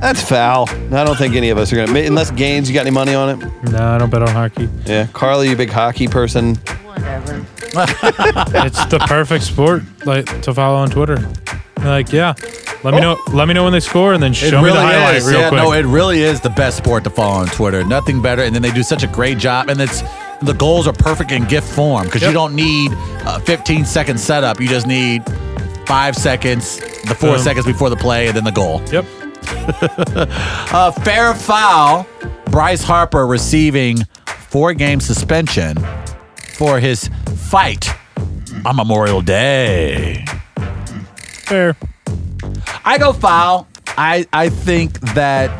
Speaker 2: That's foul. I don't think any of us are gonna. Unless Gaines, you got any money on it?
Speaker 4: No, I don't bet on hockey.
Speaker 2: Yeah, Carly, you big hockey person.
Speaker 5: Whatever.
Speaker 4: It's the perfect sport like to follow on Twitter. Like, yeah. Let me know let me know when they score and then show me the highlight
Speaker 1: is.
Speaker 4: real
Speaker 1: yeah,
Speaker 4: quick.
Speaker 1: no, it really is the best sport to follow on Twitter. Nothing better. And then they do such a great job. And it's the goals are perfect in gift form because you
Speaker 4: Yep.
Speaker 1: don't need a 15 second setup. You just need five seconds, the four
Speaker 4: Boom.
Speaker 1: seconds before the play, and then the goal.
Speaker 4: yep.
Speaker 1: A fair foul. Bryce Harper receiving four game suspension for his fight on Memorial Day.
Speaker 4: Fair.
Speaker 1: I go foul. I I think that,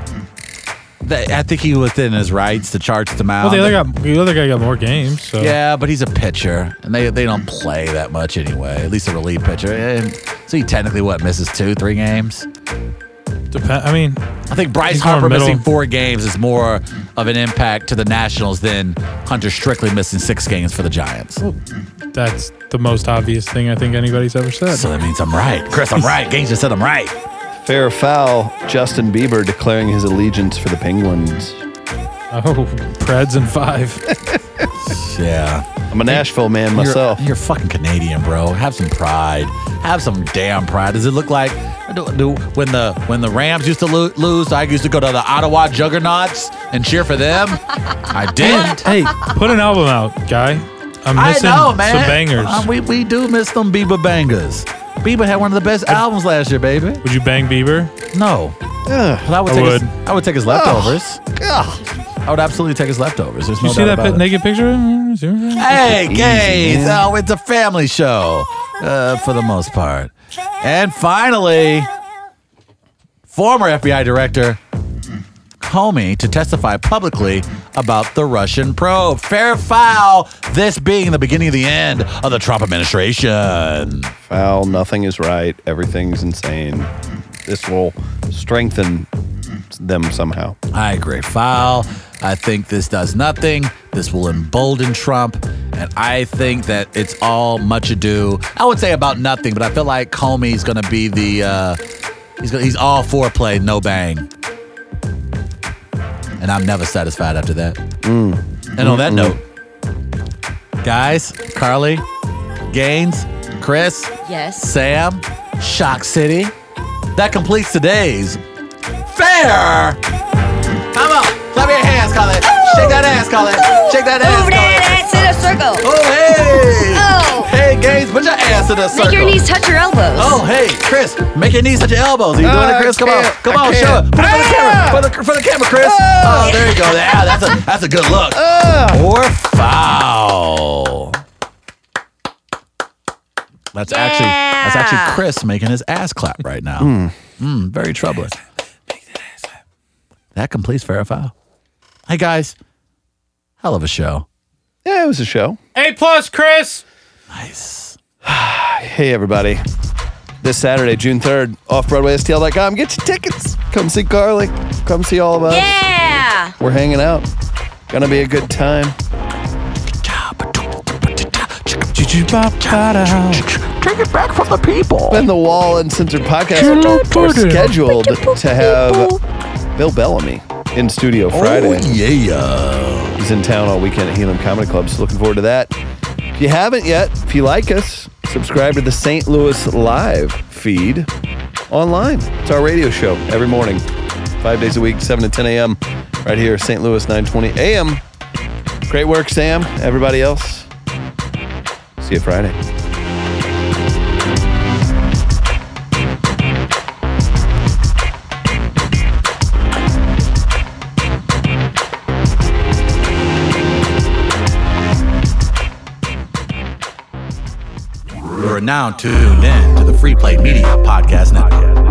Speaker 1: that I think he was within his rights to charge the mound.
Speaker 4: Well the other got the other guy got more games, so
Speaker 1: Um, yeah, but he's a pitcher, and they they don't play that much anyway. At least a relief pitcher. And so he technically what misses two, three games.
Speaker 4: Depen- I mean,
Speaker 1: I think Bryce
Speaker 4: He's going
Speaker 1: Harper
Speaker 4: middle.
Speaker 1: missing four games is more of an impact to the Nationals than Hunter Strickland missing six games for the Giants.
Speaker 4: that's the most obvious thing I think anybody's ever said.
Speaker 1: So that means I'm right. Chris, I'm right. Gaines just said I'm right.
Speaker 2: Fair or foul, Justin Bieber declaring his allegiance for the Penguins.
Speaker 4: Oh, Preds and five.
Speaker 1: Yeah.
Speaker 2: I'm a Nashville man
Speaker 1: You're-
Speaker 2: myself.
Speaker 1: You're, fucking Canadian, bro. Have some pride. Have some damn pride. Does it look like do, do, when the when the Rams used to lo- lose, I used to go to the Ottawa Juggernauts and cheer for them? I did.
Speaker 4: hey, put an album out, guy. I'm
Speaker 1: I
Speaker 4: missing
Speaker 1: know, man.
Speaker 4: some bangers.
Speaker 1: Uh, we, we do miss them Bieber bangers. Bieber had one of the best albums last year, baby.
Speaker 4: Would you bang Bieber?
Speaker 1: No. But I would
Speaker 4: I
Speaker 1: take
Speaker 4: would.
Speaker 1: his I would take his leftovers. I would absolutely take his leftovers. There's
Speaker 4: Did
Speaker 1: no
Speaker 4: you see
Speaker 1: doubt
Speaker 4: that
Speaker 1: about
Speaker 4: pi-
Speaker 1: it.
Speaker 4: naked picture? Mm, is there-
Speaker 1: Hey, gays! Oh, it's a family show uh, for the most part. And finally, former FBI director Comey to testify publicly about the Russian probe. Fair foul, this being the beginning of the end of the Trump administration.
Speaker 2: Foul. Nothing is right. Everything's insane. This will strengthen them somehow.
Speaker 1: I agree. Foul. I think this does nothing. This will embolden Trump. And I think that it's all much ado. I would say about nothing, but I feel like Comey's going to be the. Uh, he's, gonna, he's all foreplay, no bang. And I'm never satisfied after that. And on that note, guys, Carly, Gaines, Chris,
Speaker 5: Yes.
Speaker 1: Sam, Shock City. That completes today's fair. Come on, clap your hands, Colin. Shake that ass, Colin. Shake that ass,
Speaker 5: Move
Speaker 1: Colin.
Speaker 5: that ass in a circle.
Speaker 1: Oh hey,
Speaker 5: Oh.
Speaker 1: hey, Gaines, put your ass in the Oh, circle.
Speaker 5: Make your knees touch your elbows.
Speaker 1: Oh hey, Chris, make your knees touch your elbows. Are you doing it, Chris? Come on, come on, show it. Put it for the camera, for the, for the camera, Chris. Oh, there you go. Yeah, that's a that's a good look. Or foul. That's actually that's
Speaker 5: Yeah.
Speaker 1: actually Chris making his ass clap right now. Mm, very troubling. That completes fair or foul. Hey guys, hell of a show.
Speaker 2: Yeah, it was a show.
Speaker 4: A plus, Chris.
Speaker 1: Nice.
Speaker 2: Hey, everybody. This Saturday, June 3rd, offbroadwaystl.com. Get your tickets. Come see Carly. Come see all of us.
Speaker 5: Yeah.
Speaker 2: We're hanging out. Gonna be a good time.
Speaker 1: Take it back from the people.
Speaker 2: Been the Wall Uncensored podcast are scheduled to have Bill Bellamy in studio Friday.
Speaker 1: Oh yeah.
Speaker 2: He's in town all weekend at Helium Comedy Club, so looking forward to that. If you haven't yet, if you like us, subscribe to the St. Louis Live feed online. It's our radio show every morning, five days a week, 7 to 10 a.m., right here, St. Louis, 920 a.m. Great work, Sam. Everybody else, see you Friday.
Speaker 1: You are now tuned in to the Free Play Media Podcast Network.